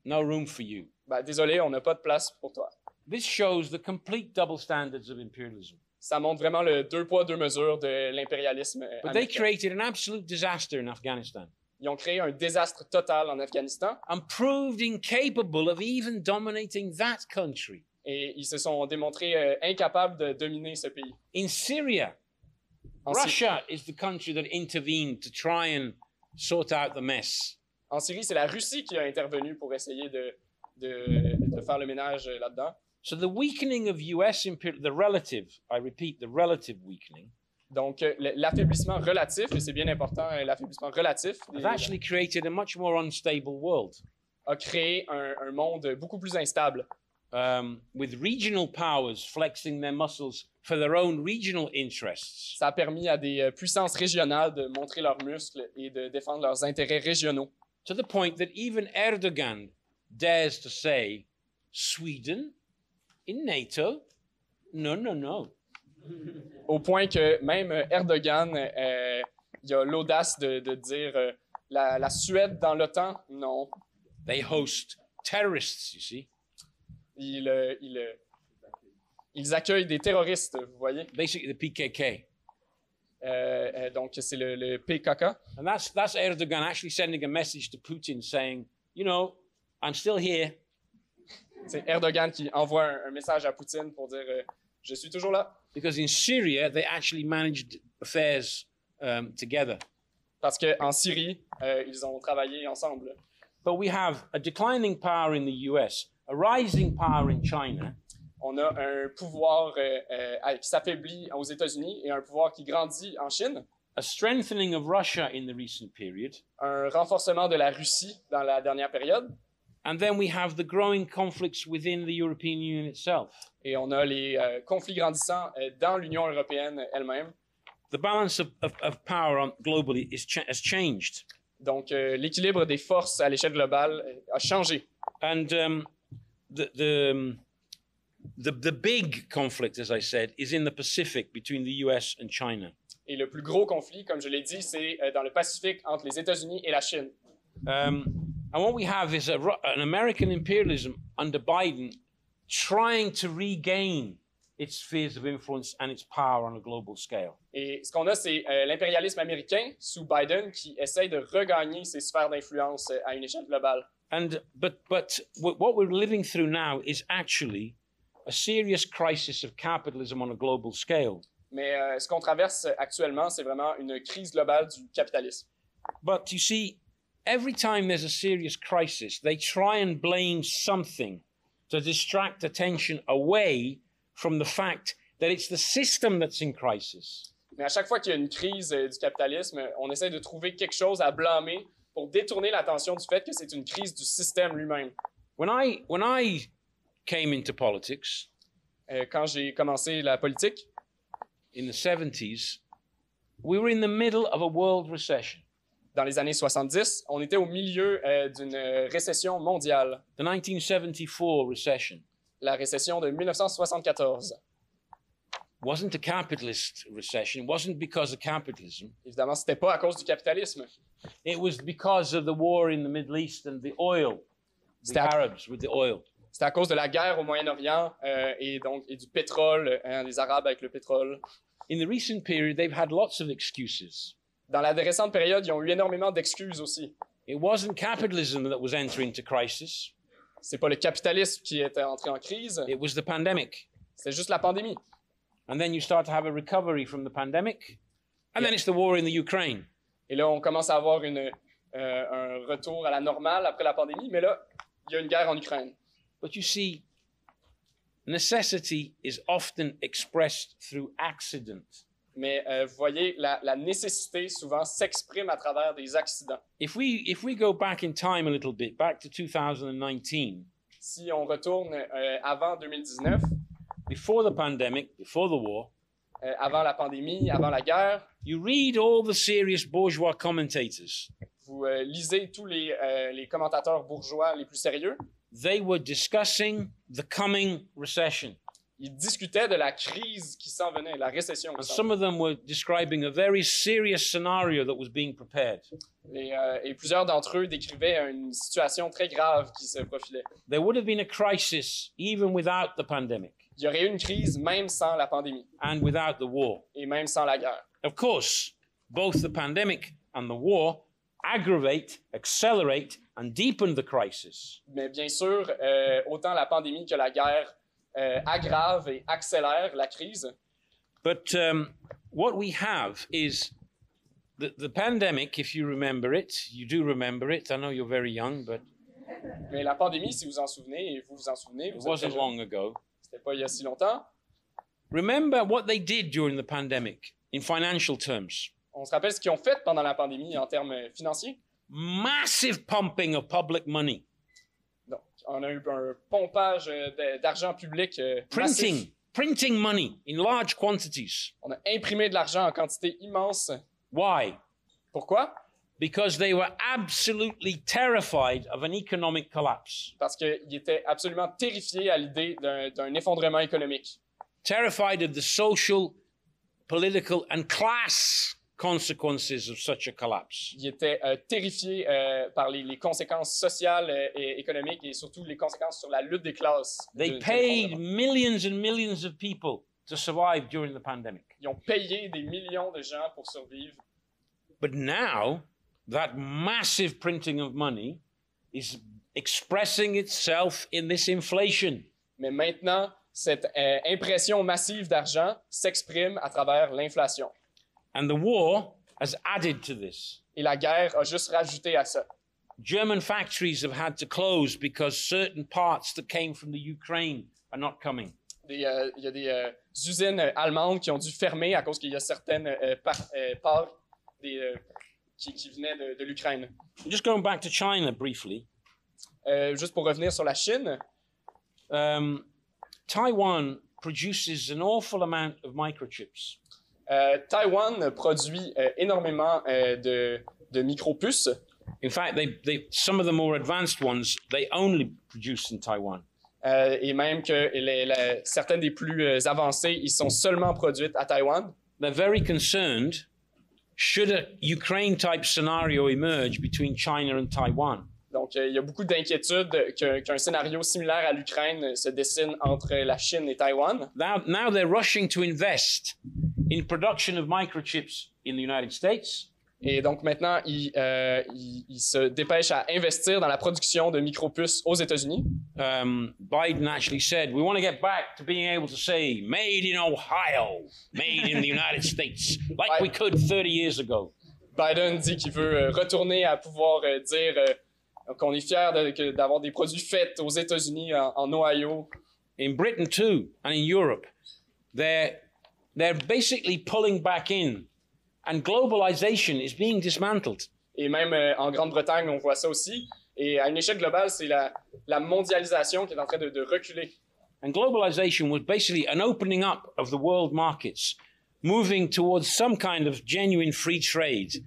Speaker 2: no room for you.
Speaker 4: ben, désolé, on n'a pas de place pour toi.
Speaker 2: This shows the complete double standards of imperialism.
Speaker 4: Ça montre vraiment le deux poids, deux mesures de l'impérialisme. euh,
Speaker 2: But they
Speaker 4: américain.
Speaker 2: created an absolute disaster in Afghanistan
Speaker 4: Ils ont créé un désastre total en Afghanistan
Speaker 2: and proved incapable of even dominating that country.
Speaker 4: et ils se sont démontrés euh, incapables de dominer ce pays.
Speaker 2: in Syria.
Speaker 4: En, Sy-
Speaker 2: Russia is the country that intervened to try and sort out the mess.
Speaker 4: en Syrie, c'est la Russie qui a intervenu pour essayer de, de, de faire le ménage euh, là-dedans.
Speaker 2: So the weakening of US imperial, the relative, I repeat, the relative weakening,
Speaker 4: Donc, euh, le- l'affaiblissement relatif, et c'est bien important, euh, l'affaiblissement relatif des-
Speaker 2: have actually created a much more unstable world
Speaker 4: a créé un, un monde beaucoup plus instable,
Speaker 2: um, with regional powers flexing their muscles for their own regional interests.
Speaker 4: Ça a permis à des euh, puissances régionales de montrer leurs muscles et de défendre leurs intérêts régionaux.
Speaker 2: to the point that even Erdogan dares to say, Sweden in NATO? No, no, no.
Speaker 4: Au point que même euh, Erdogan, euh, il a l'audace de, de dire euh, la, la Suède dans l'OTAN, non.
Speaker 2: They host terrorists, you see.
Speaker 4: Il, euh, il, euh, ils accueillent des terroristes, vous voyez.
Speaker 2: Basically, the PKK.
Speaker 4: Euh, euh, donc, c'est le, le PKK.
Speaker 2: And that's, that's Erdogan actually sending a message to Putin saying, you know, I'm still here.
Speaker 4: C'est Erdogan qui envoie un, un message à Poutine pour dire euh, Je suis toujours là.
Speaker 2: Because in Syria, they actually managed affairs um, together.
Speaker 4: Parce qu'en Syrie, euh, ils ont travaillé ensemble.
Speaker 2: But we have a declining power in the US, a rising power in China,
Speaker 4: On a un pouvoir euh, euh, à- qui s'affaiblit aux États-Unis et un pouvoir qui grandit en Chine.
Speaker 2: a strengthening of Russia in the recent period,
Speaker 4: Un renforcement de la Russie dans la dernière période.
Speaker 2: And then we have the growing conflicts within the European Union itself.
Speaker 4: Et on a les euh, conflits grandissants euh, dans l'Union européenne elle-même.
Speaker 2: The balance of, of, of power on, globally is cha- has changed.
Speaker 4: Donc, euh, l'équilibre des forces à l'échelle globale euh, a changé.
Speaker 2: And um, the, the, um, the, the big conflict, as I said, is in the Pacific between the US and China.
Speaker 4: Et le plus gros conflit, comme je l'ai dit, c'est euh, dans le Pacifique entre les États-Unis et la Chine.
Speaker 2: Um, and what we have is a, Ru- an American imperialism under Biden trying to regain its spheres of influence and its power on a global scale.
Speaker 4: Et ce qu'on a, c'est euh, l'impérialisme américain sous Biden qui essaye de regagner ses sphères d'influence euh, à une échelle globale.
Speaker 2: And but but wh- what we're living through now is actually a serious crisis of capitalism on a global scale.
Speaker 4: Mais euh, ce qu'on traverse actuellement, c'est vraiment une crise globale du capitalisme.
Speaker 2: But you see, every time there's a serious crisis, they try and blame something to distract attention away from the fact that it's the system that's in crisis.
Speaker 4: Mais à chaque fois qu'il y a une crise euh, du capitalisme, euh, on essaie de trouver quelque chose à blâmer pour détourner l'attention du fait que c'est une crise du système lui-même.
Speaker 2: When I when I came into politics
Speaker 4: Euh, quand j'ai commencé la politique,
Speaker 2: in the 70s, we were in the middle of a world recession.
Speaker 4: dans les années 70, on était au milieu euh, d'une récession mondiale,
Speaker 2: The 1974 recession
Speaker 4: la récession de 1974.
Speaker 2: wasn't a capitalist recession, wasn't because of capitalism.
Speaker 4: Évidemment, c'était pas à cause du capitalism.
Speaker 2: It was because of the war in the Middle East and the oil, the
Speaker 4: Stop.
Speaker 2: Arabs with the oil.
Speaker 4: C'était à cause de la guerre au Moyen-Orient euh, et donc et du pétrole, hein, les Arabes avec le pétrole.
Speaker 2: In the recent period, they've had lots of excuses.
Speaker 4: Dans la récente période, ils ont eu énormément d'excuses aussi.
Speaker 2: It wasn't capitalism that was entering into crisis,
Speaker 4: C'est pas le capitalisme qui était entré en crise,
Speaker 2: it was the pandemic.
Speaker 4: c'est juste la pandémie.
Speaker 2: And then you start to have a recovery from the pandemic, and then
Speaker 4: Yeah.
Speaker 2: it's the war in the Ukraine.
Speaker 4: Et là, on commence à avoir une, euh, un retour à la normale après la pandémie, mais là, il y a une guerre en Ukraine.
Speaker 2: But you see, necessity is often expressed through accident.
Speaker 4: Mais euh, vous voyez, la, la nécessité souvent s'exprime à travers des accidents.
Speaker 2: If we if we go back in time a little bit, back to 2019,
Speaker 4: Si on retourne euh, avant 2019,
Speaker 2: before the pandemic, before the war,
Speaker 4: euh, avant la pandémie, avant la guerre,
Speaker 2: you read all the serious bourgeois commentators.
Speaker 4: vous euh, lisez tous les, euh, les commentateurs bourgeois les plus sérieux,
Speaker 2: They were discussing the coming recession.
Speaker 4: ils discutaient de la crise qui s'en venait, la récession.
Speaker 2: And
Speaker 4: qui s'en
Speaker 2: some of them were describing a very serious scenario that was being prepared.
Speaker 4: venait. Et, euh, et plusieurs d'entre eux décrivaient une situation très grave qui se profilait.
Speaker 2: There would have been a crisis even without the pandemic
Speaker 4: Il y aurait eu une crise même sans la pandémie
Speaker 2: and without the war.
Speaker 4: et même sans la guerre.
Speaker 2: Of course, both the pandemic and the war aggravate, accelerate, and deepen the crisis.
Speaker 4: Mais bien sûr, euh, autant la pandémie que la guerre euh, aggravent et accélèrent la crise.
Speaker 2: But um, what we have is the, the pandemic, if you remember it, you do remember it. I know you're very young, but
Speaker 4: Mais la pandémie, si vous en souvenez, et vous vous en souvenez,
Speaker 2: it
Speaker 4: vous êtes
Speaker 2: wasn't
Speaker 4: très jeune,
Speaker 2: long ago.
Speaker 4: c'était pas il y a si longtemps.
Speaker 2: Remember what they did during the pandemic. in financial terms.
Speaker 4: On se rappelle ce qu'ils ont fait pendant la pandémie en termes financiers.
Speaker 2: Massive pumping of public money,
Speaker 4: Donc, on a eu un pompage euh, de- d'argent public. euh, massif.
Speaker 2: printing, printing money in large quantities.
Speaker 4: On a imprimé de l'argent en quantité immense.
Speaker 2: Why?
Speaker 4: Pourquoi?
Speaker 2: Because they were absolutely terrified of an economic collapse,
Speaker 4: Parce qu'ils étaient absolument terrifiés à l'idée d'un d'un effondrement économique.
Speaker 2: terrified of the social, political, and class consequences of such a collapse.
Speaker 4: Ils étaient euh, terrifiés euh, par les, les conséquences sociales euh, et économiques et surtout les conséquences sur la lutte des classes. de- de
Speaker 2: They
Speaker 4: l'effondrement.
Speaker 2: paid millions and millions of people to survive during the pandemic.
Speaker 4: Ils ont payé des millions de gens pour survivre.
Speaker 2: But now, that massive printing of money is expressing itself in this inflation.
Speaker 4: Mais maintenant, cette euh, impression massive d'argent s'exprime à travers l'inflation.
Speaker 2: And the war has added to this.
Speaker 4: Et la guerre a juste rajouté à ça.
Speaker 2: German factories have had to close because certain parts that came from the Ukraine are not coming.
Speaker 4: Des, euh, Il y a des euh, usines euh, allemandes qui ont dû fermer à cause qu'il y a certaines euh, par- euh, parts des, euh, qui, qui venaient de, de l'Ukraine.
Speaker 2: Just going back to China briefly,
Speaker 4: Euh, juste pour revenir sur la Chine,
Speaker 2: um, Taiwan produces an awful amount of microchips.
Speaker 4: euh, Taïwan produit euh, énormément euh, de, de micropuces.
Speaker 2: In fact, they, they, some of the more advanced ones they only produce in Taiwan.
Speaker 4: euh, et même que les- la- certaines des plus euh, avancées, ils sont seulement produites à Taïwan.
Speaker 2: they're very concerned should a Ukraine type scenario emerge between China and Taiwan.
Speaker 4: Donc, euh, il y a beaucoup d'inquiétudes que- qu'un scénario similaire à l'Ukraine se dessine entre la Chine et Taïwan.
Speaker 2: Now, now they're rushing to invest in production of microchips in the United States
Speaker 4: Et donc, maintenant, ils euh, ils- ils se dépêchent à investir dans la production de micropuces aux États-Unis.
Speaker 2: um, Biden actually said, we want to get back to being able to say, made in Ohio, made in the United States, like we could 30 years ago.
Speaker 4: Biden dit qu'il veut euh, retourner à pouvoir euh, dire euh, qu'on est fier de- que- d'avoir des produits faits aux États-Unis, en, en Ohio.
Speaker 2: In Britain, too, and in Europe, they're, they're basically pulling back in, and globalization is being dismantled.
Speaker 4: Et même euh, en Grande-Bretagne, on voit ça aussi. Et à une échelle globale, c'est la, la mondialisation qui est en train de- de reculer.
Speaker 2: And globalization was basically an opening up of the world markets, moving towards some kind of genuine free trade,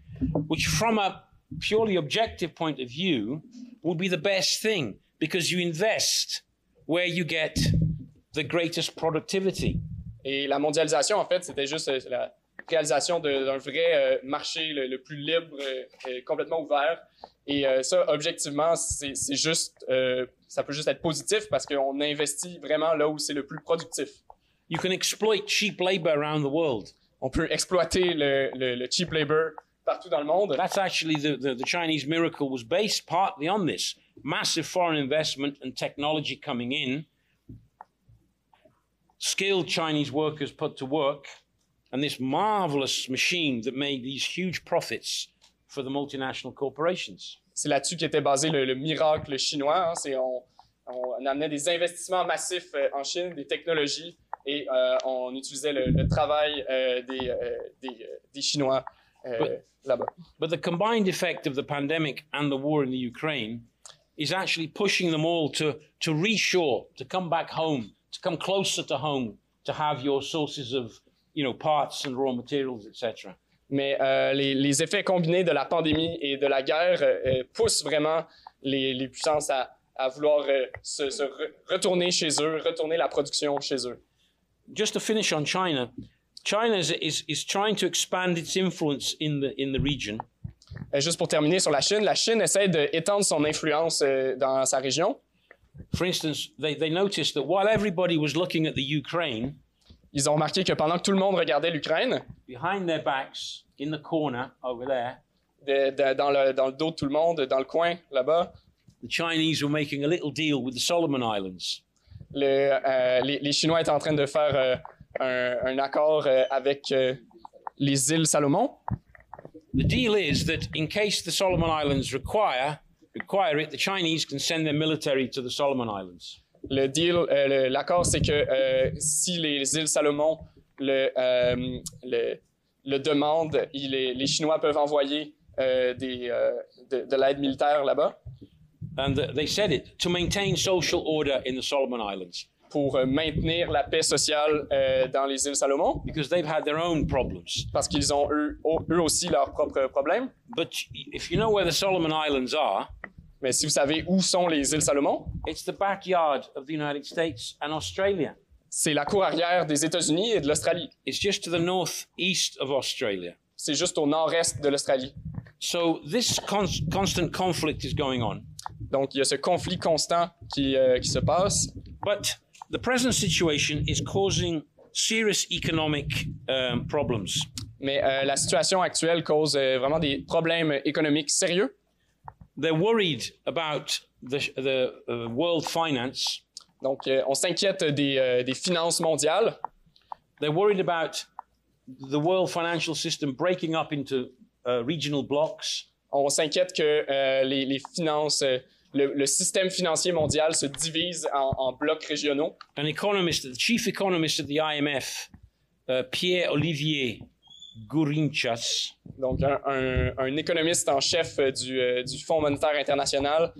Speaker 2: which, from a purely objective point of view, would be the best thing because you invest where you get the greatest productivity.
Speaker 4: Et la mondialisation, en fait, c'était juste euh, la réalisation de- d'un vrai euh, marché le, le plus libre, euh, euh, complètement ouvert. Et euh, ça, objectivement, c'est c'est juste, euh, ça peut juste être positif parce qu'on investit vraiment là où c'est le plus productif.
Speaker 2: You can exploit cheap labor around the world.
Speaker 4: On peut exploiter le, le- le cheap labor partout dans le monde.
Speaker 2: That's actually the, the, the Chinese miracle was based partly on this massive foreign investment and technology coming in, skilled Chinese workers put to work, and this marvelous machine that made these huge profits for the multinational corporations.
Speaker 4: C'est là-dessus qu'était basé le, le miracle chinois. hein. C'est on, on amenait des investissements massifs euh, en Chine, des technologies, et euh, on utilisait le, le travail euh, des, euh, des, euh, des Chinois euh,
Speaker 2: Ouais.
Speaker 4: là-bas.
Speaker 2: But the combined effect of the pandemic and the war in the Ukraine is actually pushing them all to, to reshore, to come back home, to come closer to home, to have your sources of you know parts and raw materials, etc.
Speaker 4: Mais euh, les, les effets combinés de la pandémie et de la guerre euh, poussent vraiment les, les puissances à, à vouloir euh, se, se re- retourner chez eux, retourner la production chez eux.
Speaker 2: just to finish on China, China is, is, is trying to expand its influence in the in the region,
Speaker 4: Euh, juste pour terminer sur la Chine, la Chine essaie d'étendre son influence euh, dans sa région.
Speaker 2: for instance, they, they noticed that while everybody was looking at the Ukraine,
Speaker 4: Ils ont remarqué que pendant que tout le monde regardait l'Ukraine,
Speaker 2: behind their backs, in the corner over there,
Speaker 4: de- de- dans, le, dans le dos de tout le monde, dans le coin là-bas,
Speaker 2: the Chinese were making a little deal with the Solomon Islands.
Speaker 4: le, euh, les, les Chinois étaient en train de faire euh, un, un accord euh, avec euh, les îles Salomon.
Speaker 2: The deal is that in case the Solomon Islands require require it, the Chinese can send their military to the Solomon Islands.
Speaker 4: Le deal, euh, le- l'accord, c'est que euh, si les îles Salomon, le, euh, le- le demandent. Il est- les Chinois peuvent envoyer euh, des, euh, de, de l'aide militaire là-bas
Speaker 2: And uh, they said it to maintain social order in the Solomon Islands
Speaker 4: pour euh, maintenir la paix sociale euh, dans les îles Salomon,
Speaker 2: because they've had their own problems.
Speaker 4: parce qu'ils ont eux, au- eux aussi leurs propres problèmes.
Speaker 2: But if you know where the Solomon Islands are,
Speaker 4: Mais si vous savez où sont les îles Salomon,
Speaker 2: it's the backyard of the United States and Australia.
Speaker 4: c'est la cour arrière des États-Unis et de l'Australie.
Speaker 2: It's just to the northeast of Australia.
Speaker 4: C'est juste au nord-est de l'Australie.
Speaker 2: So this con- constant conflict is going on.
Speaker 4: Donc, il y a ce conflit constant qui, euh, qui se passe.
Speaker 2: But the present situation is causing serious economic um, problems.
Speaker 4: Mais euh, la situation actuelle cause euh, vraiment des problèmes économiques sérieux.
Speaker 2: They're worried about the, the uh, world finance.
Speaker 4: Donc, euh, on s'inquiète des, euh, des finances mondiales.
Speaker 2: They're worried about the world financial system breaking up into uh, regional blocks.
Speaker 4: On s'inquiète que euh, les, les finances, euh, le, le système financier mondial se divise en, en blocs régionaux.
Speaker 2: An economist, the chief economist of the IMF, uh, Pierre Olivier Gourinchas,
Speaker 4: Donc, un, un- un économiste en chef euh, du, euh, du Fonds monétaire international,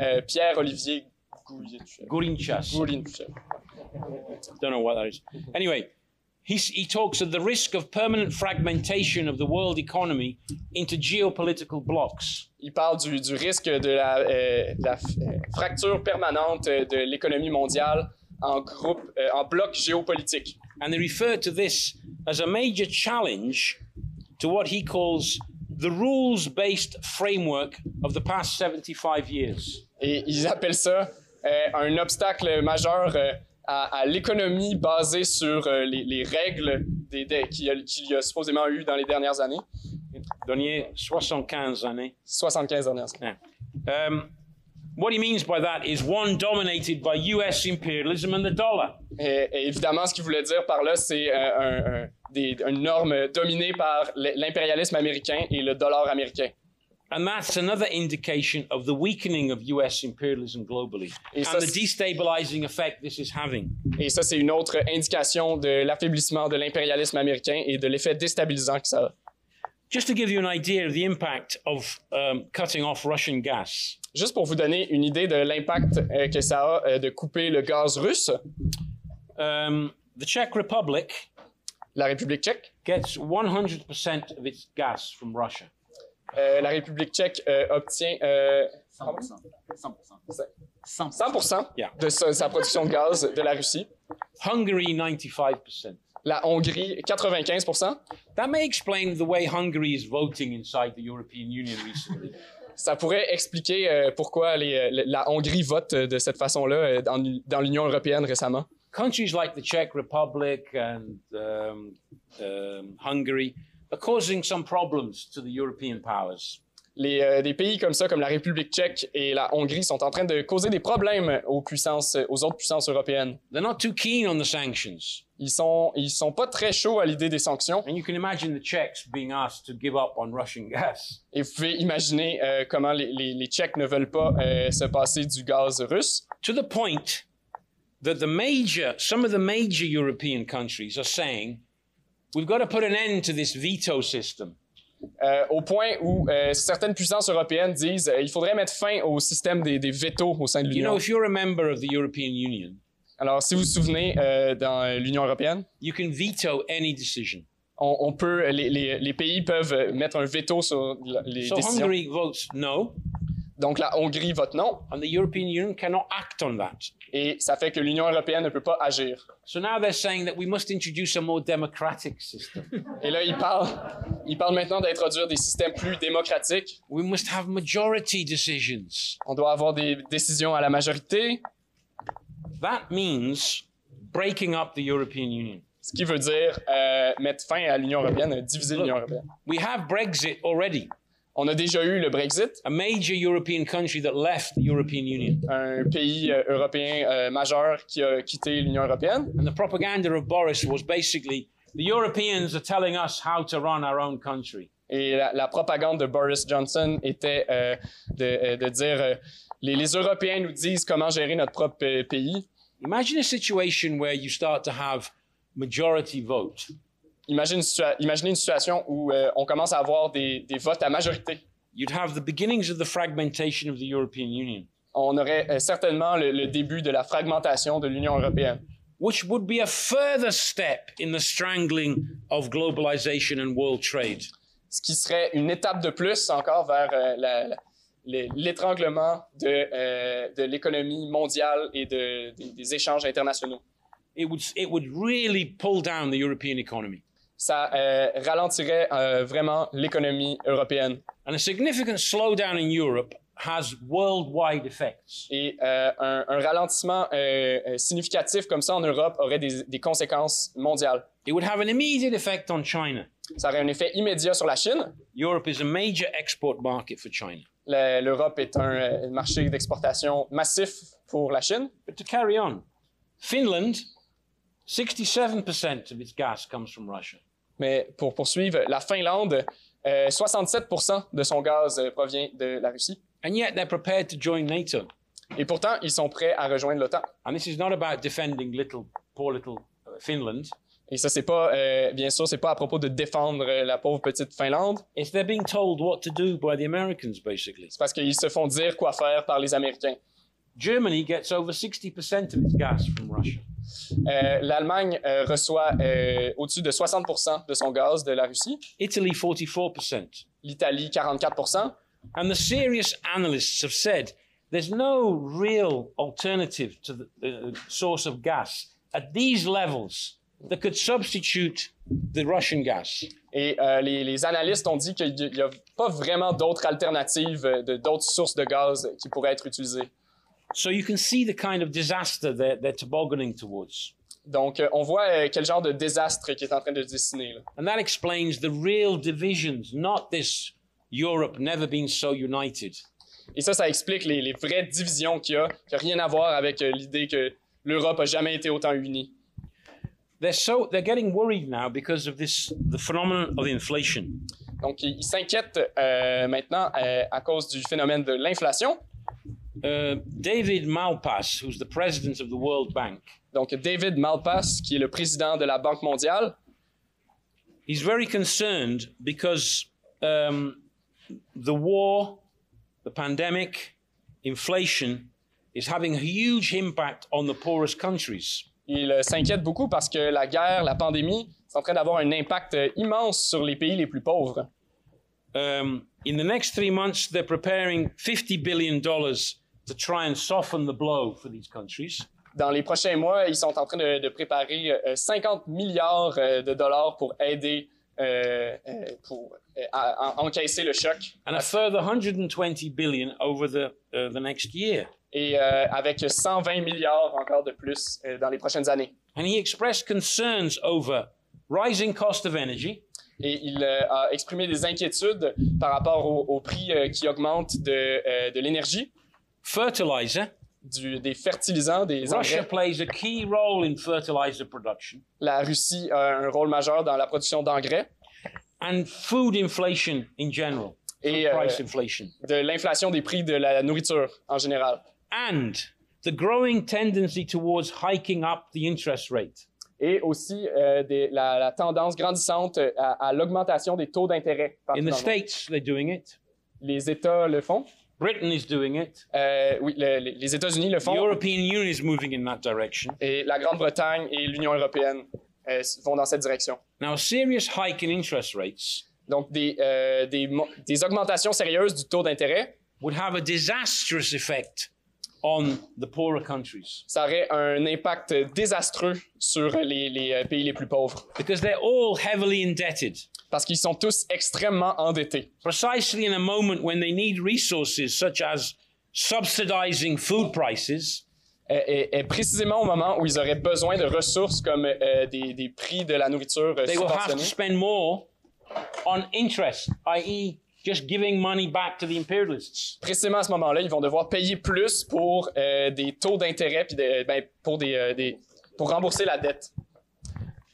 Speaker 4: euh, Pierre-Olivier Goulinchel.
Speaker 2: Gourinchas,
Speaker 4: Goulinchel.
Speaker 2: don't know what that is. Anyway, he, s- he talks of the risk of permanent fragmentation of the world economy into geopolitical blocks.
Speaker 4: Il parle du, du risque de la, euh, de la f- euh, fracture permanente euh, de l'économie mondiale en groupe, euh, en bloc géopolitique.
Speaker 2: And they refer to this as a major challenge to what he calls the rules based framework of the past 75 years.
Speaker 4: Et ils appellent ça euh, un obstacle majeur euh, à, à l'économie basée sur euh, les, les règles des, des- qu'il y, a- qu'il y a supposément eu dans les dernières années,
Speaker 2: Dernier 75 années.
Speaker 4: 75 dernières années.
Speaker 2: Yeah. Um, what he means by that is one dominated by US imperialism and the dollar.
Speaker 4: Et, et évidemment, ce qu'il voulait dire par là, c'est euh, un- un- des- une norme dominée par l- l'impérialisme américain et le dollar américain.
Speaker 2: And that's another indication of the weakening of US imperialism globally
Speaker 4: It's
Speaker 2: and the
Speaker 4: a-
Speaker 2: destabilizing effect this is having.
Speaker 4: Et ça, c'est une autre indication de l'affaiblissement de l'impérialisme américain et de l'effet déstabilisant que ça a.
Speaker 2: Just to give you an idea of the impact of um, cutting off Russian gas,
Speaker 4: Juste pour vous donner une idée de l'impact euh, que ça a euh, de couper le gaz russe,
Speaker 2: um, the Czech Republic
Speaker 4: la République tchèque,
Speaker 2: gets 100% of its gas from Russia.
Speaker 4: euh, la République tchèque euh, obtient euh,
Speaker 5: 100%. 100%. 100%.
Speaker 4: 100%
Speaker 2: Yeah.
Speaker 4: de sa, sa production de gaz de la Russie,
Speaker 2: Hungary, 95%.
Speaker 4: la Hongrie 95%.
Speaker 2: That may explain the way Hungary is voting inside the European Union recently. <laughs>
Speaker 4: Ça pourrait expliquer euh, pourquoi les, euh, la Hongrie vote euh, de cette façon-là euh, dans, dans l'Union européenne récemment.
Speaker 2: Countries like the Czech Republic and um, um, Hungary are causing some problems to the European powers.
Speaker 4: Les, euh, des pays comme ça, comme la République tchèque et la Hongrie, sont en train de causer des problèmes aux, puissances, euh, aux autres puissances européennes.
Speaker 2: They're not too keen on the sanctions.
Speaker 4: Ils sont, ils sont pas très chauds à l'idée des sanctions.
Speaker 2: And you can imagine the Czechs being asked to give up on Russian <laughs> gas.
Speaker 4: Et vous pouvez imaginer euh, comment les, les- les Tchèques ne veulent pas euh, se passer du gaz russe,
Speaker 2: to the point that the major, some of the major European countries are saying, we've got to put an end to this veto system.
Speaker 4: euh, au point où euh, certaines puissances européennes disent euh, il faudrait mettre fin au système des, des vétos au sein de
Speaker 2: You know,
Speaker 4: l'Union.
Speaker 2: if you're a member of the European Union,
Speaker 4: Alors, si vous vous souvenez, euh, dans euh, l'Union européenne,
Speaker 2: you can veto any decision.
Speaker 4: on, on peut, les, les- les pays peuvent euh, mettre un veto sur la- les
Speaker 2: So
Speaker 4: décisions.
Speaker 2: Hungary votes no,
Speaker 4: Donc, la Hongrie vote non,
Speaker 2: and the European Union cannot act on that.
Speaker 4: et ça fait que l'Union européenne ne peut pas agir.
Speaker 2: So now they're saying that we must introduce a more democratic system.
Speaker 4: Et là, ils parlent, ils parlent maintenant d'introduire des systèmes plus démocratiques.
Speaker 2: we must have majority decisions.
Speaker 4: On doit avoir des décisions à la majorité,
Speaker 2: That means breaking up the European Union.
Speaker 4: Ce qui veut dire euh, mettre fin à l'Union européenne, euh, diviser l'Union européenne.
Speaker 2: We have Brexit already,
Speaker 4: On a déjà eu le Brexit,
Speaker 2: a major European country that left the European Union.
Speaker 4: un pays euh, européen euh, majeur qui a quitté l'Union européenne.
Speaker 2: And the propaganda of Boris was basically the Europeans are telling us how to run our own country.
Speaker 4: Et la, la propagande de Boris Johnson était euh, de, euh, de dire euh, les, les Européens nous disent comment gérer notre propre euh, pays.
Speaker 2: Imagine a situation where you start to have majority vote.
Speaker 4: imagine une situa- imaginez une situation où euh, on commence à avoir des, des votes à majorité.
Speaker 2: You'd have the beginnings of the fragmentation of the European Union,
Speaker 4: On aurait euh, certainement le, le début de la fragmentation de l'Union européenne,
Speaker 2: which would be a further step in the strangling of globalization and world trade.
Speaker 4: ce qui serait une étape de plus encore vers euh, la- la- les- l'étranglement de, euh, de l'économie mondiale et de- des- des échanges internationaux.
Speaker 2: It would, it would really pull down the European economy.
Speaker 4: ça euh, ralentirait euh, vraiment l'économie européenne.
Speaker 2: And a significant slowdown in Europe has worldwide effects.
Speaker 4: Et euh, un, un ralentissement euh, euh, significatif comme ça en Europe aurait des, des conséquences mondiales.
Speaker 2: It would have an immediate effect on China.
Speaker 4: Ça aurait un effet immédiat sur la Chine.
Speaker 2: Europe is a major export market for China.
Speaker 4: Le- L'Europe est un euh, marché d'exportation massif pour la Chine.
Speaker 2: But to carry on, Finland, 67% of its gas comes from Russia.
Speaker 4: Mais pour poursuivre, la Finlande, euh, 67% de son gaz euh, provient de la Russie.
Speaker 2: And yet they're prepared to join NATO.
Speaker 4: Et pourtant, ils sont prêts à rejoindre l'OTAN.
Speaker 2: And this is not about defending little, poor little uh, Finland.
Speaker 4: Et ça, c'est pas, euh, bien sûr, c'est pas à propos de défendre euh, la pauvre petite Finlande.
Speaker 2: It's they're being told what to do by the Americans, basically.
Speaker 4: C'est parce qu'ils se font dire quoi faire par les Américains.
Speaker 2: Germany gets over 60% of its gas from Russia.
Speaker 4: Euh, L'Allemagne euh, reçoit euh, au-dessus de 60 de son gaz de la Russie,
Speaker 2: Italy, 44%.
Speaker 4: l'Italie 44
Speaker 2: And the serious analysts have said there's no real alternative to the, the uh, source of gas at these levels that could substitute the Russian gas.
Speaker 4: Et euh, les, les analystes ont dit qu'il n'y a pas vraiment d'autres alternatives, euh, de- d'autres sources de gaz qui pourraient être utilisées.
Speaker 2: So you can see the kind of disaster they're, they're tobogganing towards.
Speaker 4: Donc, euh, on voit euh, quel genre de désastre qui est en train de se dessiner. là.
Speaker 2: And that explains the real divisions, not this Europe never been so united.
Speaker 4: Et ça, ça explique les, les vraies divisions qu'il y a, qui n'a rien à voir avec euh, l'idée que l'Europe a jamais été autant unie.
Speaker 2: They're so they're getting worried now because of this the phenomenon of inflation.
Speaker 4: Donc, ils ils s'inquiètent euh, maintenant euh, à cause du phénomène de l'inflation.
Speaker 2: Uh, David Malpass, who's the president of the World Bank,
Speaker 4: Donc, David Malpass, qui est le président de la Banque mondiale,
Speaker 2: he's very concerned because um, the war, the pandemic, inflation is having a huge impact on the poorest countries.
Speaker 4: il euh, s'inquiète beaucoup parce que la guerre, la pandémie, c'est en train d'avoir un impact euh, immense sur les pays les plus pauvres.
Speaker 2: Um, in the next three months, they're preparing $50 billion to try and soften the blow for these countries.
Speaker 4: Dans les prochains mois, ils sont en train de, de préparer euh, 50 milliards euh, de dollars pour aider, euh, euh, pour euh, à- à encaisser le choc.
Speaker 2: And a further 120 billion over the, uh, the next year.
Speaker 4: Et euh, avec 120 milliards encore de plus euh, dans les prochaines années.
Speaker 2: And he expressed concerns over rising cost of energy,
Speaker 4: Et il euh, a exprimé des inquiétudes par rapport au, au prix euh, qui augmente de, euh, de l'énergie,
Speaker 2: fertilizer.
Speaker 4: du- des fertilisants, des
Speaker 2: Russia
Speaker 4: engrais.
Speaker 2: plays a key role in fertilizer production.
Speaker 4: la Russie a un rôle majeur dans la production d'engrais
Speaker 2: and food inflation in general,
Speaker 4: et euh,
Speaker 2: price inflation,
Speaker 4: de l'inflation des prix de la nourriture en général.
Speaker 2: and the growing tendency towards hiking up the interest rate.
Speaker 4: Et aussi euh, des- la, la tendance grandissante à, à l'augmentation des taux d'intérêt. partout
Speaker 2: In the
Speaker 4: dans le monde.
Speaker 2: States, they're doing it.
Speaker 4: Les États le font.
Speaker 2: Britain is doing it.
Speaker 4: Euh, oui, le- le- les États-Unis le
Speaker 2: The
Speaker 4: font.
Speaker 2: European Union is moving in that direction.
Speaker 4: Et la Grande-Bretagne et l'Union européenne euh, vont dans cette direction.
Speaker 2: Now, a serious hike in interest rates
Speaker 4: Donc, des, euh, des, mo- des augmentations sérieuses du taux d'intérêt,
Speaker 2: would have a disastrous effect on the poorer countries
Speaker 4: ça aurait un impact désastreux sur les, les euh, pays les plus pauvres
Speaker 2: because they're all heavily indebted.
Speaker 4: parce qu'ils sont tous extrêmement endettés.
Speaker 2: Precisely in a moment when they need resources such as subsidizing food prices,
Speaker 4: Euh, et, et précisément au moment où ils auraient besoin de ressources comme euh, des, des prix de la nourriture euh,
Speaker 2: they will have to
Speaker 4: subventionnés,
Speaker 2: spend more on interest, i.e., just giving money back to the imperialists.
Speaker 4: précisément à ce moment-là, ils vont devoir payer plus pour euh, des taux d'intérêt puis des- ben, pour, des, euh, des- pour rembourser la dette.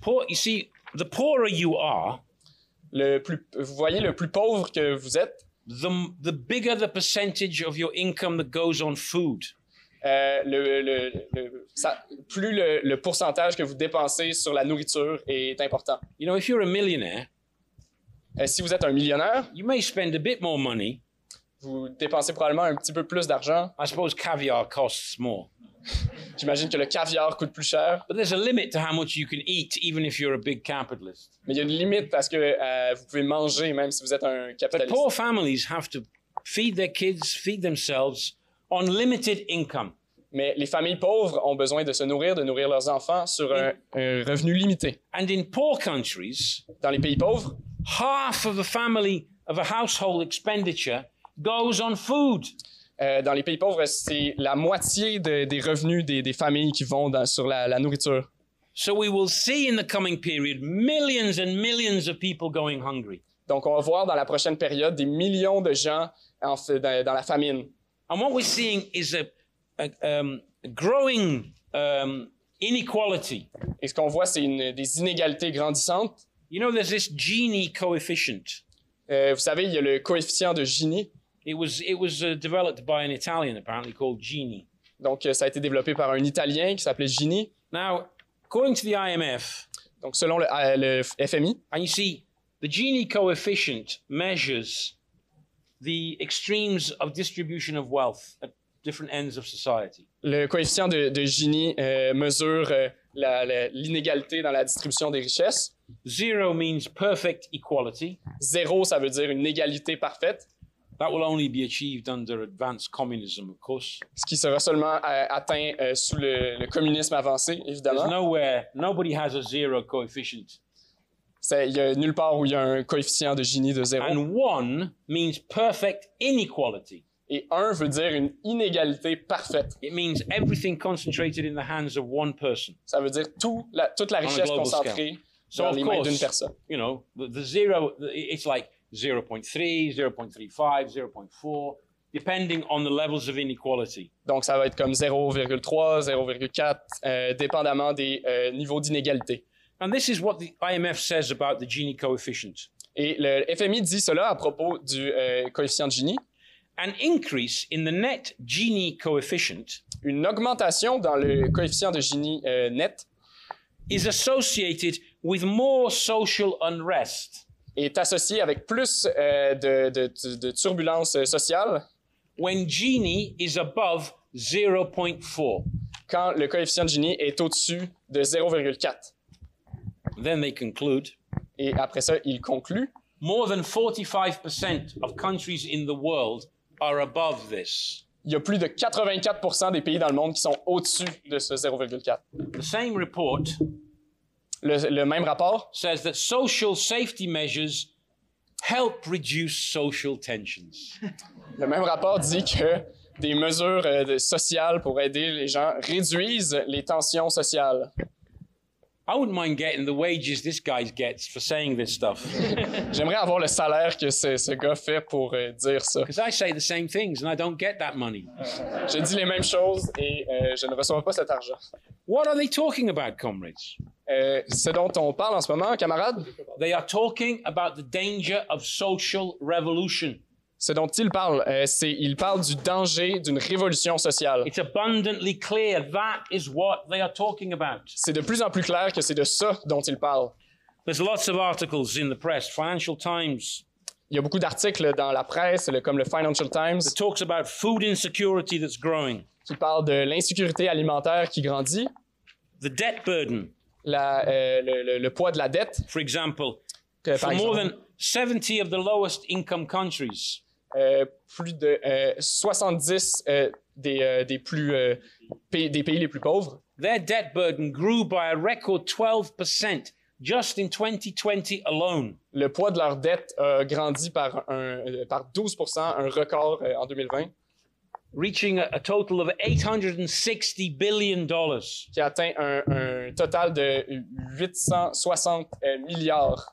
Speaker 2: Poor, you see, the poorer you are,
Speaker 4: Le plus, vous voyez, le plus pauvre que vous êtes,
Speaker 2: the, the bigger the percentage of your income that goes on food.
Speaker 4: euh, le, le- le- ça- plus le, le pourcentage que vous dépensez sur la nourriture est important.
Speaker 2: You know, if you're a millionaire,
Speaker 4: Euh, si vous êtes un millionnaire,
Speaker 2: you may spend a bit more money.
Speaker 4: vous dépensez probablement un petit peu plus d'argent.
Speaker 2: I suppose caviar costs more.
Speaker 4: J'imagine que le caviar coûte plus cher,
Speaker 2: But there's a limit to how much you can eat, even if you're a big capitalist.
Speaker 4: mais il y a une limite parce que euh, vous pouvez manger même si vous êtes un
Speaker 2: But
Speaker 4: capitaliste.
Speaker 2: poor families have to feed their kids, feed themselves on limited income.
Speaker 4: Mais les familles pauvres ont besoin de se nourrir, de nourrir leurs enfants sur un, un revenu limité.
Speaker 2: And in poor countries,
Speaker 4: Dans les pays pauvres,
Speaker 2: half of the family of a household expenditure goes on food.
Speaker 4: euh, dans les pays pauvres, c'est la moitié de- des revenus des, des familles qui vont dans- sur la, la nourriture.
Speaker 2: So we will see in the coming period millions and millions of people going hungry.
Speaker 4: Donc, on va voir dans la prochaine période des millions de gens en fait, dans, dans la famine.
Speaker 2: And what we're seeing is a, a, um, a growing um, inequality.
Speaker 4: Et ce qu'on voit, c'est une- des inégalités grandissantes.
Speaker 2: You know, there's this Gini coefficient.
Speaker 4: Euh, vous savez, il y a le coefficient de Gini.
Speaker 2: It was it was uh, developed by an Italian apparently called Gini.
Speaker 4: Donc, euh, ça a été développé par un Italien qui s'appelait Gini.
Speaker 2: Now, according to the IMF,
Speaker 4: Donc, selon le, euh, le FMI,
Speaker 2: and you see the Gini coefficient measures the extremes of distribution of wealth at different ends of society.
Speaker 4: le coefficient de, de Gini euh, mesure euh, la- la- l'inégalité dans la distribution des richesses.
Speaker 2: Zero means perfect equality.
Speaker 4: Zéro, ça veut dire une égalité parfaite,
Speaker 2: That will only be achieved under advanced communism, of course.
Speaker 4: ce qui sera seulement euh, atteint euh, sous le, le communisme avancé, évidemment.
Speaker 2: There's nowhere, nobody has a zero coefficient.
Speaker 4: Ça, Il n'y a nulle part où il y a un coefficient de Gini de zéro.
Speaker 2: And one means perfect inequality.
Speaker 4: Et un veut dire une inégalité parfaite.
Speaker 2: It means everything concentrated in the hands of one person.
Speaker 4: Ça veut dire tout la- toute la
Speaker 2: a
Speaker 4: richesse
Speaker 2: global
Speaker 4: concentrée
Speaker 2: So,
Speaker 4: dans
Speaker 2: of
Speaker 4: les mains d'une
Speaker 2: course,
Speaker 4: personne.
Speaker 2: you know, the, the zero, the- it's like 0.3, 0.35, 0.4, depending on the levels of inequality.
Speaker 4: Donc, ça va être comme 0,3, 0,4, euh, dépendamment des euh, niveaux d'inégalité.
Speaker 2: And this is what the IMF says about the Gini coefficient.
Speaker 4: Et le FMI dit cela à propos du euh, coefficient de Gini.
Speaker 2: An increase in the net Gini coefficient
Speaker 4: Une augmentation dans le coefficient de Gini euh, net
Speaker 2: is associated with more social unrest
Speaker 4: est associée avec plus euh, de, de, de turbulences euh, sociales
Speaker 2: when Gini is above 0.4.
Speaker 4: quand le coefficient de Gini est au-dessus de 0,4.
Speaker 2: Then they conclude
Speaker 4: Et après ça, il conclut
Speaker 2: more than 45% of countries in the world are above this.
Speaker 4: il y a plus de 84 des pays dans le monde qui sont au-dessus de ce 0,4.
Speaker 2: The same report
Speaker 4: Le, le même rapport
Speaker 2: says that social safety measures help reduce social tensions.
Speaker 4: Le même rapport dit que des mesures euh, de- sociales pour aider les gens réduisent les tensions sociales.
Speaker 2: I wouldn't mind getting the wages this guy gets for saying this stuff
Speaker 4: J'aimerais avoir le salaire que ce, ce gars fait pour euh, dire ça.
Speaker 2: because I say the same things and I don't get that money.
Speaker 4: Je dis les mêmes choses et euh, je ne reçois pas cet argent.
Speaker 2: What are they talking about, comrades?
Speaker 4: Euh, ce dont on parle en ce moment, camarades,
Speaker 2: They are talking about the danger of social revolution.
Speaker 4: ce dont il parle, euh, c'est il parle du danger d'une révolution sociale.
Speaker 2: It's abundantly clear that is what they are talking about.
Speaker 4: C'est de plus en plus clair que c'est de ça dont il parle.
Speaker 2: There's lots of articles in the press, Financial Times,
Speaker 4: Il y a beaucoup d'articles dans la presse, le- comme le Financial Times,
Speaker 2: that talks about food insecurity that's growing,
Speaker 4: qui parle de l'insécurité alimentaire qui grandit,
Speaker 2: the debt burden,
Speaker 4: la, euh, le, le- le poids de la dette,
Speaker 2: for example,
Speaker 4: que,
Speaker 2: For
Speaker 4: par
Speaker 2: more
Speaker 4: exemple,
Speaker 2: than 70 of the lowest income countries,
Speaker 4: euh, plus de euh, 70 euh, des, euh, des, plus, euh, pays, des pays les plus pauvres.
Speaker 2: their debt burden grew by a record 12% just in 2020 alone.
Speaker 4: Le poids de leur dette a grandi par, un, euh, par 12 un record euh, en 2020,
Speaker 2: Reaching a, a total of $860 billion.
Speaker 4: qui atteint un, un total de 860 euh, milliards.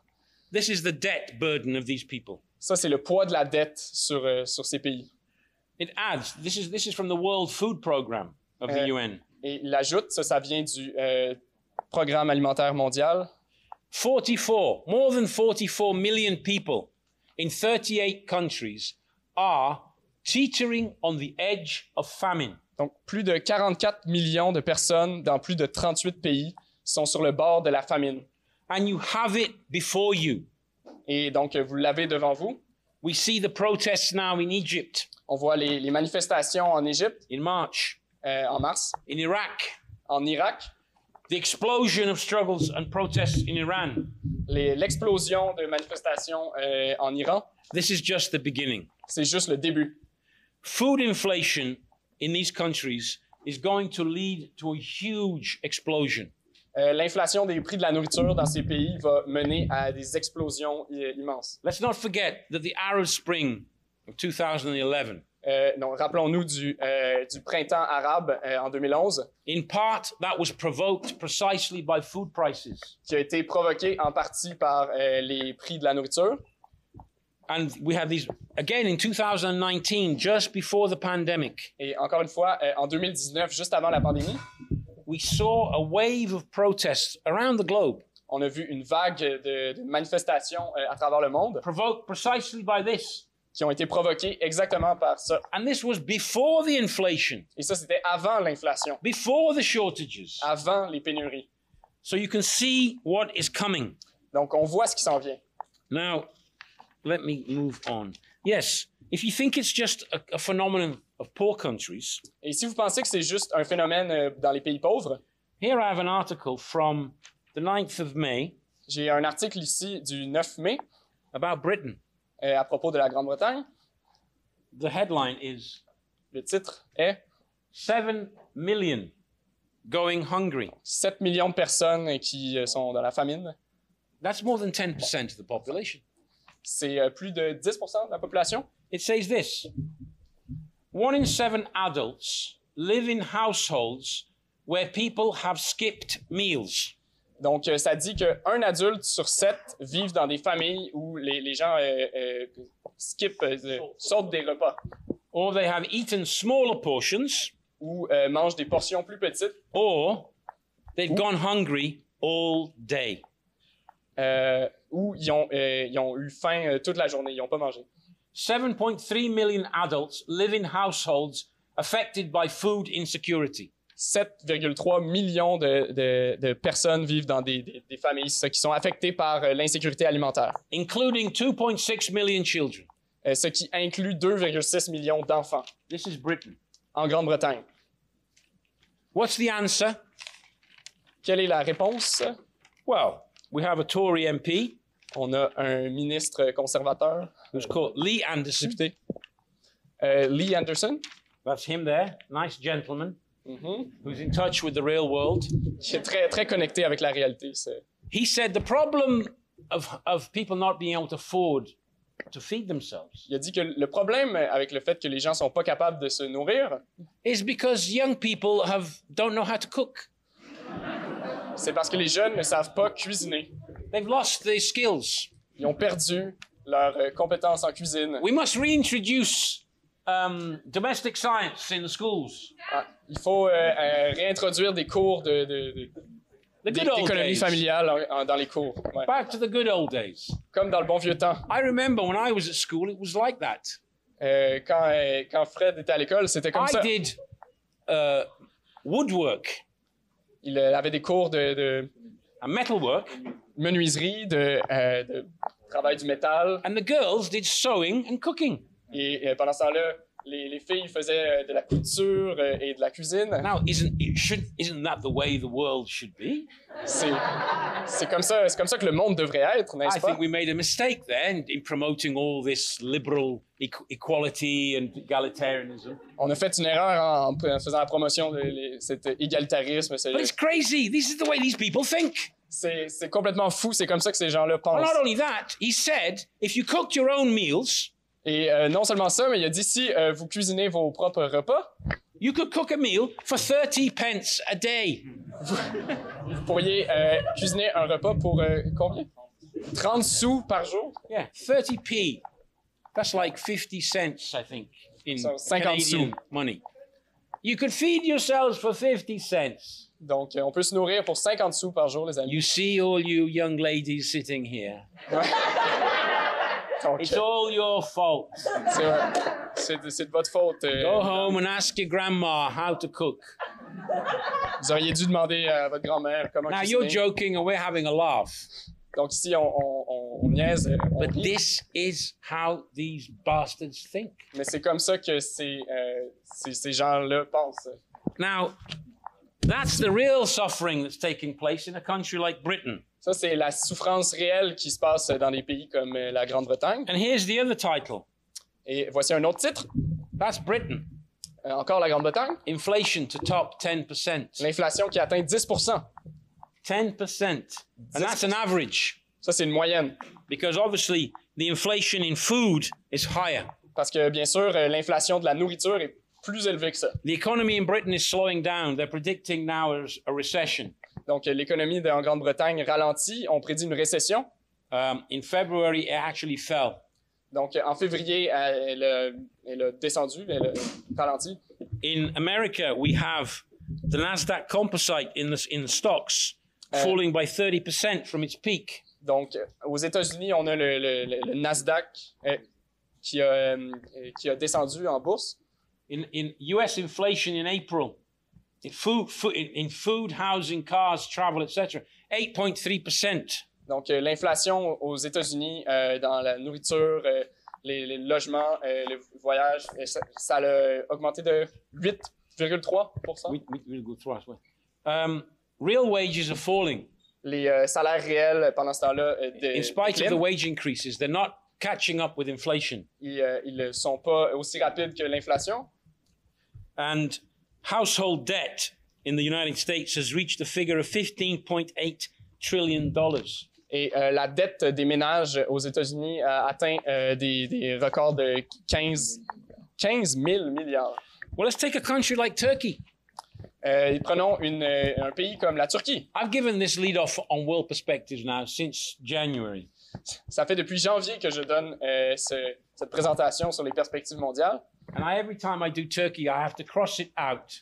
Speaker 2: This is the debt burden of these people.
Speaker 4: Ça, c'est le poids de la dette sur, euh, sur ces pays.
Speaker 2: It adds, this is, this is from the World Food Programme of the
Speaker 4: Uh,
Speaker 2: UN.
Speaker 4: Et il ajoute, ça, ça vient du euh, Programme alimentaire mondial,
Speaker 2: 44, more than 44 million people in 38 countries are teetering on the edge of famine.
Speaker 4: Donc, plus de 44 millions de personnes dans plus de 38 pays sont sur le bord de la famine.
Speaker 2: And you have it before you.
Speaker 4: Et donc, euh, vous l'avez devant vous.
Speaker 2: We see the protests now in Egypt
Speaker 4: On voit les, les manifestations en Égypte
Speaker 2: in March,
Speaker 4: euh, en mars,
Speaker 2: in Iraq,
Speaker 4: en Irak,
Speaker 2: the explosion of struggles and protests in Iran.
Speaker 4: les- l'explosion de manifestations euh, en Iran.
Speaker 2: This is just the beginning.
Speaker 4: C'est juste le début.
Speaker 2: Food inflation in these countries is going to lead to a huge explosion.
Speaker 4: Euh, L'inflation des prix de la nourriture dans ces pays va mener à des explosions i- immenses.
Speaker 2: Let's not forget that the Arab Spring of 2011,
Speaker 4: Euh, donc, rappelons-nous du, euh, du printemps arabe euh, en 2011,
Speaker 2: in part, that was provoked precisely by food prices.
Speaker 4: qui a été provoqué en partie par euh, les prix de la nourriture.
Speaker 2: And we have these again in 2019, just before the pandemic,
Speaker 4: Et encore une fois, euh, en 2019, juste avant la pandémie,
Speaker 2: we saw a wave of protests around the globe
Speaker 4: on a vu une vague de, de manifestations euh, à travers le monde
Speaker 2: provoked precisely by this.
Speaker 4: qui ont été provoquées exactement par ça.
Speaker 2: And this was before the inflation,
Speaker 4: Et ça, c'était avant l'inflation,
Speaker 2: before the shortages.
Speaker 4: avant les pénuries.
Speaker 2: So you can see what is coming.
Speaker 4: Donc, on voit ce qui s'en vient.
Speaker 2: Now, let me move on. Yes, if you think it's just a, a phenomenon of poor countries,
Speaker 4: Et si vous pensez que c'est juste un phénomène euh, dans les pays pauvres,
Speaker 2: here I have an article from the 9th of May
Speaker 4: j'ai un article ici du 9 mai
Speaker 2: about Britain.
Speaker 4: euh, à propos de la Grande-Bretagne.
Speaker 2: The headline is
Speaker 4: Le titre est
Speaker 2: 7 million going hungry.
Speaker 4: 7 millions de personnes qui euh, sont dans la famine.
Speaker 2: That's more than 10% of the population.
Speaker 4: C'est euh, plus de 10 de la population.
Speaker 2: It says this One in seven adults live in households where people have skipped meals.
Speaker 4: Donc, euh, ça dit qu'un adulte sur sept vivent dans des familles où les, les gens euh, euh, skip, euh, euh, sautent des repas
Speaker 2: Or they have eaten smaller portions,
Speaker 4: ou euh, mangent des portions plus petites
Speaker 2: or they've gone hungry all day.
Speaker 4: euh, ou ils ont, euh, ils ont eu faim euh, toute la journée, ils n'ont pas mangé.
Speaker 2: 7.3 million adults live in households affected by food insecurity.
Speaker 4: 7,3 millions de, de- de personnes vivent dans des, des- des familles ça, qui sont affectées par euh, l'insécurité alimentaire,
Speaker 2: including 2.6 million children.
Speaker 4: euh, ce qui inclut 2,6 millions d'enfants
Speaker 2: This is Britain.
Speaker 4: en Grande-Bretagne.
Speaker 2: What's the answer?
Speaker 4: Quelle est la réponse?
Speaker 2: Well, we have a Tory MP
Speaker 4: On a un ministre conservateur,
Speaker 2: who's called Lee Anderson.
Speaker 4: député, euh, Lee Anderson,
Speaker 2: That's him there. Nice gentleman
Speaker 4: mhm,
Speaker 2: who's in touch with the real world.
Speaker 4: qui est très, très connecté avec la réalité. c'est-
Speaker 2: He said the problem of, of people not being able to afford to feed themselves
Speaker 4: Il a dit que le problème avec le fait que les gens sont pas capables de se nourrir,
Speaker 2: is because young people have don't know how to cook.
Speaker 4: c'est parce que les jeunes ne savent pas cuisiner.
Speaker 2: They've lost their skills.
Speaker 4: Ils ont perdu leurs euh, compétences en cuisine.
Speaker 2: We must reintroduce um, domestic science in the schools.
Speaker 4: Ah, il faut euh, euh, réintroduire des cours de, de- de-
Speaker 2: The good old
Speaker 4: d'économie
Speaker 2: days.
Speaker 4: familiale en- en- dans les cours. ouais.
Speaker 2: Back to the good old days.
Speaker 4: Comme dans le bon vieux temps.
Speaker 2: I remember when I was at school, it was like that.
Speaker 4: Euh, quand, euh, quand Fred était à l'école, c'était comme
Speaker 2: I
Speaker 4: ça.
Speaker 2: did uh, woodwork
Speaker 4: Il euh, avait des cours de, de
Speaker 2: and metalwork,
Speaker 4: menuiserie, de, euh, de travail du métal.
Speaker 2: and the girls did sewing and cooking.
Speaker 4: Et euh, pendant ce temps-là, les, les filles faisaient euh, de la couture euh, et de la cuisine.
Speaker 2: Now, isn't it should isn't that the way the world should be?
Speaker 4: C'est c'est comme, ça- c'est comme ça que le monde devrait être,
Speaker 2: I
Speaker 4: n'est-ce pas?
Speaker 2: think we made a mistake there in, in promoting all this liberal equ- equality and egalitarianism.
Speaker 4: On a fait une erreur en, en faisant la promotion de les- cet égalitarisme. ce-
Speaker 2: But it's crazy. This is the way these people think.
Speaker 4: C'est c'est complètement fou. C'est comme ça que ces gens-là
Speaker 2: Well,
Speaker 4: pensent.
Speaker 2: not only that, he said if you cooked your own meals,
Speaker 4: Et euh, non seulement ça, mais il a dit si euh, vous cuisinez vos propres repas,
Speaker 2: you could cook a meal for 30 pence a day.
Speaker 4: vous pourriez euh, cuisiner un repas pour euh, combien 30 sous par jour.
Speaker 2: Yeah, 30p. That's like 50 cents, I think, in
Speaker 4: So, 50
Speaker 2: Canadian
Speaker 4: sous.
Speaker 2: money. You could feed yourselves for 50 cents.
Speaker 4: Donc euh, on peut se nourrir pour 50 sous par jour, les amis.
Speaker 2: You see all you young ladies sitting here.
Speaker 4: Ouais. Donc,
Speaker 2: It's all your fault.
Speaker 4: c'est ouais, c'est de, c'est de votre faute. euh,
Speaker 2: Go home and ask your grandma how to cook.
Speaker 4: vous auriez dû demander à votre grand-mère comment
Speaker 2: Now
Speaker 4: cuisiner.
Speaker 2: you're joking and we're having a laugh,
Speaker 4: Donc ici, on, on, on, on niaise, euh, on
Speaker 2: but
Speaker 4: rit,
Speaker 2: this is how these bastards think.
Speaker 4: mais c'est comme ça que ces, euh, ces, ces gens-là pensent.
Speaker 2: Now, that's the real suffering that's taking place in a country like Britain.
Speaker 4: Ça, c'est la souffrance réelle qui se passe dans des pays comme euh, la Grande-Bretagne.
Speaker 2: And here's the other title
Speaker 4: Et voici un autre titre,
Speaker 2: that's Britain.
Speaker 4: euh, encore la Grande-Bretagne,
Speaker 2: Inflation to top 10%.
Speaker 4: l'inflation qui atteint 10 Ça,
Speaker 2: 10%. And that's an average
Speaker 4: c'est une moyenne.
Speaker 2: because obviously the inflation in food is higher.
Speaker 4: Parce que, bien sûr, euh, l'inflation de la nourriture est plus élevée que ça.
Speaker 2: The economy in Britain is slowing down. They're predicting now a, a recession.
Speaker 4: Donc, euh, l'économie de- en Grande-Bretagne ralentit. On prédit une récession.
Speaker 2: Um, in February, it actually fell.
Speaker 4: Donc, euh, en février, euh, elle, a- elle a descendu, elle euh, a ralenti.
Speaker 2: In America, we have the Nasdaq Composite in the, in the stocks falling by 30% from its peak.
Speaker 4: Donc, euh, aux États-Unis, on a le, le- le- le Nasdaq euh, qui, a, euh, qui a descendu en bourse.
Speaker 2: In, in U.S. inflation in April, in food, food, in, in food housing, cars, travel, etc., 8.3%.
Speaker 4: Donc, euh, l'inflation aux États-Unis euh, dans la nourriture, euh, les, les logements, euh, le voyage, euh, ça, ça a augmenté de 8,3
Speaker 2: We, we, we'll go through as well. Um, real wages are falling
Speaker 4: Les euh, salaires réels pendant ce temps-là, euh, de-
Speaker 2: in spite of the
Speaker 4: déclinent.
Speaker 2: wage increases. They're not catching up with inflation.
Speaker 4: ils, euh, ils ne sont pas aussi rapides que l'inflation.
Speaker 2: And household debt in the United States has reached a figure of $15.8 trillion.
Speaker 4: Et euh, la dette des ménages aux États-Unis a atteint euh, des, des records de 15, 15 000 milliards.
Speaker 2: Well, let's take a country like Turkey.
Speaker 4: Euh, et prenons une, euh, un pays comme la Turquie.
Speaker 2: I've given this lead off on world perspectives now since January.
Speaker 4: Ça fait depuis janvier que je donne euh, ce- cette présentation sur les perspectives mondiales.
Speaker 2: And I, every time I do Turkey, I have to cross it out.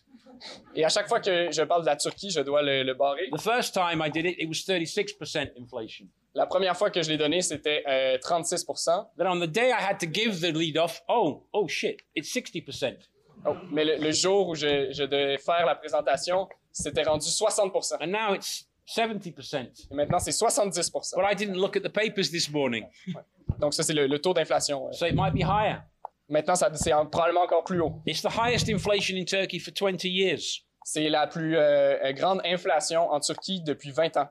Speaker 4: Et à chaque fois que je parle de la Turquie, je dois le, le barrer.
Speaker 2: The first time I did it, it was 36% inflation.
Speaker 4: La première fois que je l'ai donné, c'était euh, 36
Speaker 2: Then on the day I had to give the lead off, oh, oh shit, it's 60%.
Speaker 4: Oh, Mais le, le jour où je, je devais faire la présentation, c'était rendu 60
Speaker 2: And now it's 70%.
Speaker 4: Et maintenant, c'est 70
Speaker 2: But I didn't look at the papers this morning,
Speaker 4: Donc ça, c'est le, le taux d'inflation. euh.
Speaker 2: so it might be higher.
Speaker 4: Maintenant, ça- c'est en- probablement encore plus haut.
Speaker 2: It's the highest inflation in Turkey for 20 years.
Speaker 4: C'est la plus euh, euh, grande inflation en Turquie depuis 20 ans.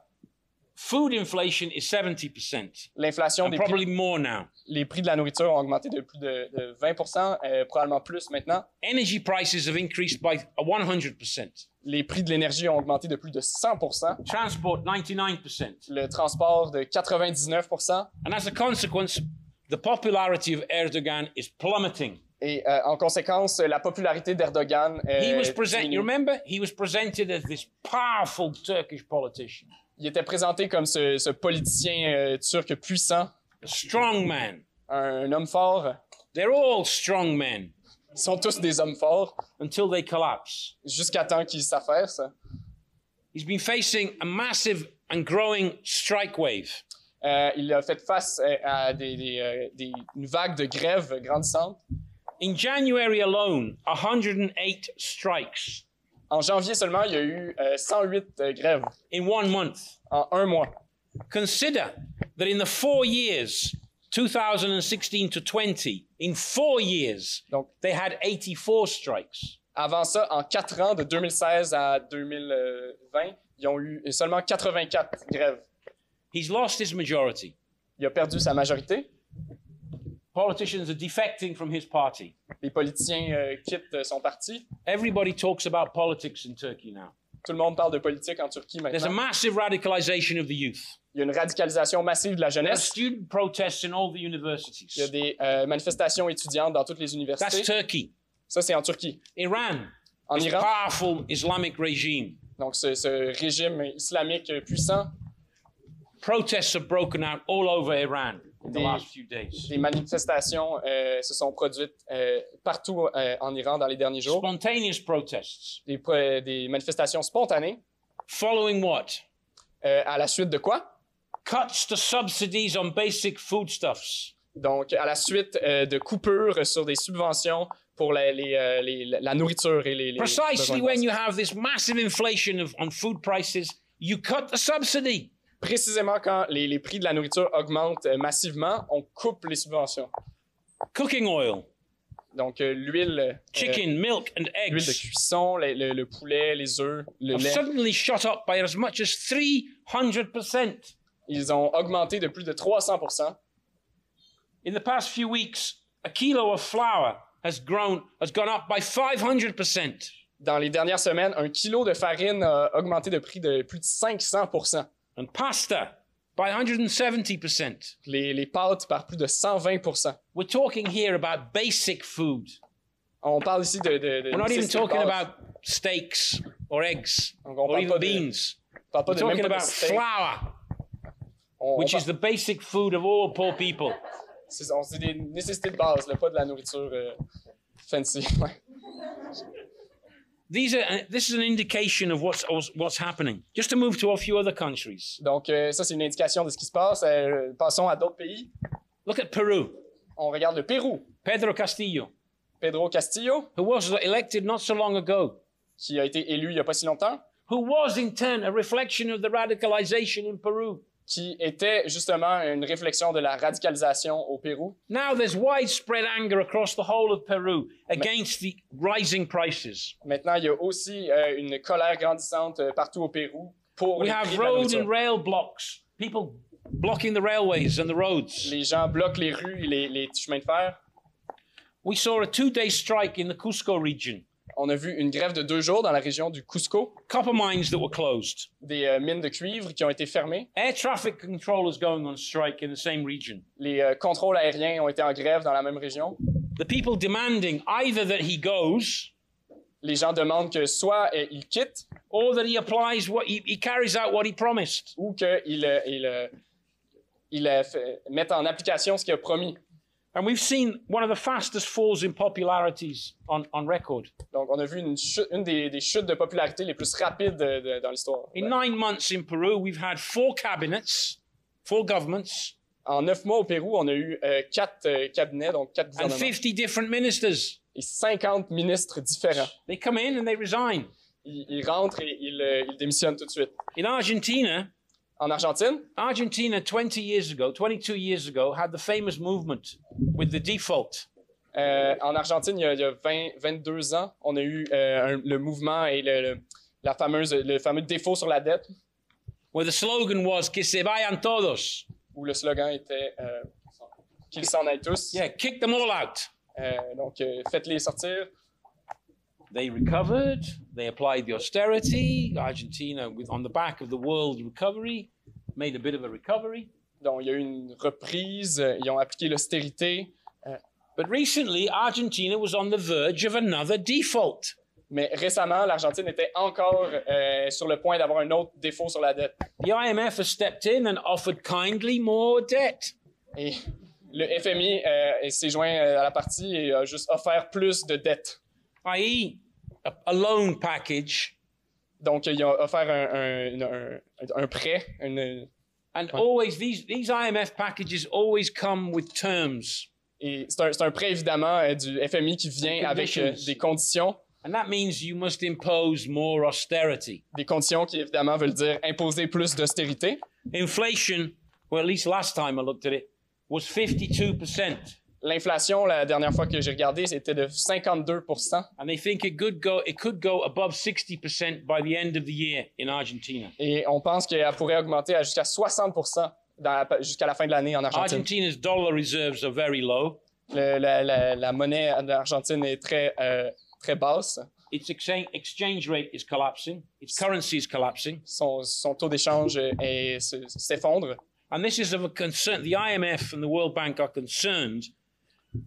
Speaker 2: Food inflation is 70%,
Speaker 4: L'inflation
Speaker 2: and
Speaker 4: des prix
Speaker 2: probably more now.
Speaker 4: les prix de la nourriture ont augmenté de plus de, de 20 euh, probablement plus maintenant.
Speaker 2: Energy prices have increased by 100%.
Speaker 4: Les prix de l'énergie ont augmenté de plus de 100
Speaker 2: Transport, 99%.
Speaker 4: le transport de 99
Speaker 2: And as a consequence, the popularity of Erdogan is plummeting.
Speaker 4: et euh, en conséquence, la popularité d'Erdogan. euh,
Speaker 2: He was present.
Speaker 4: diminue.
Speaker 2: You remember, he was presented as this powerful Turkish politician,
Speaker 4: Il était présenté comme ce, ce politicien euh, turc puissant,
Speaker 2: a strong man.
Speaker 4: un, un homme fort.
Speaker 2: They're all strong men
Speaker 4: Ils sont tous des hommes forts
Speaker 2: until they collapse.
Speaker 4: jusqu'à temps qu'ils s'affairent.
Speaker 2: He's been facing a massive and growing strike wave.
Speaker 4: Euh, il a fait face euh, à des, des, euh, des- une vague de grèves grandissante.
Speaker 2: In January alone, 108 strikes
Speaker 4: En janvier seulement, il y a eu euh, 108 euh, grèves
Speaker 2: in one month.
Speaker 4: en un mois.
Speaker 2: Consider that in the four years, 2016 to 20, in four years,
Speaker 4: Donc,
Speaker 2: they had 84 strikes.
Speaker 4: Avant ça, en quatre ans, de 2016 à 2020, ils ont eu seulement 84 grèves.
Speaker 2: He's lost his majority.
Speaker 4: Il a perdu sa majorité.
Speaker 2: Politicians are defecting from his party.
Speaker 4: Les politiciens euh, quittent euh, son parti.
Speaker 2: Everybody talks about politics in Turkey now.
Speaker 4: Tout le monde parle de politique en Turquie
Speaker 2: There's a
Speaker 4: maintenant.
Speaker 2: massive radicalization of the youth.
Speaker 4: Il y a une radicalisation massive de la
Speaker 2: There are
Speaker 4: jeunesse.
Speaker 2: student protests in all the
Speaker 4: Il y a
Speaker 2: universities.
Speaker 4: des euh, manifestations étudiantes dans toutes les
Speaker 2: That's
Speaker 4: universités.
Speaker 2: Turkey.
Speaker 4: Ça, c'est en Turquie.
Speaker 2: Iran
Speaker 4: En
Speaker 2: is a
Speaker 4: Iran,
Speaker 2: powerful Islamic regime.
Speaker 4: donc ce, ce régime islamique euh, puissant,
Speaker 2: Protests have broken out all over Iran in the
Speaker 4: Des-
Speaker 2: last few days.
Speaker 4: des manifestations euh, se sont produites euh, partout euh, en Iran dans les derniers jours.
Speaker 2: Spontaneous protests.
Speaker 4: Des, pro- des manifestations spontanées.
Speaker 2: Following what?
Speaker 4: Euh, à la suite de quoi?
Speaker 2: Cuts to subsidies on basic foodstuffs.
Speaker 4: Donc, à la suite euh, de coupures sur des subventions pour la, les, euh, les- la nourriture et les. les besoins
Speaker 2: Precisely
Speaker 4: de
Speaker 2: when
Speaker 4: base.
Speaker 2: you have this massive inflation of, on food prices, you cut the subsidy.
Speaker 4: Précisément quand les, les prix de la nourriture augmentent euh, massivement, on coupe les subventions.
Speaker 2: Cooking oil,
Speaker 4: Donc, euh, l'huile, euh,
Speaker 2: chicken, milk, and
Speaker 4: l'huile de
Speaker 2: eggs
Speaker 4: cuisson, le, le- le poulet, les œufs, le
Speaker 2: have
Speaker 4: lait,
Speaker 2: suddenly shot up by as much as 300%.
Speaker 4: ils ont augmenté de plus de 300
Speaker 2: In the past few weeks, a kilo of flour has grown, has gone up by 500%.
Speaker 4: Dans les dernières semaines, un kilo de farine a augmenté de prix de plus de 500
Speaker 2: and pasta by 170%.
Speaker 4: les, les pâtes par plus de 120
Speaker 2: We're talking here about basic food.
Speaker 4: On parle ici de. de, de
Speaker 2: We're not even
Speaker 4: c'est- c'est
Speaker 2: talking
Speaker 4: base.
Speaker 2: about steaks or eggs
Speaker 4: Donc, on
Speaker 2: or
Speaker 4: parle pas
Speaker 2: even
Speaker 4: de-
Speaker 2: beans.
Speaker 4: On parle pas
Speaker 2: We're
Speaker 4: de même
Speaker 2: talking
Speaker 4: pas de
Speaker 2: about
Speaker 4: steak.
Speaker 2: flour,
Speaker 4: On- on
Speaker 2: which
Speaker 4: parle-
Speaker 2: is the basic food of all poor people.
Speaker 4: C'est on- c'est des nécessités de base, là, pas de la nourriture euh, fancy. <laughs> ouais.
Speaker 2: These are, uh, this is an indication of what's, what's happening. Just to move to a few other countries.
Speaker 4: Donc, euh, ça, c'est une indication de ce qui se passe. Euh, passons à d'autres pays.
Speaker 2: Look at Peru.
Speaker 4: On regarde le Pérou.
Speaker 2: Pedro Castillo,
Speaker 4: Pedro Castillo,
Speaker 2: who was elected not so long ago,
Speaker 4: qui a été élu il n'y a pas si longtemps,
Speaker 2: who was in turn a reflection of the radicalization in Peru.
Speaker 4: qui était justement une réflexion de la radicalisation au Pérou.
Speaker 2: Now there's widespread anger across the whole of Peru against the rising prices.
Speaker 4: Maintenant, il y a aussi euh, une colère grandissante euh, partout au Pérou pour
Speaker 2: We
Speaker 4: les prix
Speaker 2: have
Speaker 4: de la
Speaker 2: road and
Speaker 4: nourriture.
Speaker 2: rail blocks, people blocking the railways and the roads.
Speaker 4: Les gens bloquent les rues et les, les chemins de fer.
Speaker 2: We saw a two day strike in the Cusco region,
Speaker 4: On a vu une grève de deux jours dans la région du Cusco,
Speaker 2: copper mines that were closed,
Speaker 4: des euh, mines de cuivre qui ont été fermées.
Speaker 2: air traffic controllers going on strike in the same region.
Speaker 4: Les euh, contrôles aériens ont été en grève dans la même région.
Speaker 2: The people demanding either that he goes
Speaker 4: Les gens demandent que soit euh, il quitte
Speaker 2: or that he applies what he, he carries out what he promised.
Speaker 4: ou qu'il euh, il, euh, il, euh, fait- mette en application ce qu'il a promis.
Speaker 2: And we've seen one of the fastest falls in popularities on, on record.
Speaker 4: Donc, on a vu une, chute- une des, des chutes de popularité les plus rapides de- de- dans l'histoire.
Speaker 2: In nine months in Peru, we've had four cabinets, four governments,
Speaker 4: En neuf mois au Pérou, on a eu euh, quatre euh, cabinets, donc quatre
Speaker 2: and
Speaker 4: gouvernements,
Speaker 2: 50 different ministers.
Speaker 4: et 50 ministres différents.
Speaker 2: They come in and they resign.
Speaker 4: Ils, ils rentrent et ils, euh, ils démissionnent tout de suite.
Speaker 2: In Argentina,
Speaker 4: En Argentine,
Speaker 2: Argentina 20 years ago, 22 years ago, had the famous movement with the default.
Speaker 4: euh, en Argentine, il y a, il y a 20, 22 ans, on a eu euh, un- le mouvement et le, le- la fameuse, le fameux défaut sur la dette,
Speaker 2: Where the slogan was "Que se vayan todos,"
Speaker 4: où le slogan était euh, qu'ils s'en aillent tous.
Speaker 2: yeah, kick them all out.
Speaker 4: Euh, donc, euh, faites-les sortir.
Speaker 2: They recovered. They applied the austerity. Argentina, with, on the back of the world recovery, made a bit of a recovery.
Speaker 4: Donc, il y a eu une reprise, euh, ils ont appliqué l'austérité,
Speaker 2: But recently, Argentina was on the verge of another default.
Speaker 4: mais récemment, l'Argentine était encore euh, sur le point d'avoir un autre défaut sur la dette.
Speaker 2: The IMF has stepped in and offered kindly more debt.
Speaker 4: Et le FMI euh, s'est joint euh, à la partie et a juste offert plus de dettes.
Speaker 2: i.e., a, a loan package,
Speaker 4: Donc, ils ont offert un, un- une- un- un prêt. une-
Speaker 2: and
Speaker 4: Right.
Speaker 2: always these these IMF packages always come with terms,
Speaker 4: et c'est un, c'est un prêt, évidemment, euh, du FMI qui vient avec euh, des conditions.
Speaker 2: and that means you must impose more austerity.
Speaker 4: Des conditions qui, évidemment, veulent dire imposer plus d'austérité.
Speaker 2: Inflation, well, at least last time I looked at it, was fifty-two percent,
Speaker 4: L'inflation, la dernière fois que j'ai regardé, c'était de 52
Speaker 2: and they think it could go it could go above sixty percent by the end of the year in Argentina.
Speaker 4: Et on pense qu'elle pourrait augmenter à jusqu'à 60 dans la- jusqu'à la fin de l'année en Argentine.
Speaker 2: Argentina's dollar reserves are very low.
Speaker 4: Le- la, la- la monnaie de l'Argentine est très, euh, très basse.
Speaker 2: Its exchange exchange rate is collapsing. Its currency is collapsing.
Speaker 4: Son, son taux d'échange euh, est- se- s'effondre.
Speaker 2: And this is of a concern. The IMF and the World Bank are concerned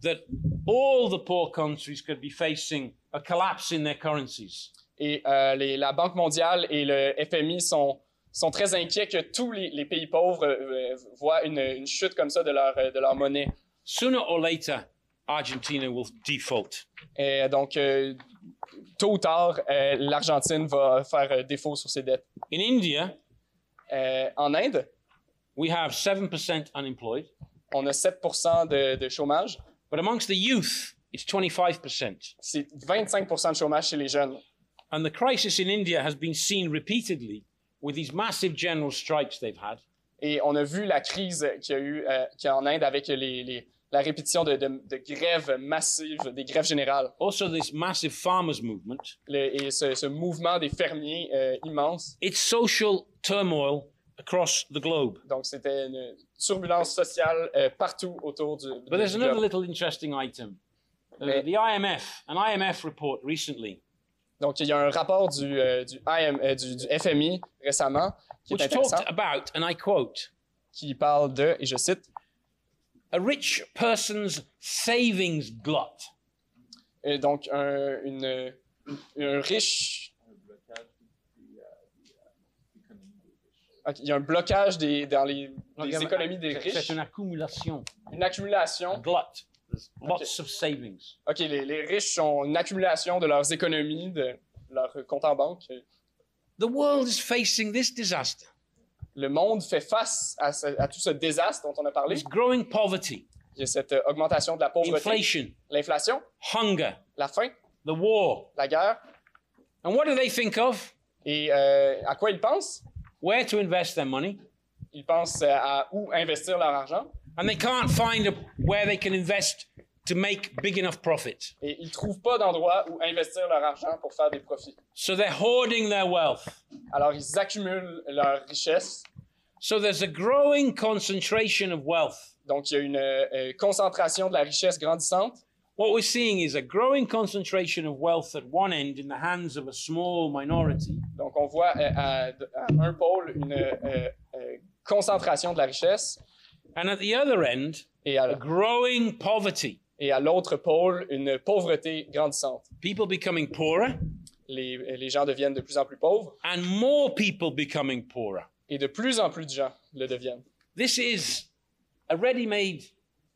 Speaker 2: that all the poor countries could be facing a collapse in their currencies.
Speaker 4: Et euh, les- la Banque mondiale et le FMI sont, sont très inquiets que tous les, les pays pauvres euh, voient une, une chute comme ça de leur, euh, de leur monnaie.
Speaker 2: Sooner or later, Argentina will default.
Speaker 4: Et donc, euh, tôt ou tard, euh, l'Argentine va faire euh, défaut sur ses dettes.
Speaker 2: In India,
Speaker 4: Euh, en Inde,
Speaker 2: we have 7% unemployed,
Speaker 4: on a 7 de, de chômage.
Speaker 2: But amongst the youth, it's 25%.
Speaker 4: C'est 25 de chômage chez les jeunes.
Speaker 2: And the crisis in India has been seen repeatedly with these massive general strikes they've had.
Speaker 4: Et on a vu la crise qu'il y a eu euh, qu'il y a en Inde avec les, les- la répétition de, de- de grèves massives, des grèves générales,
Speaker 2: Also, this massive farmers' movement.
Speaker 4: Le- et ce, ce mouvement des fermiers euh, immense.
Speaker 2: It's social turmoil across the globe.
Speaker 4: Donc, c'était une turbulence sociale euh, partout autour du.
Speaker 2: But there's
Speaker 4: du
Speaker 2: another
Speaker 4: globe.
Speaker 2: little interesting item. Uh,
Speaker 4: Yeah.
Speaker 2: the IMF, an IMF report recently,
Speaker 4: Donc, il y a un rapport du, euh, du, IM, euh, du, du FMI récemment qui est
Speaker 2: which
Speaker 4: intéressant,
Speaker 2: talked about, and I quote,
Speaker 4: qui parle de, et je cite,
Speaker 2: a rich person's savings glut.
Speaker 4: euh, donc un, une, une- un riche. Ok, il y a un blocage des, dans les, des économies des riches,
Speaker 2: C'est une accumulation,
Speaker 4: une
Speaker 2: a
Speaker 4: accumulation.
Speaker 2: glut. There's lots of savings.
Speaker 4: OK, les, les riches ont une accumulation de leurs économies, de leurs comptes en banque.
Speaker 2: The world is facing this disaster,
Speaker 4: Le monde fait face à, ce- à tout ce désastre dont on a parlé.
Speaker 2: this growing poverty,
Speaker 4: Il y a cette euh, augmentation de la pauvreté,
Speaker 2: inflation,
Speaker 4: l'inflation,
Speaker 2: hunger,
Speaker 4: la faim,
Speaker 2: the war.
Speaker 4: la guerre.
Speaker 2: And what do they think of?
Speaker 4: Et euh, à quoi ils pensent?
Speaker 2: Where to invest their money?
Speaker 4: Ils pensent euh, à où investir leur argent
Speaker 2: and they can't find a, where they can invest to make big enough profit.
Speaker 4: et ils trouvent pas d'endroit où investir leur argent pour faire des profits.
Speaker 2: So they're hoarding their wealth.
Speaker 4: Alors ils accumulent leur richesse.
Speaker 2: So there's a growing concentration of wealth.
Speaker 4: Donc il y a une euh, euh, concentration de la richesse grandissante.
Speaker 2: What we're seeing is a growing concentration of wealth at one end in the hands of a small minority,
Speaker 4: Donc on voit euh, à, à un pôle une euh, euh, concentration de la richesse
Speaker 2: and at the other end,
Speaker 4: et à,
Speaker 2: a growing poverty.
Speaker 4: et à l'autre pôle une pauvreté grandissante.
Speaker 2: People becoming poorer
Speaker 4: Les, les gens deviennent de plus en plus pauvres
Speaker 2: and more people becoming poorer.
Speaker 4: et de plus en plus de gens le deviennent.
Speaker 2: This is a ready made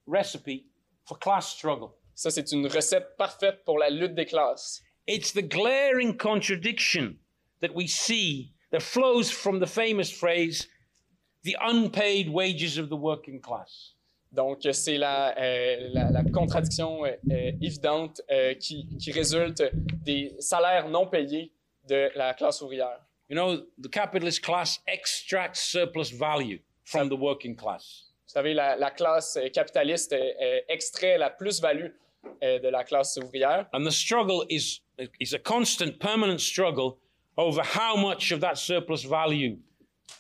Speaker 2: recipe for class struggle.
Speaker 4: Ça, c'est une recette parfaite pour la lutte des classes.
Speaker 2: It's the glaring contradiction that we see that flows from the famous phrase, the unpaid wages of the working class.
Speaker 4: Donc, euh, c'est la, euh, la, la contradiction euh, euh, évidente euh, qui, qui résulte des salaires non payés de la classe ouvrière.
Speaker 2: You know, the capitalist class extracts surplus value from the working class.
Speaker 4: Vous savez, la, la classe euh, capitaliste euh, euh, extrait la plus-value euh, de la classe ouvrière.
Speaker 2: And the struggle is, is a constant, permanent struggle over how much of that surplus value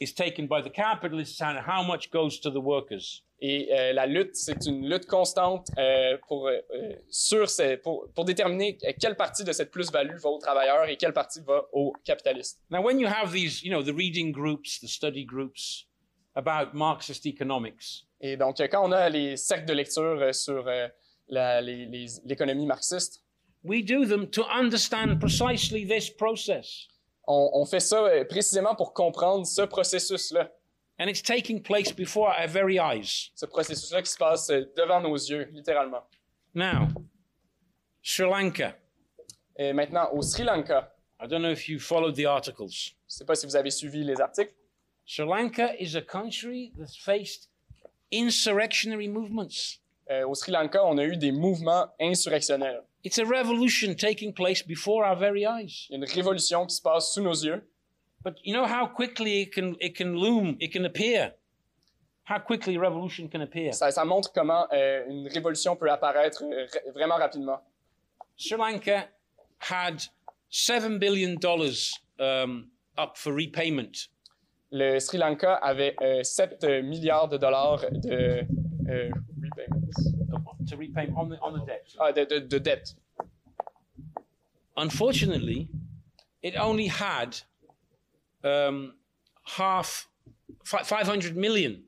Speaker 2: is taken by the capitalists and how much goes to the workers.
Speaker 4: Et euh, la lutte, c'est une lutte constante euh, pour, euh, euh, sur ces- pour, pour déterminer euh, quelle partie de cette plus-value va aux travailleurs et quelle partie va aux capitalistes.
Speaker 2: Now, when you have these, you know, the reading groups, the study groups about Marxist economics,
Speaker 4: Et donc, euh, quand on a les cercles de lecture euh, sur euh, la- les- les- l'économie marxiste,
Speaker 2: We do them to understand precisely this process.
Speaker 4: On, on fait ça euh, précisément pour comprendre ce processus-là,
Speaker 2: And it's taking place before our very eyes.
Speaker 4: ce processus-là qui se passe euh, devant nos yeux, littéralement.
Speaker 2: Now, Sri Lanka.
Speaker 4: Et maintenant, au Sri Lanka,
Speaker 2: I don't know if you followed the articles.
Speaker 4: je ne sais pas si vous avez suivi les articles,
Speaker 2: Sri Lanka is a country that's faced insurrectionary movements.
Speaker 4: euh, au Sri Lanka, on a eu des mouvements insurrectionnels.
Speaker 2: It's a revolution taking place before our very eyes.
Speaker 4: Il y a une révolution qui se passe sous nos yeux.
Speaker 2: But you know how quickly it can, it can loom, it can appear. How quickly revolution can appear.
Speaker 4: Ça, ça montre comment euh, une révolution peut apparaître euh, ra- vraiment rapidement.
Speaker 2: Sri Lanka had $7 billion um, up for repayment
Speaker 4: Le Sri Lanka avait euh, 7 milliards de dollars de, euh, repayments.
Speaker 2: to repay on the on the debt.
Speaker 4: Ah, de, de- de dettes.
Speaker 2: Unfortunately, it only had um, half fi- 500 million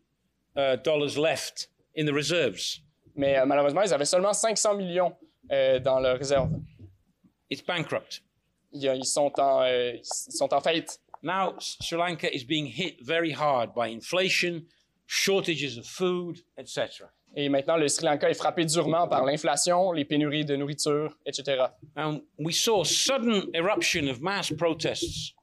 Speaker 2: uh, dollars left in the reserves.
Speaker 4: Mais euh, malheureusement, ils avaient seulement 500 millions euh, dans leur réserve.
Speaker 2: It's bankrupt.
Speaker 4: Il y a- ils, sont en, euh, ils sont en faillite.
Speaker 2: Now S- Sri Lanka is being hit very hard by inflation, shortages of food, etc.
Speaker 4: Et maintenant, le Sri Lanka est frappé durement par l'inflation, les pénuries de nourriture, etc.
Speaker 2: And we saw sudden eruption of mass protests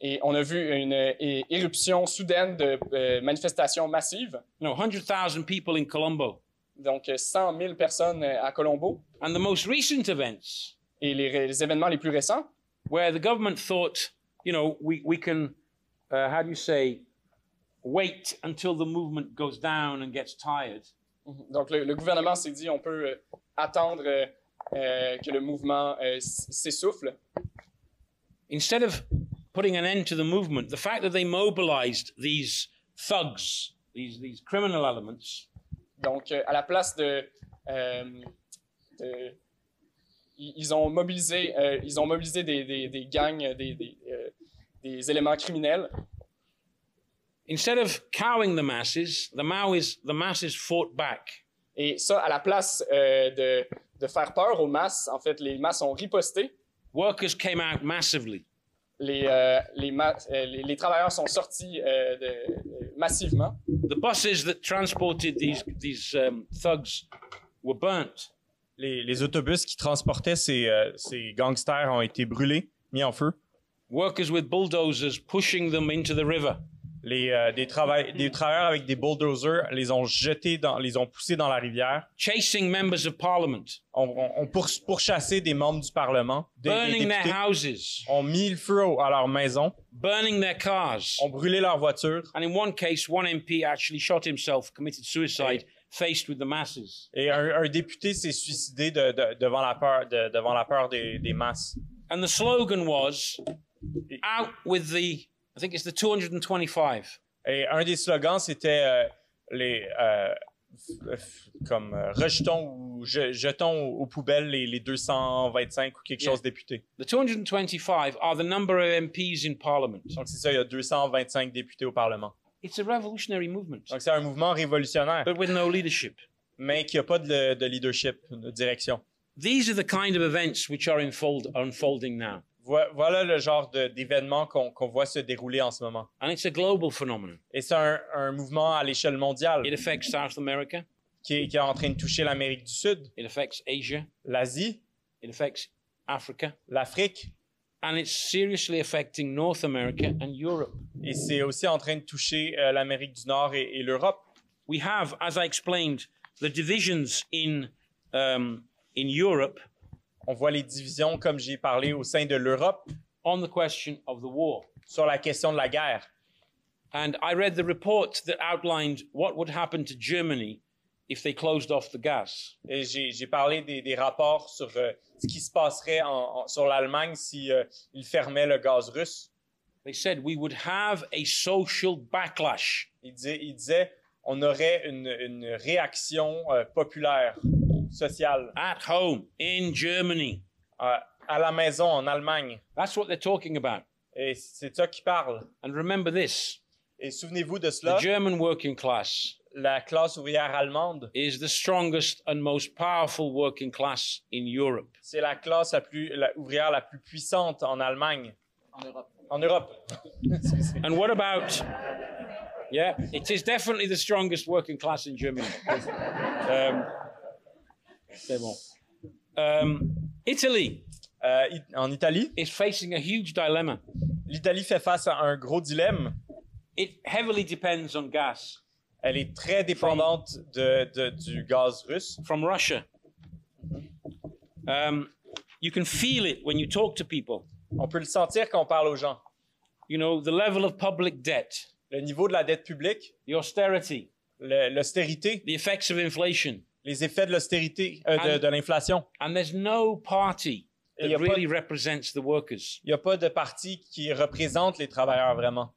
Speaker 4: Et Et on a vu une euh, é- éruption soudaine de euh, manifestations massives,
Speaker 2: You know, 100,000 people in Colombo.
Speaker 4: donc euh, 100 000 personnes euh, à Colombo.
Speaker 2: And the most recent events
Speaker 4: Et les, ré- les événements les plus récents,
Speaker 2: where the government thought, you know, we, we can, uh, how do you say, wait until the movement goes down and gets tired.
Speaker 4: donc le, le gouvernement s'est dit on peut euh, attendre euh, euh, que le mouvement euh, s- s'essouffle.
Speaker 2: Instead of putting an end to the movement, the fact that they mobilized these thugs, these, these criminal elements,
Speaker 4: Donc euh, à la place de, euh, de- i- ils ont mobilisé, euh, ils ont mobilisé des, des- des gangs, euh, des, des, euh, des éléments criminels.
Speaker 2: instead of cowing the masses, the, Maoists, the masses fought back.
Speaker 4: Et ça, à la place euh, de, de faire peur aux masses, en fait, les masses ont riposté.
Speaker 2: Workers came out massively.
Speaker 4: Les, euh, les, ma- euh, les, les travailleurs sont sortis euh, de- euh, massivement.
Speaker 2: The buses that transported these, these um, thugs were burnt.
Speaker 3: Les, les autobus qui transportaient ces, euh, ces gangsters ont été brûlés, mis en feu.
Speaker 2: Workers with bulldozers pushing them into the river.
Speaker 3: Les, euh, des, trava- des travailleurs avec des bulldozers les ont jetés, dans, les ont poussés dans la rivière,
Speaker 2: chasing members of parliament,
Speaker 3: ont, ont, ont pours- pourchassé des membres du Parlement, des, des
Speaker 2: burning their
Speaker 3: députés,
Speaker 2: houses,
Speaker 3: ont mis le feu au- à leur maison,
Speaker 2: burning their cars.
Speaker 3: ont brûlé leurs voitures.
Speaker 2: And in one case, one MP actually shot himself, committed suicide, faced with the masses.
Speaker 3: Et un, un député s'est suicidé de- de- devant la peur, de- devant la peur des, des masses.
Speaker 2: And the slogan was out with the, I think it's the 225.
Speaker 3: Et un des slogans, c'était euh, les euh, f- f- comme euh, rejetons ou je- jetons aux, aux poubelles les, les 225 ou quelque
Speaker 2: Yeah.
Speaker 3: chose députés.
Speaker 2: The 225 are the number of MPs in parliament.
Speaker 3: Donc c'est ça, il y a 225 députés au Parlement.
Speaker 2: It's a revolutionary movement,
Speaker 3: Donc c'est un mouvement révolutionnaire,
Speaker 2: but with no leadership.
Speaker 3: mais qui n'a pas de, de leadership, de direction.
Speaker 2: These are the kind of events which are unfold, unfolding now.
Speaker 3: Voi- Voilà le genre de- d'événements qu'on qu'on voit se dérouler en ce moment.
Speaker 2: And it's a global phenomenon.
Speaker 3: Et c'est un, un mouvement à l'échelle mondiale
Speaker 2: It affects South America,
Speaker 3: qui est, qui est en train de toucher l'Amérique du Sud,
Speaker 2: it affects Asia,
Speaker 3: l'Asie,
Speaker 2: it affects Africa,
Speaker 3: l'Afrique,
Speaker 2: and it's seriously affecting North America and Europe.
Speaker 3: et c'est aussi en train de toucher euh, l'Amérique du Nord et- et l'Europe.
Speaker 2: We have, as I explained, the divisions in um, in Europe
Speaker 3: On voit les divisions, comme j'ai parlé, au sein de l'Europe
Speaker 2: on the question of the war.
Speaker 3: sur la question de la guerre.
Speaker 2: And I read the report that outlined what would happen to Germany if they closed off the gas.
Speaker 3: Et j'ai j'ai parlé des, des rapports sur euh, ce qui se passerait en- en- sur l'Allemagne si euh, il fermait le gaz russe.
Speaker 2: They said we would have a social backlash.
Speaker 3: Il, dis- il disait on aurait une, une réaction euh, populaire, sociale,
Speaker 2: At home, in Germany.
Speaker 3: à- à la maison en Allemagne.
Speaker 2: That's what they're talking about.
Speaker 3: Et c'est ça qui parle.
Speaker 2: And remember this
Speaker 3: Et souvenez-vous de
Speaker 2: the
Speaker 3: cela,
Speaker 2: German working class
Speaker 3: la classe ouvrière allemande,
Speaker 2: is the strongest and most powerful working class in Europe.
Speaker 3: c'est la classe la plus, la ouvrière la plus puissante en Allemagne,
Speaker 5: En Europe.
Speaker 3: en Europe. <laughs>
Speaker 2: And what about? Yeah, it is definitely the strongest working class in Germany. Um, c'est bon. Um, Italy
Speaker 3: Euh, I- en Italie,
Speaker 2: is facing a huge dilemma.
Speaker 3: l'Italie fait face à un gros dilemme.
Speaker 2: It heavily depends on gas
Speaker 3: Elle est très dépendante de, de- du gaz russe.
Speaker 2: from Russia. Um, you can feel it when you talk to people.
Speaker 3: On peut le sentir quand on parle aux gens.
Speaker 2: You know, the level of public debt,
Speaker 3: Le niveau de la dette publique,
Speaker 2: the austerity,
Speaker 3: le- l'austérité,
Speaker 2: the effects of inflation.
Speaker 3: les effets de l'austérité, euh, de, de l'inflation.
Speaker 2: And there's no party
Speaker 3: Et y
Speaker 2: that
Speaker 3: a pas-
Speaker 2: really represents the workers.
Speaker 3: Il n'y a pas de parti qui représente les travailleurs vraiment.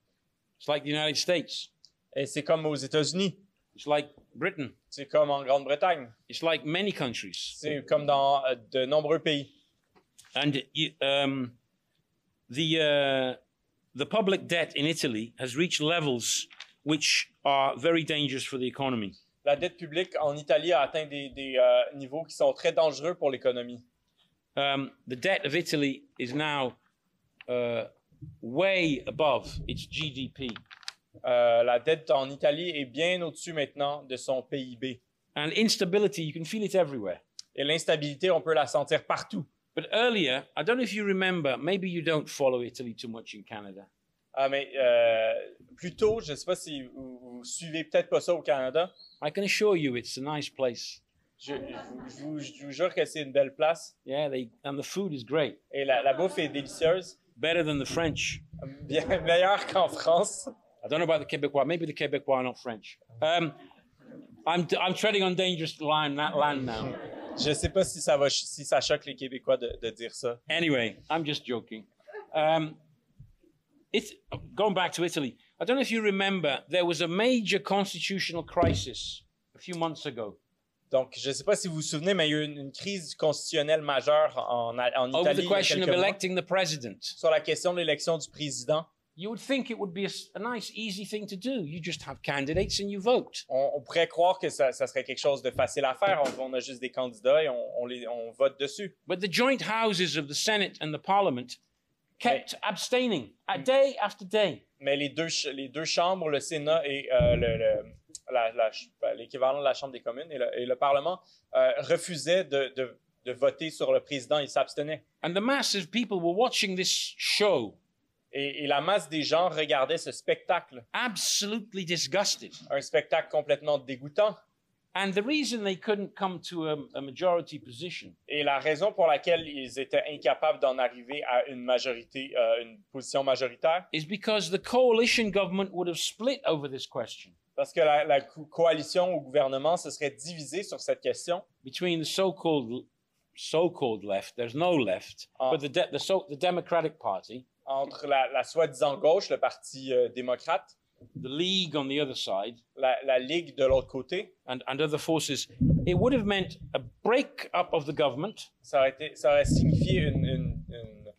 Speaker 2: It's like the United States.
Speaker 3: Et c'est comme aux États-Unis,
Speaker 2: It's like Britain.
Speaker 3: c'est comme en Grande-Bretagne,
Speaker 2: It's like many countries.
Speaker 3: c'est comme dans euh, de nombreux pays.
Speaker 2: And you- um, the uh, the public debt in Italy has reached levels which are very dangerous for the economy.
Speaker 3: La dette publique en Italie a atteint des, des, euh, niveaux qui sont très dangereux pour l'économie.
Speaker 2: Um, the debt of Italy is now uh, way above its GDP,
Speaker 3: Euh, la dette en Italie est bien au-dessus maintenant de son PIB.
Speaker 2: and instability you can feel it everywhere.
Speaker 3: Et l'instabilité, on peut la sentir partout.
Speaker 2: But earlier, I don't know if you remember. Maybe you don't follow Italy too much in Canada.
Speaker 3: Ah, mais euh, plutôt, je ne sais pas si vous, vous suivez peut-être pas ça au Canada.
Speaker 2: I can assure you it's a nice place.
Speaker 3: Je, je vous- je vous, je vous jure que c'est une belle place
Speaker 2: Yeah, they and the food is great.
Speaker 3: et la, la bouffe est délicieuse,
Speaker 2: Better than the French.
Speaker 3: bien <laughs> meilleure qu'en France.
Speaker 2: I don't know about the Quebecois. Maybe the Quebecois are not French. Um, I'm, I'm treading on dangerous line, that land now.
Speaker 3: Je ne sais pas si ça, va, ch- si ça choque les Québécois de, de dire ça.
Speaker 2: Anyway, I'm just joking. Um, it's, going back to Italy, I don't know if you remember, there was a major constitutional crisis a few months ago
Speaker 3: Donc, je ne sais pas si vous vous souvenez, mais il y a eu une, une crise constitutionnelle majeure en, en
Speaker 2: over
Speaker 3: Italie
Speaker 2: the
Speaker 3: il y a
Speaker 2: question
Speaker 3: quelques
Speaker 2: of
Speaker 3: mois,
Speaker 2: electing the president.
Speaker 3: sur la question de l'élection du président.
Speaker 2: You would think it would be a, s- a nice, easy thing to do. You just have candidates and you vote.
Speaker 3: On, on pourrait croire que ça, ça serait quelque chose de facile à faire. On, on a juste des candidats et on, on les, on vote dessus.
Speaker 2: But the joint houses of the Senate and the Parliament kept abstaining uh, day after day.
Speaker 3: Mais les deux, ch- les deux chambres, le Sénat et euh, le- le- la- la ch- ben, l'équivalent de la Chambre des communes et le, et le Parlement, euh, refusaient de, de- de voter sur le président. Ils s'abstenaient.
Speaker 2: And the mass of people were watching this show
Speaker 3: Et, et la masse des gens regardait ce spectacle,
Speaker 2: absolutely disgusted.
Speaker 3: un spectacle complètement dégoûtant.
Speaker 2: And the reason they couldn't come to um, a, a majority position
Speaker 3: Et la raison pour laquelle ils étaient incapables d'en arriver à une majorité, euh, une position majoritaire,
Speaker 2: is because the coalition government would have split over this question
Speaker 3: parce que la, la co- coalition au gouvernement se serait divisée sur cette question
Speaker 2: between the so-called so-called left. There's no left,
Speaker 3: Ah.
Speaker 2: but the de- the, so- the Democratic Party,
Speaker 3: entre la, la soi-disant gauche, le Parti euh, démocrate,
Speaker 2: the League on the other side,
Speaker 3: la, la Ligue de l'autre côté.
Speaker 2: and, and other forces. It would have meant a breakup of the government,
Speaker 3: Ça aurait, été- ça aurait signifié une, une-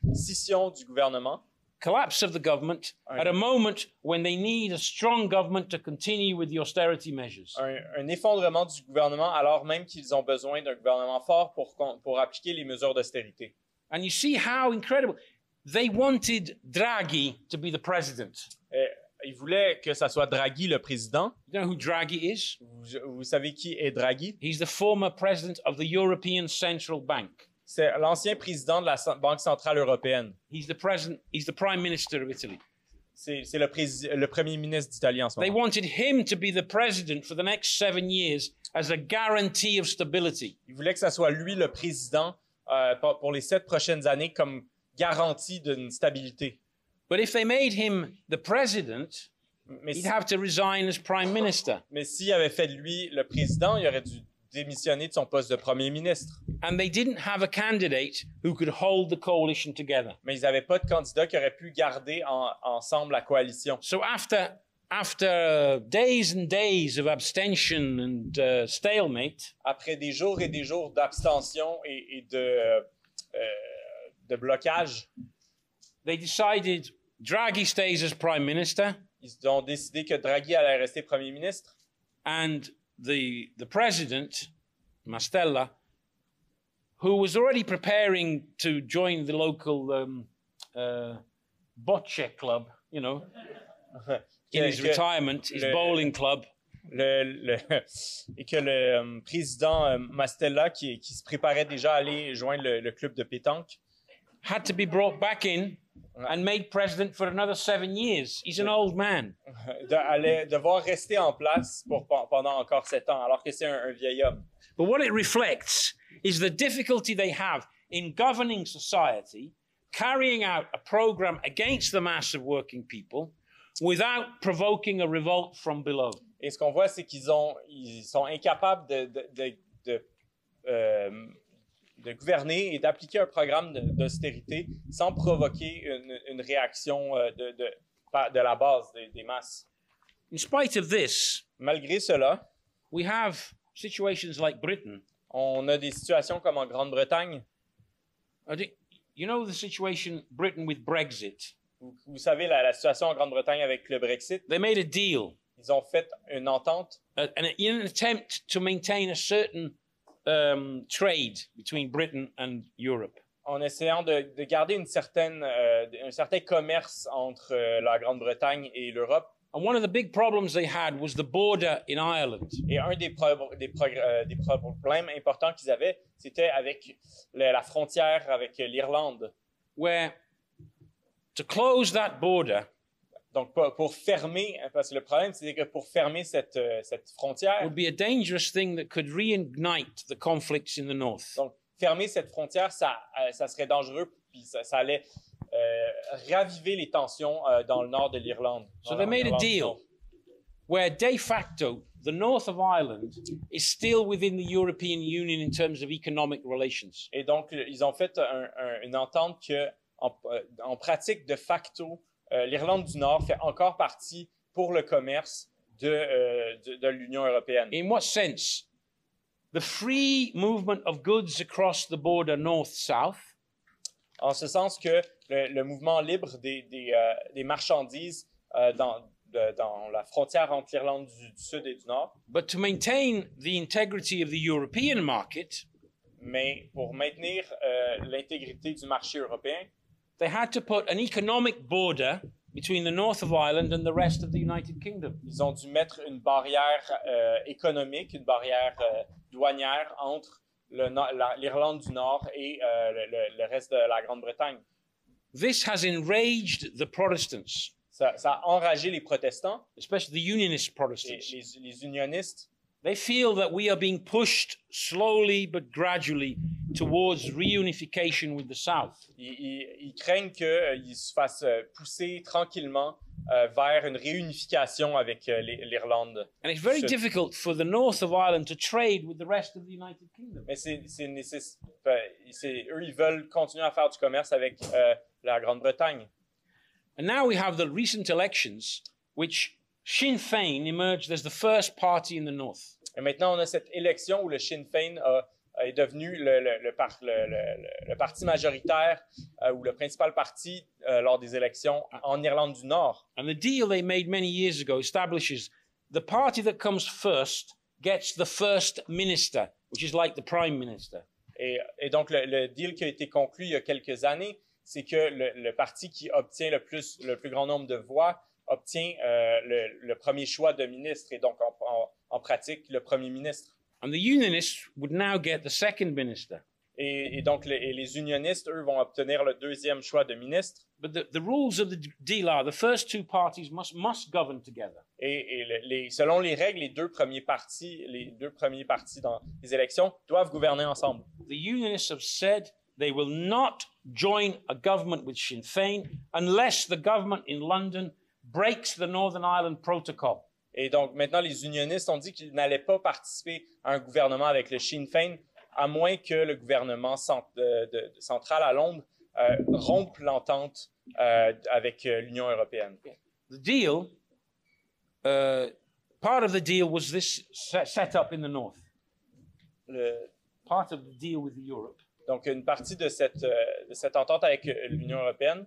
Speaker 3: une scission du gouvernement,
Speaker 2: collapse of the government,
Speaker 3: Aye.
Speaker 2: at a moment when they need a strong government to continue with the austerity measures.
Speaker 3: un, un effondrement du gouvernement, alors même qu'ils ont besoin d'un gouvernement fort pour, con- pour appliquer les mesures d'austérité.
Speaker 2: And you see how incredible. They wanted Draghi to be the president.
Speaker 3: Et Ils voulaient que ça soit Draghi le président.
Speaker 2: You know who Draghi is?
Speaker 3: Vous- vous savez qui est Draghi?
Speaker 2: He's the former president of the European Central Bank.
Speaker 3: C'est l'ancien président de la Cent- Banque centrale européenne.
Speaker 2: He's the president, he's the prime minister of Italy.
Speaker 3: C'est c'est le, prési- le premier ministre d'Italie en ce
Speaker 2: They
Speaker 3: moment.
Speaker 2: wanted him to be the president for the next seven years as a guarantee of stability.
Speaker 3: Il voulait que ça soit lui le président euh, pour pour les sept prochaines années comme garantie d'une stabilité.
Speaker 2: But if they made him the president,
Speaker 3: Mais
Speaker 2: he'd
Speaker 3: si-
Speaker 2: have to resign as prime minister.
Speaker 3: mais s'il avait fait de lui le président, il aurait dû démissionner de son poste de premier ministre.
Speaker 2: And they didn't have a candidate who could hold the coalition together.
Speaker 3: Mais ils n'avaient pas de candidat qui aurait pu garder en- ensemble la coalition.
Speaker 2: So after after days and days of abstention and uh, stalemate,
Speaker 3: Après des jours et des jours d'abstention et, et de, euh, euh, de blocage,
Speaker 2: they decided Draghi stays as prime minister
Speaker 3: ils ont décidé que Draghi allait rester premier ministre.
Speaker 2: and the the president Mastella, who was already preparing to join the local um, uh, bocce club, you know, in his
Speaker 3: Que- que-
Speaker 2: retirement, his
Speaker 3: le-
Speaker 2: bowling club.
Speaker 3: le, <laughs> le- et que le euh, président euh, Mastella, qui, qui se préparait déjà à aller joindre le, le club de pétanque,
Speaker 2: had to be brought back in and made president for another seven years. He's an old man.
Speaker 3: euh, de- allait devoir rester en place pour, pen- pendant encore sept ans, alors que c'est un, un vieil homme.
Speaker 2: But what it reflects is the difficulty they have in governing society, carrying out a program against the mass of working people without provoking a revolt from below.
Speaker 3: Et ce qu'on voit, c'est qu'ils ont, ils sont incapables de, de, de- de, euh, de gouverner et d'appliquer un programme de- d'austérité sans provoquer une, une réaction euh, de, de, par- de la base, des, des masses.
Speaker 2: In spite of this,
Speaker 3: Malgré cela,
Speaker 2: we have situations like Britain.
Speaker 3: on a des situations comme en Grande-Bretagne
Speaker 2: I think- You know the situation Britain with Brexit.
Speaker 3: Vous, vous savez, la, la situation en Grande-Bretagne avec le Brexit,
Speaker 2: They made a deal
Speaker 3: ils ont fait une entente
Speaker 2: uh, an, in an attempt to maintain a certain um, trade between Britain and Europe.
Speaker 3: en essayant de, de garder une certaine, euh, un certain commerce entre euh, la Grande-Bretagne et l'Europe.
Speaker 2: And one of the big problems they had was the border in Ireland.
Speaker 3: Et un des, pro- des, progr- euh, des problèmes importants qu'ils avaient, c'était avec le- la frontière avec l'Irlande.
Speaker 2: where to close that border
Speaker 3: Donc, pas- pour fermer, hein, parce que le problème, c'est que pour fermer cette, euh, cette frontière,
Speaker 2: would be a dangerous thing that could reignite the conflicts in the north.
Speaker 3: donc fermer cette frontière, ça, euh, ça serait dangereux, puis ça, ça allait euh, raviver les tensions euh, dans le nord de l'Irlande.
Speaker 2: So
Speaker 3: Dans
Speaker 2: they
Speaker 3: la-
Speaker 2: made a
Speaker 3: l'Irlande du
Speaker 2: deal
Speaker 3: Nord.
Speaker 2: where de facto the north of Ireland is still within the European Union in terms of economic relations.
Speaker 3: Et donc, le- ils ont fait un- un- une entente que, en, euh, en pratique, de facto, euh, l'Irlande du Nord fait encore partie pour le commerce de, euh, de, de l'Union européenne.
Speaker 2: In what sense? The free movement of goods across the border north south
Speaker 3: En ce sens que le, le mouvement libre des, des, euh, des marchandises euh, dans, de- dans la frontière entre l'Irlande du, du Sud et du Nord,
Speaker 2: But to maintain the integrity of the European market,
Speaker 3: mais pour maintenir euh, l'intégrité du marché européen,
Speaker 2: they had to put an economic border between the north of Ireland and the rest of the United Kingdom.
Speaker 3: ils ont dû mettre une barrière euh, économique, une barrière euh, douanière entre le no- la- l'Irlande du Nord et euh, le, le- le reste de la Grande-Bretagne.
Speaker 2: This has enraged the Protestants,
Speaker 3: Ça, ça a enragé les protestants,
Speaker 2: especially the Unionist
Speaker 3: les,
Speaker 2: Protestants.
Speaker 3: les- les unionistes.
Speaker 2: They feel that we are being pushed slowly but gradually towards reunification with the South.
Speaker 3: Ils, ils- ils craignent qu'ils se fassent euh, pousser tranquillement euh, vers une réunification avec euh, les- l'Irlande.
Speaker 2: And it's very
Speaker 3: Sure.
Speaker 2: difficult for the north of Ireland to trade with the rest of the United Kingdom.
Speaker 3: Mais c'est c'est nécess- enfin, c'est- eux, ils veulent continuer à faire du commerce avec euh, la Grande-Bretagne.
Speaker 2: And now we have the recent elections, which Sinn Féin emerged as the first party in the north.
Speaker 3: Et maintenant, on a cette élection où le Sinn Féin a- a- est devenu le, le- le par- le- le- le- le parti majoritaire euh, ou le principal parti euh, lors des élections en Irlande du Nord.
Speaker 2: And the deal they made many years ago establishes the party that comes first gets the first minister, which is like the prime minister.
Speaker 3: Et, et donc, le, le deal qui a été conclu il y a quelques années, c'est que le, le parti qui obtient le plus, le plus grand nombre de voix obtient euh, le, le premier choix de ministre et donc en, en- en pratique le premier ministre.
Speaker 2: And the unionists would now get the second minister.
Speaker 3: Et, et donc, les- et les unionistes, eux, vont obtenir le deuxième choix de ministre.
Speaker 2: But the, the rules of the d- deal are the first two parties must, must govern together.
Speaker 3: Et, et le- les, selon les règles, les deux premiers partis, les deux premiers partis dans les élections doivent gouverner ensemble.
Speaker 2: The unionists have said they will not join a government with Sinn Féin unless the government in London breaks the Northern Ireland Protocol.
Speaker 3: Et donc maintenant, les unionistes ont dit qu'ils n'allaient pas participer à un gouvernement avec le Sinn Féin, à moins que le gouvernement cent- de- de- central à Londres euh, rompe l'entente euh, avec euh, l'Union européenne.
Speaker 2: The deal, uh, part of the deal was this set, set up in the north.
Speaker 3: Le-
Speaker 2: part of the deal with Europe
Speaker 3: donc une partie de cette, euh, de cette entente avec euh, l'Union européenne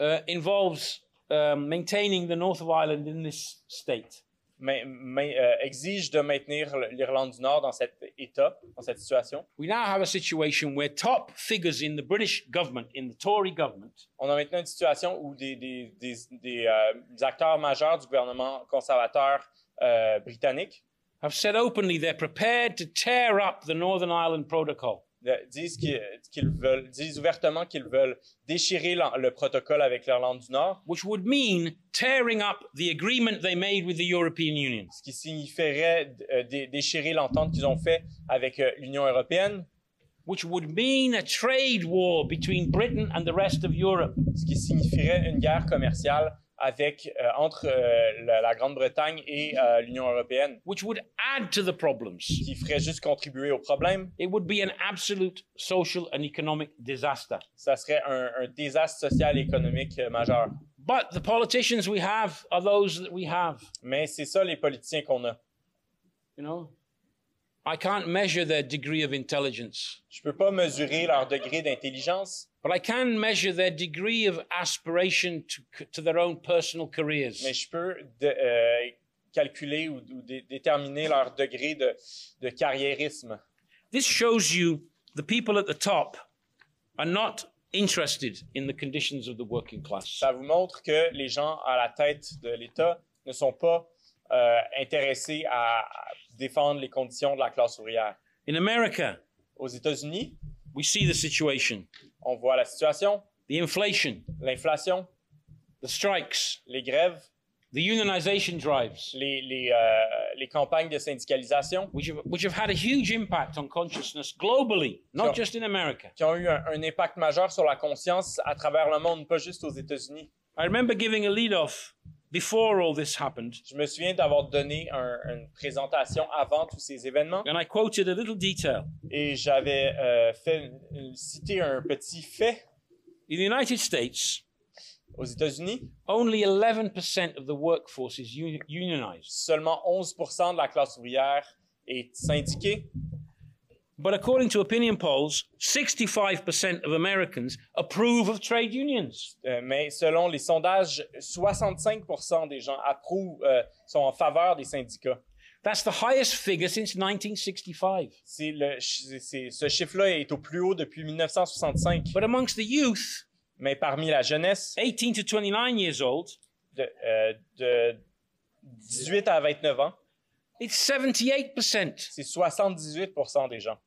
Speaker 2: uh, involves um, maintaining the north of Ireland in this state.
Speaker 3: main- main- euh, exige de maintenir l'Irlande du Nord dans cet état, dans cette situation.
Speaker 2: We now have a situation where top figures in the British government, in the Tory government,
Speaker 3: on a maintenant une situation où des, des- des- des, euh, des acteurs majeurs du gouvernement conservateur euh, britannique
Speaker 2: have said openly they're prepared to tear up the Northern Ireland Protocol.
Speaker 3: euh, disent qu'ils qu'ils veulent disent ouvertement qu'ils veulent déchirer l'en- le protocole avec l'Irlande du Nord,
Speaker 2: Which would mean tearing up the agreement they made with the European Union.
Speaker 3: ce qui signifierait euh, dé- déchirer l'entente qu'ils ont faite avec euh, l'Union européenne,
Speaker 2: Which would mean a trade war between Britain and the rest of Europe.
Speaker 3: ce qui signifierait une guerre commerciale avec euh, entre euh, la, la Grande-Bretagne et euh, l'Union européenne,
Speaker 2: Which would add to the problems.
Speaker 3: qui ferait juste contribuer au problème.
Speaker 2: It would be an absolute social and economic disaster.
Speaker 3: Ça serait un, un désastre social et économique euh, majeur.
Speaker 2: But the politicians we have are those that we have.
Speaker 3: Mais c'est ça les politiciens qu'on a.
Speaker 2: You know, I can't measure their degree of intelligence,
Speaker 3: Je peux pas mesurer leur degré d'intelligence,
Speaker 2: but I can measure their degree of aspiration to, to their own personal careers.
Speaker 3: mais je peux de- euh, calculer ou, ou dé- déterminer leur degré de, de carriérisme.
Speaker 2: This shows you the people at the top are not interested in the conditions of the working class.
Speaker 3: Ça vous montre que les gens à la tête de l'État ne sont pas euh, intéressés à défendre les conditions de la classe ouvrière.
Speaker 2: In America,
Speaker 3: Aux États-Unis,
Speaker 2: we see the situation
Speaker 3: on voit la situation,
Speaker 2: the inflation,
Speaker 3: l'inflation,
Speaker 2: the strikes,
Speaker 3: les grèves,
Speaker 2: the unionization drives,
Speaker 3: les, les, euh, les campagnes de syndicalisation
Speaker 2: which have, which have had a huge impact on consciousness globally, not
Speaker 3: Sure.
Speaker 2: just in America.
Speaker 3: qui ont eu un, un impact majeur sur la conscience à travers le monde, pas juste aux États-Unis.
Speaker 2: I remember giving a lead-off before all this happened,
Speaker 3: Je me souviens d'avoir donné un- une présentation avant tous ces événements
Speaker 2: and I quoted a little detail.
Speaker 3: et j'avais euh, fait euh, cité un petit fait
Speaker 2: In the United States,
Speaker 3: aux États-Unis.
Speaker 2: only 11% of the workforce is uni- unionized.
Speaker 3: Seulement 11% de la classe ouvrière est syndiquée,
Speaker 2: But according to opinion polls, 65% of Americans approve of trade unions.
Speaker 3: euh, mais selon les sondages, 65% des gens approuvent, euh, sont en faveur des syndicats.
Speaker 2: That's the highest figure since 1965.
Speaker 3: C'est le, ch- c'est- ce chiffre-là est au plus haut depuis 1965.
Speaker 2: But amongst the youth,
Speaker 3: Mais parmi la jeunesse,
Speaker 2: 18 to 29 years old,
Speaker 3: de, euh, de 18 à 29 ans,
Speaker 2: it's 78%.
Speaker 3: c'est 78% des gens.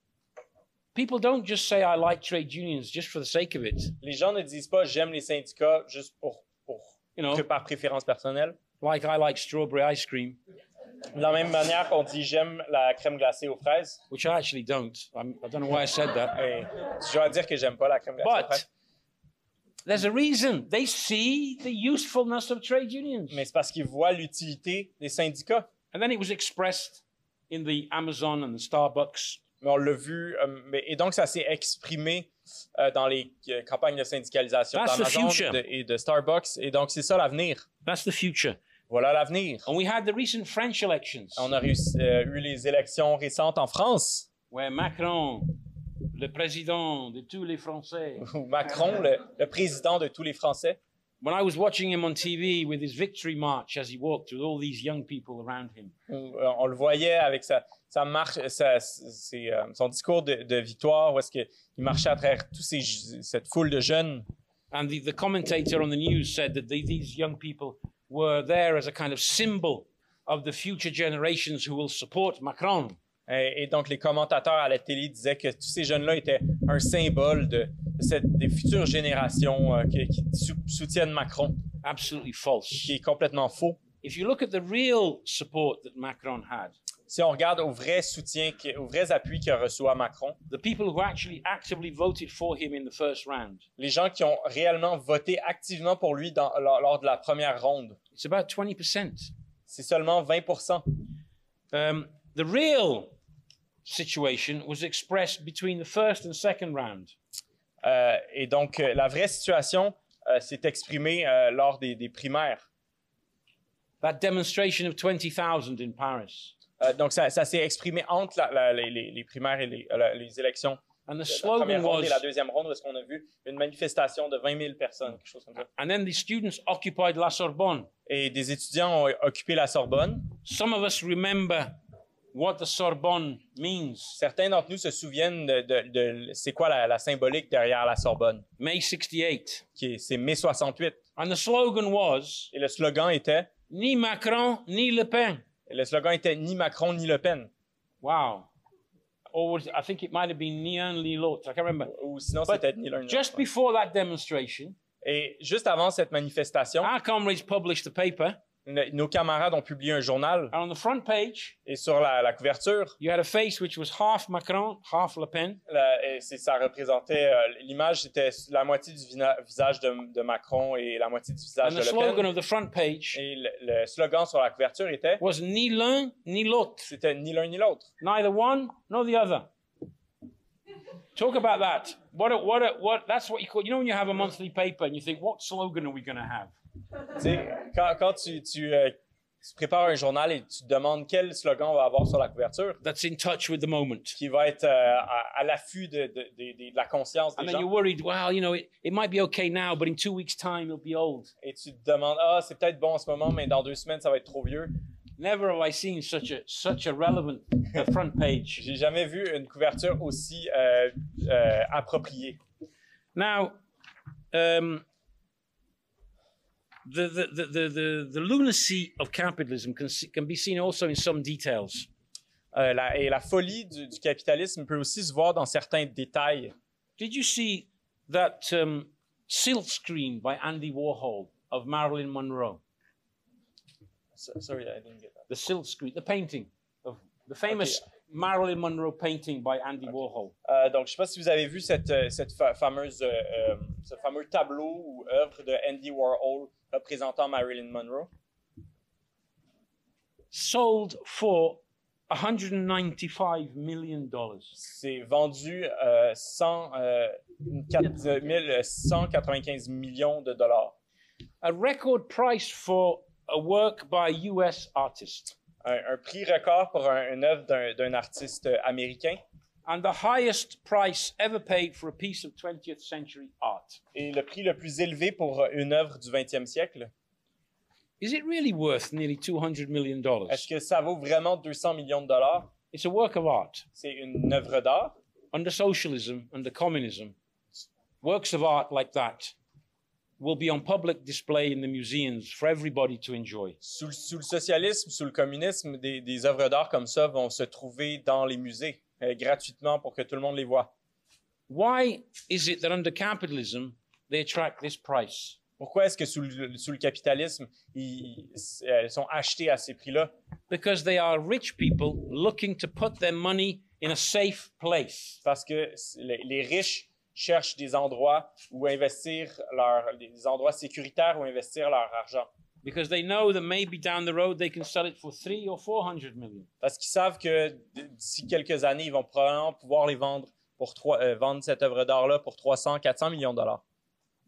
Speaker 2: People don't just say, I like trade unions just for the sake of it.
Speaker 3: Les gens ne disent pas j'aime les syndicats juste pour, pour
Speaker 2: You know,
Speaker 3: que par préférence personnelle.
Speaker 2: like I like strawberry ice cream,
Speaker 3: De la même manière qu'on dit j'aime la crème glacée aux fraises.
Speaker 2: which I actually don't. I'm, I don't know why I said that.
Speaker 3: Et je vais dire que j'aime pas la crème glacée aux
Speaker 2: But
Speaker 3: fraises.
Speaker 2: there's a reason. They see the usefulness of trade unions.
Speaker 3: Mais c'est parce qu'ils voient l'utilité des syndicats.
Speaker 2: And then it was expressed in the Amazon and the Starbucks.
Speaker 3: Mais on l'a vu. euh, mais- et donc, ça s'est exprimé euh, dans les euh, campagnes de syndicalisation
Speaker 2: That's the
Speaker 3: d'Amazon
Speaker 2: future.
Speaker 3: de- et de Starbucks. Et donc, c'est ça l'avenir.
Speaker 2: That's the future.
Speaker 3: Voilà l'avenir.
Speaker 2: And we had the recent French elections
Speaker 3: On a réussi- euh, eu les élections récentes en France,
Speaker 2: where Macron, le président de tous les Français,
Speaker 3: où Macron, le, le président de tous les Français,
Speaker 2: when I was watching him on TV with his victory march as he walked with all these young people around him,
Speaker 3: où, euh, on le voyait avec sa, sa marche, sa- ses, euh, son discours de, de victoire, où est-ce qu'il marchait à travers toute cette foule de jeunes.
Speaker 2: and the, the commentator on the news said that they, these young people were there as a kind of symbol of the future generations who will support Macron.
Speaker 3: Et, et donc, les commentateurs à la télé disaient que tous ces jeunes-là étaient un symbole de, de cette- des futures générations euh, qui, qui sou- soutiennent Macron,
Speaker 2: Absolutely false.
Speaker 3: qui est complètement faux.
Speaker 2: If you look at the real support that Macron had,
Speaker 3: Si on regarde au vrai soutien, qui- aux vrais appuis que reçoit Macron,
Speaker 2: the people who actually actively voted for him in the first round,
Speaker 3: les gens qui ont réellement voté activement pour lui dans- lors, lors de la première ronde.
Speaker 2: it's about 20%.
Speaker 3: C'est seulement 20
Speaker 2: Um, the real situation was expressed between the first and second round.
Speaker 3: Euh, Et donc, euh, la vraie situation euh, s'est exprimée euh, lors des, des primaires.
Speaker 2: That demonstration of 20,000 in Paris
Speaker 3: Euh, donc, ça, ça s'est exprimé entre la- la- les, les- les primaires et les, euh, la- les élections.
Speaker 2: and the
Speaker 3: La première
Speaker 2: slogan
Speaker 3: ronde et
Speaker 2: was
Speaker 3: la deuxième ronde, où est-ce qu'on a vu une manifestation de 20 000 personnes, quelque chose comme ça.
Speaker 2: and then the students occupied La Sorbonne.
Speaker 3: Et des étudiants ont occupé la Sorbonne.
Speaker 2: Some of us remember what the Sorbonne means.
Speaker 3: Certains d'entre nous se souviennent de, de- de- c'est quoi la, la symbolique derrière la Sorbonne,
Speaker 2: May 68.
Speaker 3: qui est, c'est mai 68.
Speaker 2: And the slogan was
Speaker 3: Et le slogan était
Speaker 2: ni Macron ni Le Pen.
Speaker 3: Le slogan était ni Macron ni Le Pen.
Speaker 2: Wow. Or was, I think it might have been ni un ni l'autre. I can't remember.
Speaker 3: Ou sinon,
Speaker 2: But
Speaker 3: c'était ni l'un ni
Speaker 2: Just
Speaker 3: l'autre.
Speaker 2: before that demonstration,
Speaker 3: Et juste avant cette manifestation,
Speaker 2: our comrades published the paper,
Speaker 3: n- nos camarades ont publié un journal.
Speaker 2: and on the front page,
Speaker 3: Et sur la, la couverture,
Speaker 2: you had a face which was half Macron, half Le Pen,
Speaker 3: la- et c'est- ça représentait... euh, L'image, c'était la moitié du vina- visage de, de Macron et la moitié du visage
Speaker 2: and
Speaker 3: de
Speaker 2: the
Speaker 3: Le
Speaker 2: slogan
Speaker 3: Pen.
Speaker 2: of the front page
Speaker 3: Et le, le slogan sur la couverture était...
Speaker 2: was ni l'un ni l'autre,
Speaker 3: C'était ni l'un ni l'autre.
Speaker 2: neither one nor the other. Talk about that. What? A, what? A, what? That's what you call. You know when you have a monthly paper and you think, what slogan are we going to have?
Speaker 3: Tu sais, quand, quand tu, tu, euh, tu prépares un journal et tu te demandes quel slogan on va avoir sur la couverture,
Speaker 2: That's in touch with the moment.
Speaker 3: qui va être euh, à, à l'affût de, de- de- de la conscience des
Speaker 2: And then
Speaker 3: gens.
Speaker 2: you're worried. Well, you know, it, it might be okay now, but in two weeks' time, it'll be old.
Speaker 3: et tu te demandes ah c'est peut-être bon en ce moment mais dans deux semaines ça va être trop vieux
Speaker 2: Never have I seen such a such a relevant uh, front page.
Speaker 3: j'ai jamais vu une couverture aussi euh, euh, appropriée
Speaker 2: Now, um, the, the, the, the, the, the lunacy of capitalism can, see, can be seen also in some details.
Speaker 3: Euh, la- et la folie du, du capitalisme peut aussi se voir dans certains détails
Speaker 2: Did you see that um, silk screen by Andy Warhol? of Marilyn Monroe.
Speaker 3: So- Sorry, I didn't get that.
Speaker 2: The silk screen, the painting of the famous Marilyn Monroe painting by Andy Warhol.
Speaker 3: Euh, donc, je ne sais pas si vous avez vu cette, euh, cette fa- fameuse, euh, euh, ce fameux tableau ou œuvre de Andy Warhol représentant Marilyn Monroe.
Speaker 2: Sold for 195 million dollars.
Speaker 3: C'est vendu euh, 100, euh, 4 195 euh, millions de dollars.
Speaker 2: A record price for a work by a US artist
Speaker 3: Un, un prix record pour un- une œuvre d'un d'un artiste américain
Speaker 2: and the highest price ever paid for a piece of 20th century art.
Speaker 3: et le prix le plus élevé pour une œuvre du 20e siècle.
Speaker 2: Is it really worth nearly 200 million dollars?
Speaker 3: Est-ce que ça vaut vraiment 200 millions de dollars?
Speaker 2: It's a work of art.
Speaker 3: C'est une œuvre d'art.
Speaker 2: under socialism, under communism, works of art like that will be on public display in the museums for everybody to enjoy.
Speaker 3: Sous, le- sous le socialisme, sous le communisme, des, des œuvres d'art comme ça vont se trouver dans les musées euh, gratuitement pour que tout le monde les voit.
Speaker 2: Why is it that under capitalism they attract this price?
Speaker 3: Pourquoi est-ce que sous le, sous le capitalisme, ils- ils- elles sont achetées à ces prix-là?
Speaker 2: Because they are rich people looking to put their money in a safe place.
Speaker 3: Parce que c- les, les riches cherchent des endroits où investir leur, des endroits sécuritaires où investir leur argent.
Speaker 2: Because they know that maybe down the road they can sell it for three or four hundred million.
Speaker 3: Parce qu'ils savent que d- d'ici quelques années, ils vont probablement pouvoir les vendre pour trois, euh, vendre cette œuvre d'art-là pour 300, 400 millions de dollars.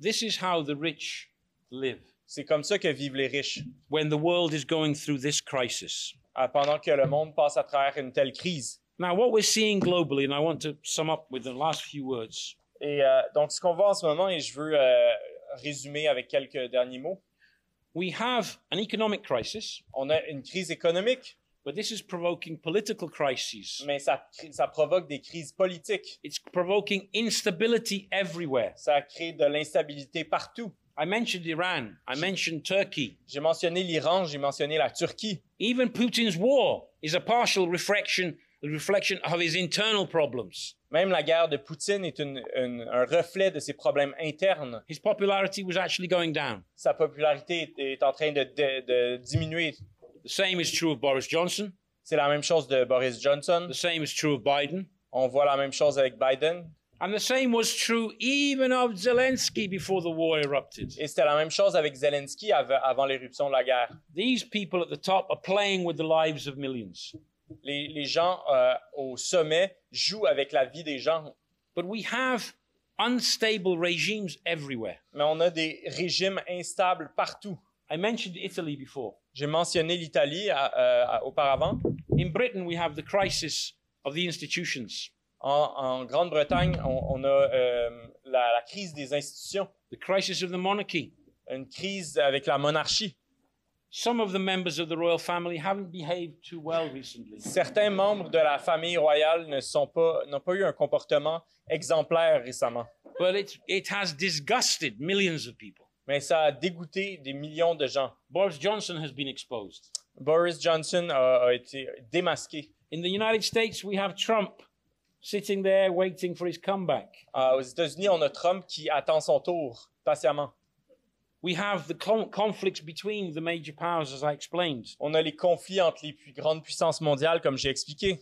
Speaker 2: This is how the rich live
Speaker 3: C'est comme ça que vivent les riches.
Speaker 2: when the world is going through this crisis.
Speaker 3: Ah, pendant que le monde passe à travers une telle crise.
Speaker 2: Now, what we're seeing globally, and I want to sum up with the last few words,
Speaker 3: Et euh, donc, ce qu'on voit en ce moment, et je veux euh, résumer avec quelques derniers mots,
Speaker 2: we have an economic crisis,
Speaker 3: on a une crise économique,
Speaker 2: but this is provoking political crises.
Speaker 3: mais ça, crée- ça provoque des crises politiques.
Speaker 2: It's provoking instability everywhere.
Speaker 3: Ça crée de l'instabilité partout.
Speaker 2: I mentioned Iran, I mentioned Turkey.
Speaker 3: J'ai mentionné l'Iran, j'ai mentionné la Turquie.
Speaker 2: Even Putin's war is a partial reflection, reflection of his internal problems.
Speaker 3: Même la guerre de Poutine est une- une- un reflet de ses problèmes internes.
Speaker 2: His popularity was actually going down.
Speaker 3: Sa popularité est, est en train de, de- de diminuer.
Speaker 2: The same is true of Boris Johnson.
Speaker 3: C'est la même chose de Boris Johnson.
Speaker 2: The same is true of Biden.
Speaker 3: On voit la même chose avec Biden.
Speaker 2: And the same was true even of Zelensky before the war erupted.
Speaker 3: Et c'était la même chose avec Zelensky av- avant l'éruption de la guerre.
Speaker 2: These people at the top are playing with the lives of millions.
Speaker 3: les, les gens euh, au sommet jouent avec la vie des gens.
Speaker 2: But we have unstable regimes everywhere.
Speaker 3: Mais on a des régimes instables partout.
Speaker 2: I mentioned Italy before.
Speaker 3: J'ai mentionné l'Italie à- euh, à- auparavant.
Speaker 2: In Britain, we have the crisis of the institutions,
Speaker 3: En, en Grande-Bretagne, on, on a euh, la, la crise des institutions,
Speaker 2: the crisis of the monarchy.
Speaker 3: une crise avec la monarchie.
Speaker 2: Some of the members of the royal family haven't behaved too well recently.
Speaker 3: Certains membres de la famille royale ne sont pas n'ont pas eu un comportement exemplaire récemment,
Speaker 2: But it, it has disgusted millions of people.
Speaker 3: mais ça a dégoûté des millions de gens.
Speaker 2: Boris Johnson has been exposed.
Speaker 3: Boris Johnson a- a été démasqué.
Speaker 2: In the United States, we have Trump sitting there waiting for his comeback.
Speaker 3: Euh, aux États-Unis, on a Trump qui attend son tour patiemment.
Speaker 2: We have the con- conflicts between the major powers, as I explained.
Speaker 3: On a les conflits entre les plus grandes puissances mondiales, comme j'ai expliqué.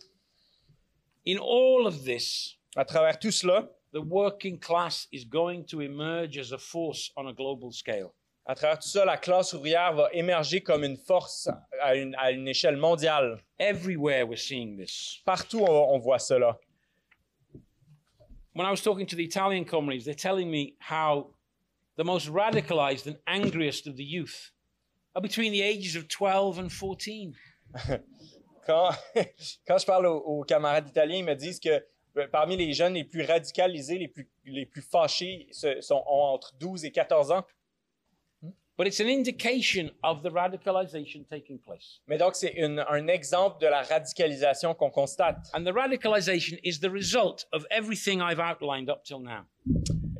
Speaker 2: In all of this,
Speaker 3: À travers tout cela,
Speaker 2: the working class is going to emerge as a force on a global scale.
Speaker 3: à travers tout ça, la classe ouvrière va émerger comme une force à une, à une échelle mondiale.
Speaker 2: Everywhere we're seeing this.
Speaker 3: Partout, on, on voit cela.
Speaker 2: When I was talking to the Italian comrades, they're telling me how the most radicalized and angriest of the youth are between the ages of 12 and 14.
Speaker 3: Quand, <laughs> quand je parle aux, aux camarades italiens, ils me disent que euh, parmi les jeunes les plus radicalisés, les plus, les plus fâchés, ce- sont, ont entre 12 et 14 ans.
Speaker 2: But it's an indication of the radicalization taking place.
Speaker 3: Mais donc, c'est une- un exemple de la radicalisation qu'on constate.
Speaker 2: And the radicalization is the result of everything I've outlined up till now.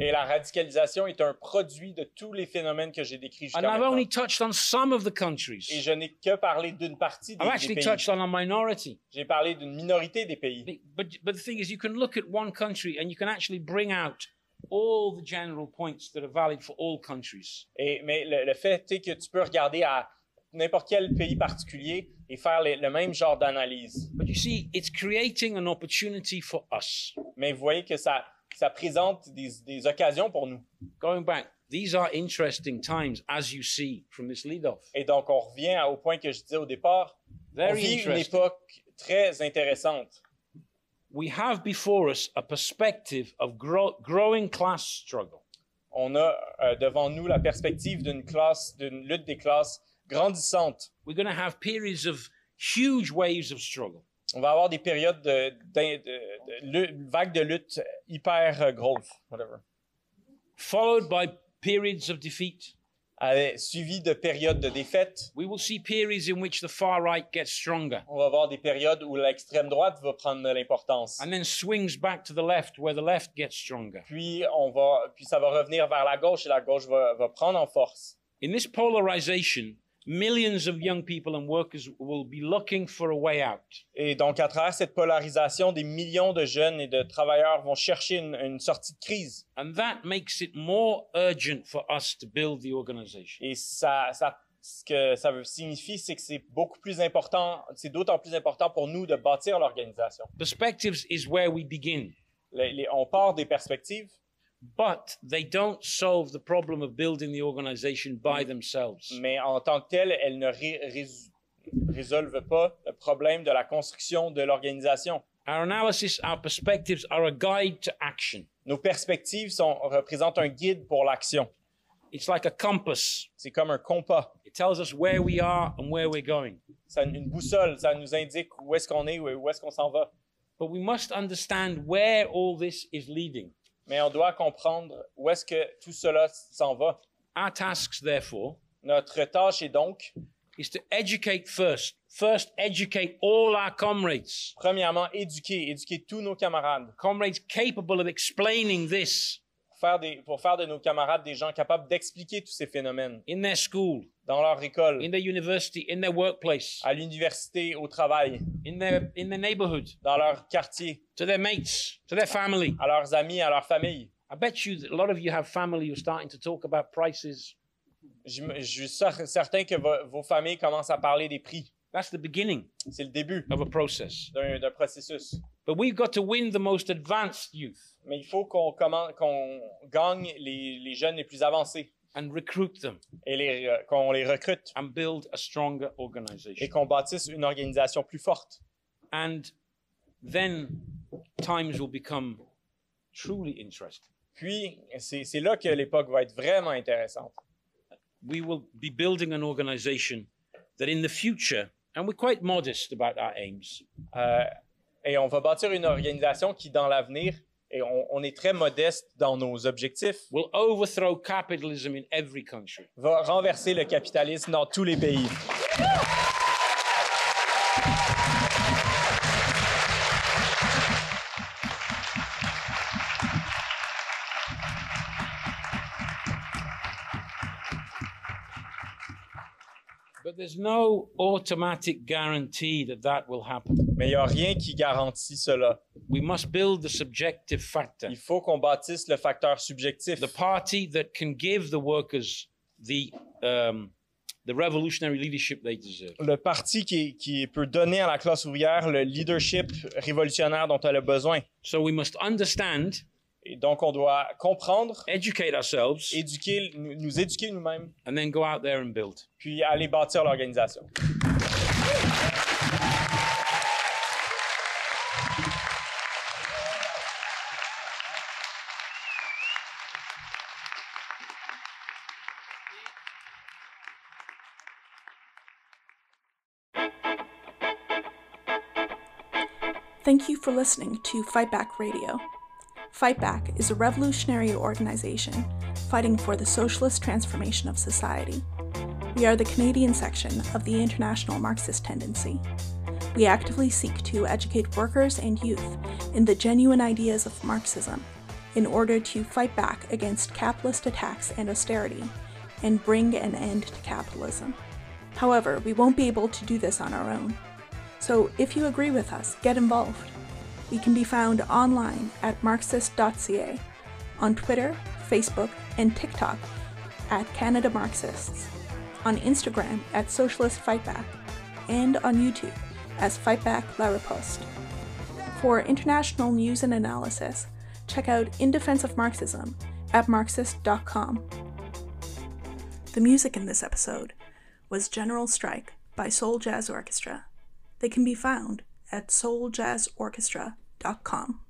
Speaker 3: Et la radicalisation est un produit de tous les phénomènes que j'ai décrits jusqu'à
Speaker 2: And I've
Speaker 3: maintenant.
Speaker 2: only touched on some of the
Speaker 3: Et
Speaker 2: countries.
Speaker 3: je n'ai que parlé d'une partie des,
Speaker 2: I've
Speaker 3: des
Speaker 2: actually
Speaker 3: pays.
Speaker 2: touched on a minority.
Speaker 3: J'ai parlé d'une minorité des pays.
Speaker 2: But, but the thing is, you can look at one country and you can actually bring out all the general points that are valid for all countries.
Speaker 3: Et, mais le, le fait est que tu peux regarder à n'importe quel pays particulier et faire les- le même genre d'analyse.
Speaker 2: But you see, it's creating an opportunity for us.
Speaker 3: Mais vous voyez que ça, ça présente des, des occasions pour nous.
Speaker 2: Going back, these are interesting times, as you see from this lead-off.
Speaker 3: Et donc, on revient à- au point que je disais au départ. On
Speaker 2: Very
Speaker 3: vit une
Speaker 2: interesting.
Speaker 3: époque très intéressante.
Speaker 2: We have before us a perspective of grow- growing class struggle.
Speaker 3: On a euh, devant nous la perspective d'une classe, d'une lutte des classes grandissante.
Speaker 2: We're going to have periods of huge waves of struggle.
Speaker 3: On va avoir des périodes de, d'in- de- de lu- vagues de lutte hyper euh, grosses, whatever.
Speaker 2: followed by periods of defeat.
Speaker 3: Avec- Euh, suivies de périodes de défaite.
Speaker 2: We will see periods in which the far right gets stronger
Speaker 3: On va avoir des périodes où l'extrême droite va prendre de l'importance.
Speaker 2: and then swings back to the left where the left gets stronger.
Speaker 3: Puis, on va, puis ça va revenir vers la gauche et la gauche va, va prendre en force.
Speaker 2: In this polarization, millions of young people and workers will be looking for a way out.
Speaker 3: Et donc, à travers cette polarisation, des millions de jeunes et de travailleurs vont chercher une, une sortie de crise.
Speaker 2: And that makes it more urgent for us to build the organization.
Speaker 3: Et ça, ça- ce que ça veut- signifie, c'est que c'est beaucoup plus important, c'est d'autant plus important pour nous de bâtir l'organisation.
Speaker 2: Perspectives is where we begin,
Speaker 3: Les- les- on part des perspectives,
Speaker 2: but they don't solve the problem of building the organization by themselves.
Speaker 3: mais en tant que telles, elles ne ré- rés- résolvent pas le problème de la construction de l'organisation.
Speaker 2: Our analysis, our perspectives are a guide to action.
Speaker 3: Nos perspectives sont, représentent un guide pour l'action.
Speaker 2: It's like a compass.
Speaker 3: C'est comme un compas.
Speaker 2: It tells us where we are and where we're going.
Speaker 3: Ça, une boussole, ça nous indique où est-ce qu'on est, où où est-ce qu'on s'en va.
Speaker 2: But we must understand where all this is leading.
Speaker 3: Mais on doit comprendre où est-ce que tout cela s'en va.
Speaker 2: Our tasks, therefore,
Speaker 3: Notre tâche est donc,
Speaker 2: is to educate first. First, educate all our comrades.
Speaker 3: premièrement, éduquer, éduquer tous nos camarades.
Speaker 2: Comrades capable of explaining this
Speaker 3: Pour faire, des- pour faire de nos camarades des gens capables d'expliquer tous ces phénomènes
Speaker 2: in their school,
Speaker 3: dans leur école,
Speaker 2: in their university, in their workplace,
Speaker 3: à l'université, au travail,
Speaker 2: in their in their neighborhood,
Speaker 3: dans leur quartier,
Speaker 2: to their mates, to their family.
Speaker 3: à leurs amis, à leur famille.
Speaker 2: I bet you that a lot of you have family who're starting to talk about prices.
Speaker 3: J'im- Je suis cer- certain que vo- vos familles commencent à parler des prix.
Speaker 2: That's the beginning
Speaker 3: C'est le début
Speaker 2: of a process.
Speaker 3: d'un d'un processus.
Speaker 2: But we've got to win the most advanced youth.
Speaker 3: Mais il faut qu'on commen- qu'on gagne les, les jeunes les plus avancés
Speaker 2: and recruit them
Speaker 3: et les re- qu'on les recrute
Speaker 2: and build a stronger
Speaker 3: et
Speaker 2: organization.
Speaker 3: qu'on bâtisse une organisation plus forte.
Speaker 2: And then times will become truly interesting.
Speaker 3: Puis, c'est c'est là que l'époque va être vraiment intéressante.
Speaker 2: We will be building an organization that in the future, and we're quite modest about our aims,
Speaker 3: Euh, et on va bâtir une organisation qui, dans l'avenir, et on, on est très modeste dans nos objectifs,
Speaker 2: will overthrow capitalism in every country.
Speaker 3: va renverser le capitalisme dans tous les pays.
Speaker 2: But there's no automatic guarantee that that will happen.
Speaker 3: Mais il n'y a rien qui garantit cela.
Speaker 2: We must build the subjective factor,
Speaker 3: Il faut qu'on bâtisse le facteur subjectif,
Speaker 2: the party that can give the workers the, um, the revolutionary leadership they deserve.
Speaker 3: le parti qui, qui peut donner à la classe ouvrière le leadership révolutionnaire dont elle a besoin.
Speaker 2: So we must understand,
Speaker 3: Et donc, on doit comprendre,
Speaker 2: educate ourselves,
Speaker 3: éduquer, nous, nous éduquer nous-mêmes,
Speaker 2: and then go out there and build.
Speaker 3: puis aller bâtir l'organisation.
Speaker 1: Thank you for listening to Fight Back Radio. Fight Back is a revolutionary organization fighting for the socialist transformation of society. We are the Canadian section of the International Marxist Tendency. We actively seek to educate workers and youth in the genuine ideas of Marxism in order to fight back against capitalist attacks and austerity and bring an end to capitalism. However, we won't be able to do this on our own. So if you agree with us, get involved. We can be found online at marxist.ca on Twitter, Facebook, and TikTok at Canada Marxists, on Instagram at Socialist Fightback, and on YouTube as Fightback La Riposte. For international news and analysis, check out In Defense of Marxism at Marxist.com. The music in this episode was General Strike by Soul Jazz Orchestra. They can be found at souljazzorchestra.com.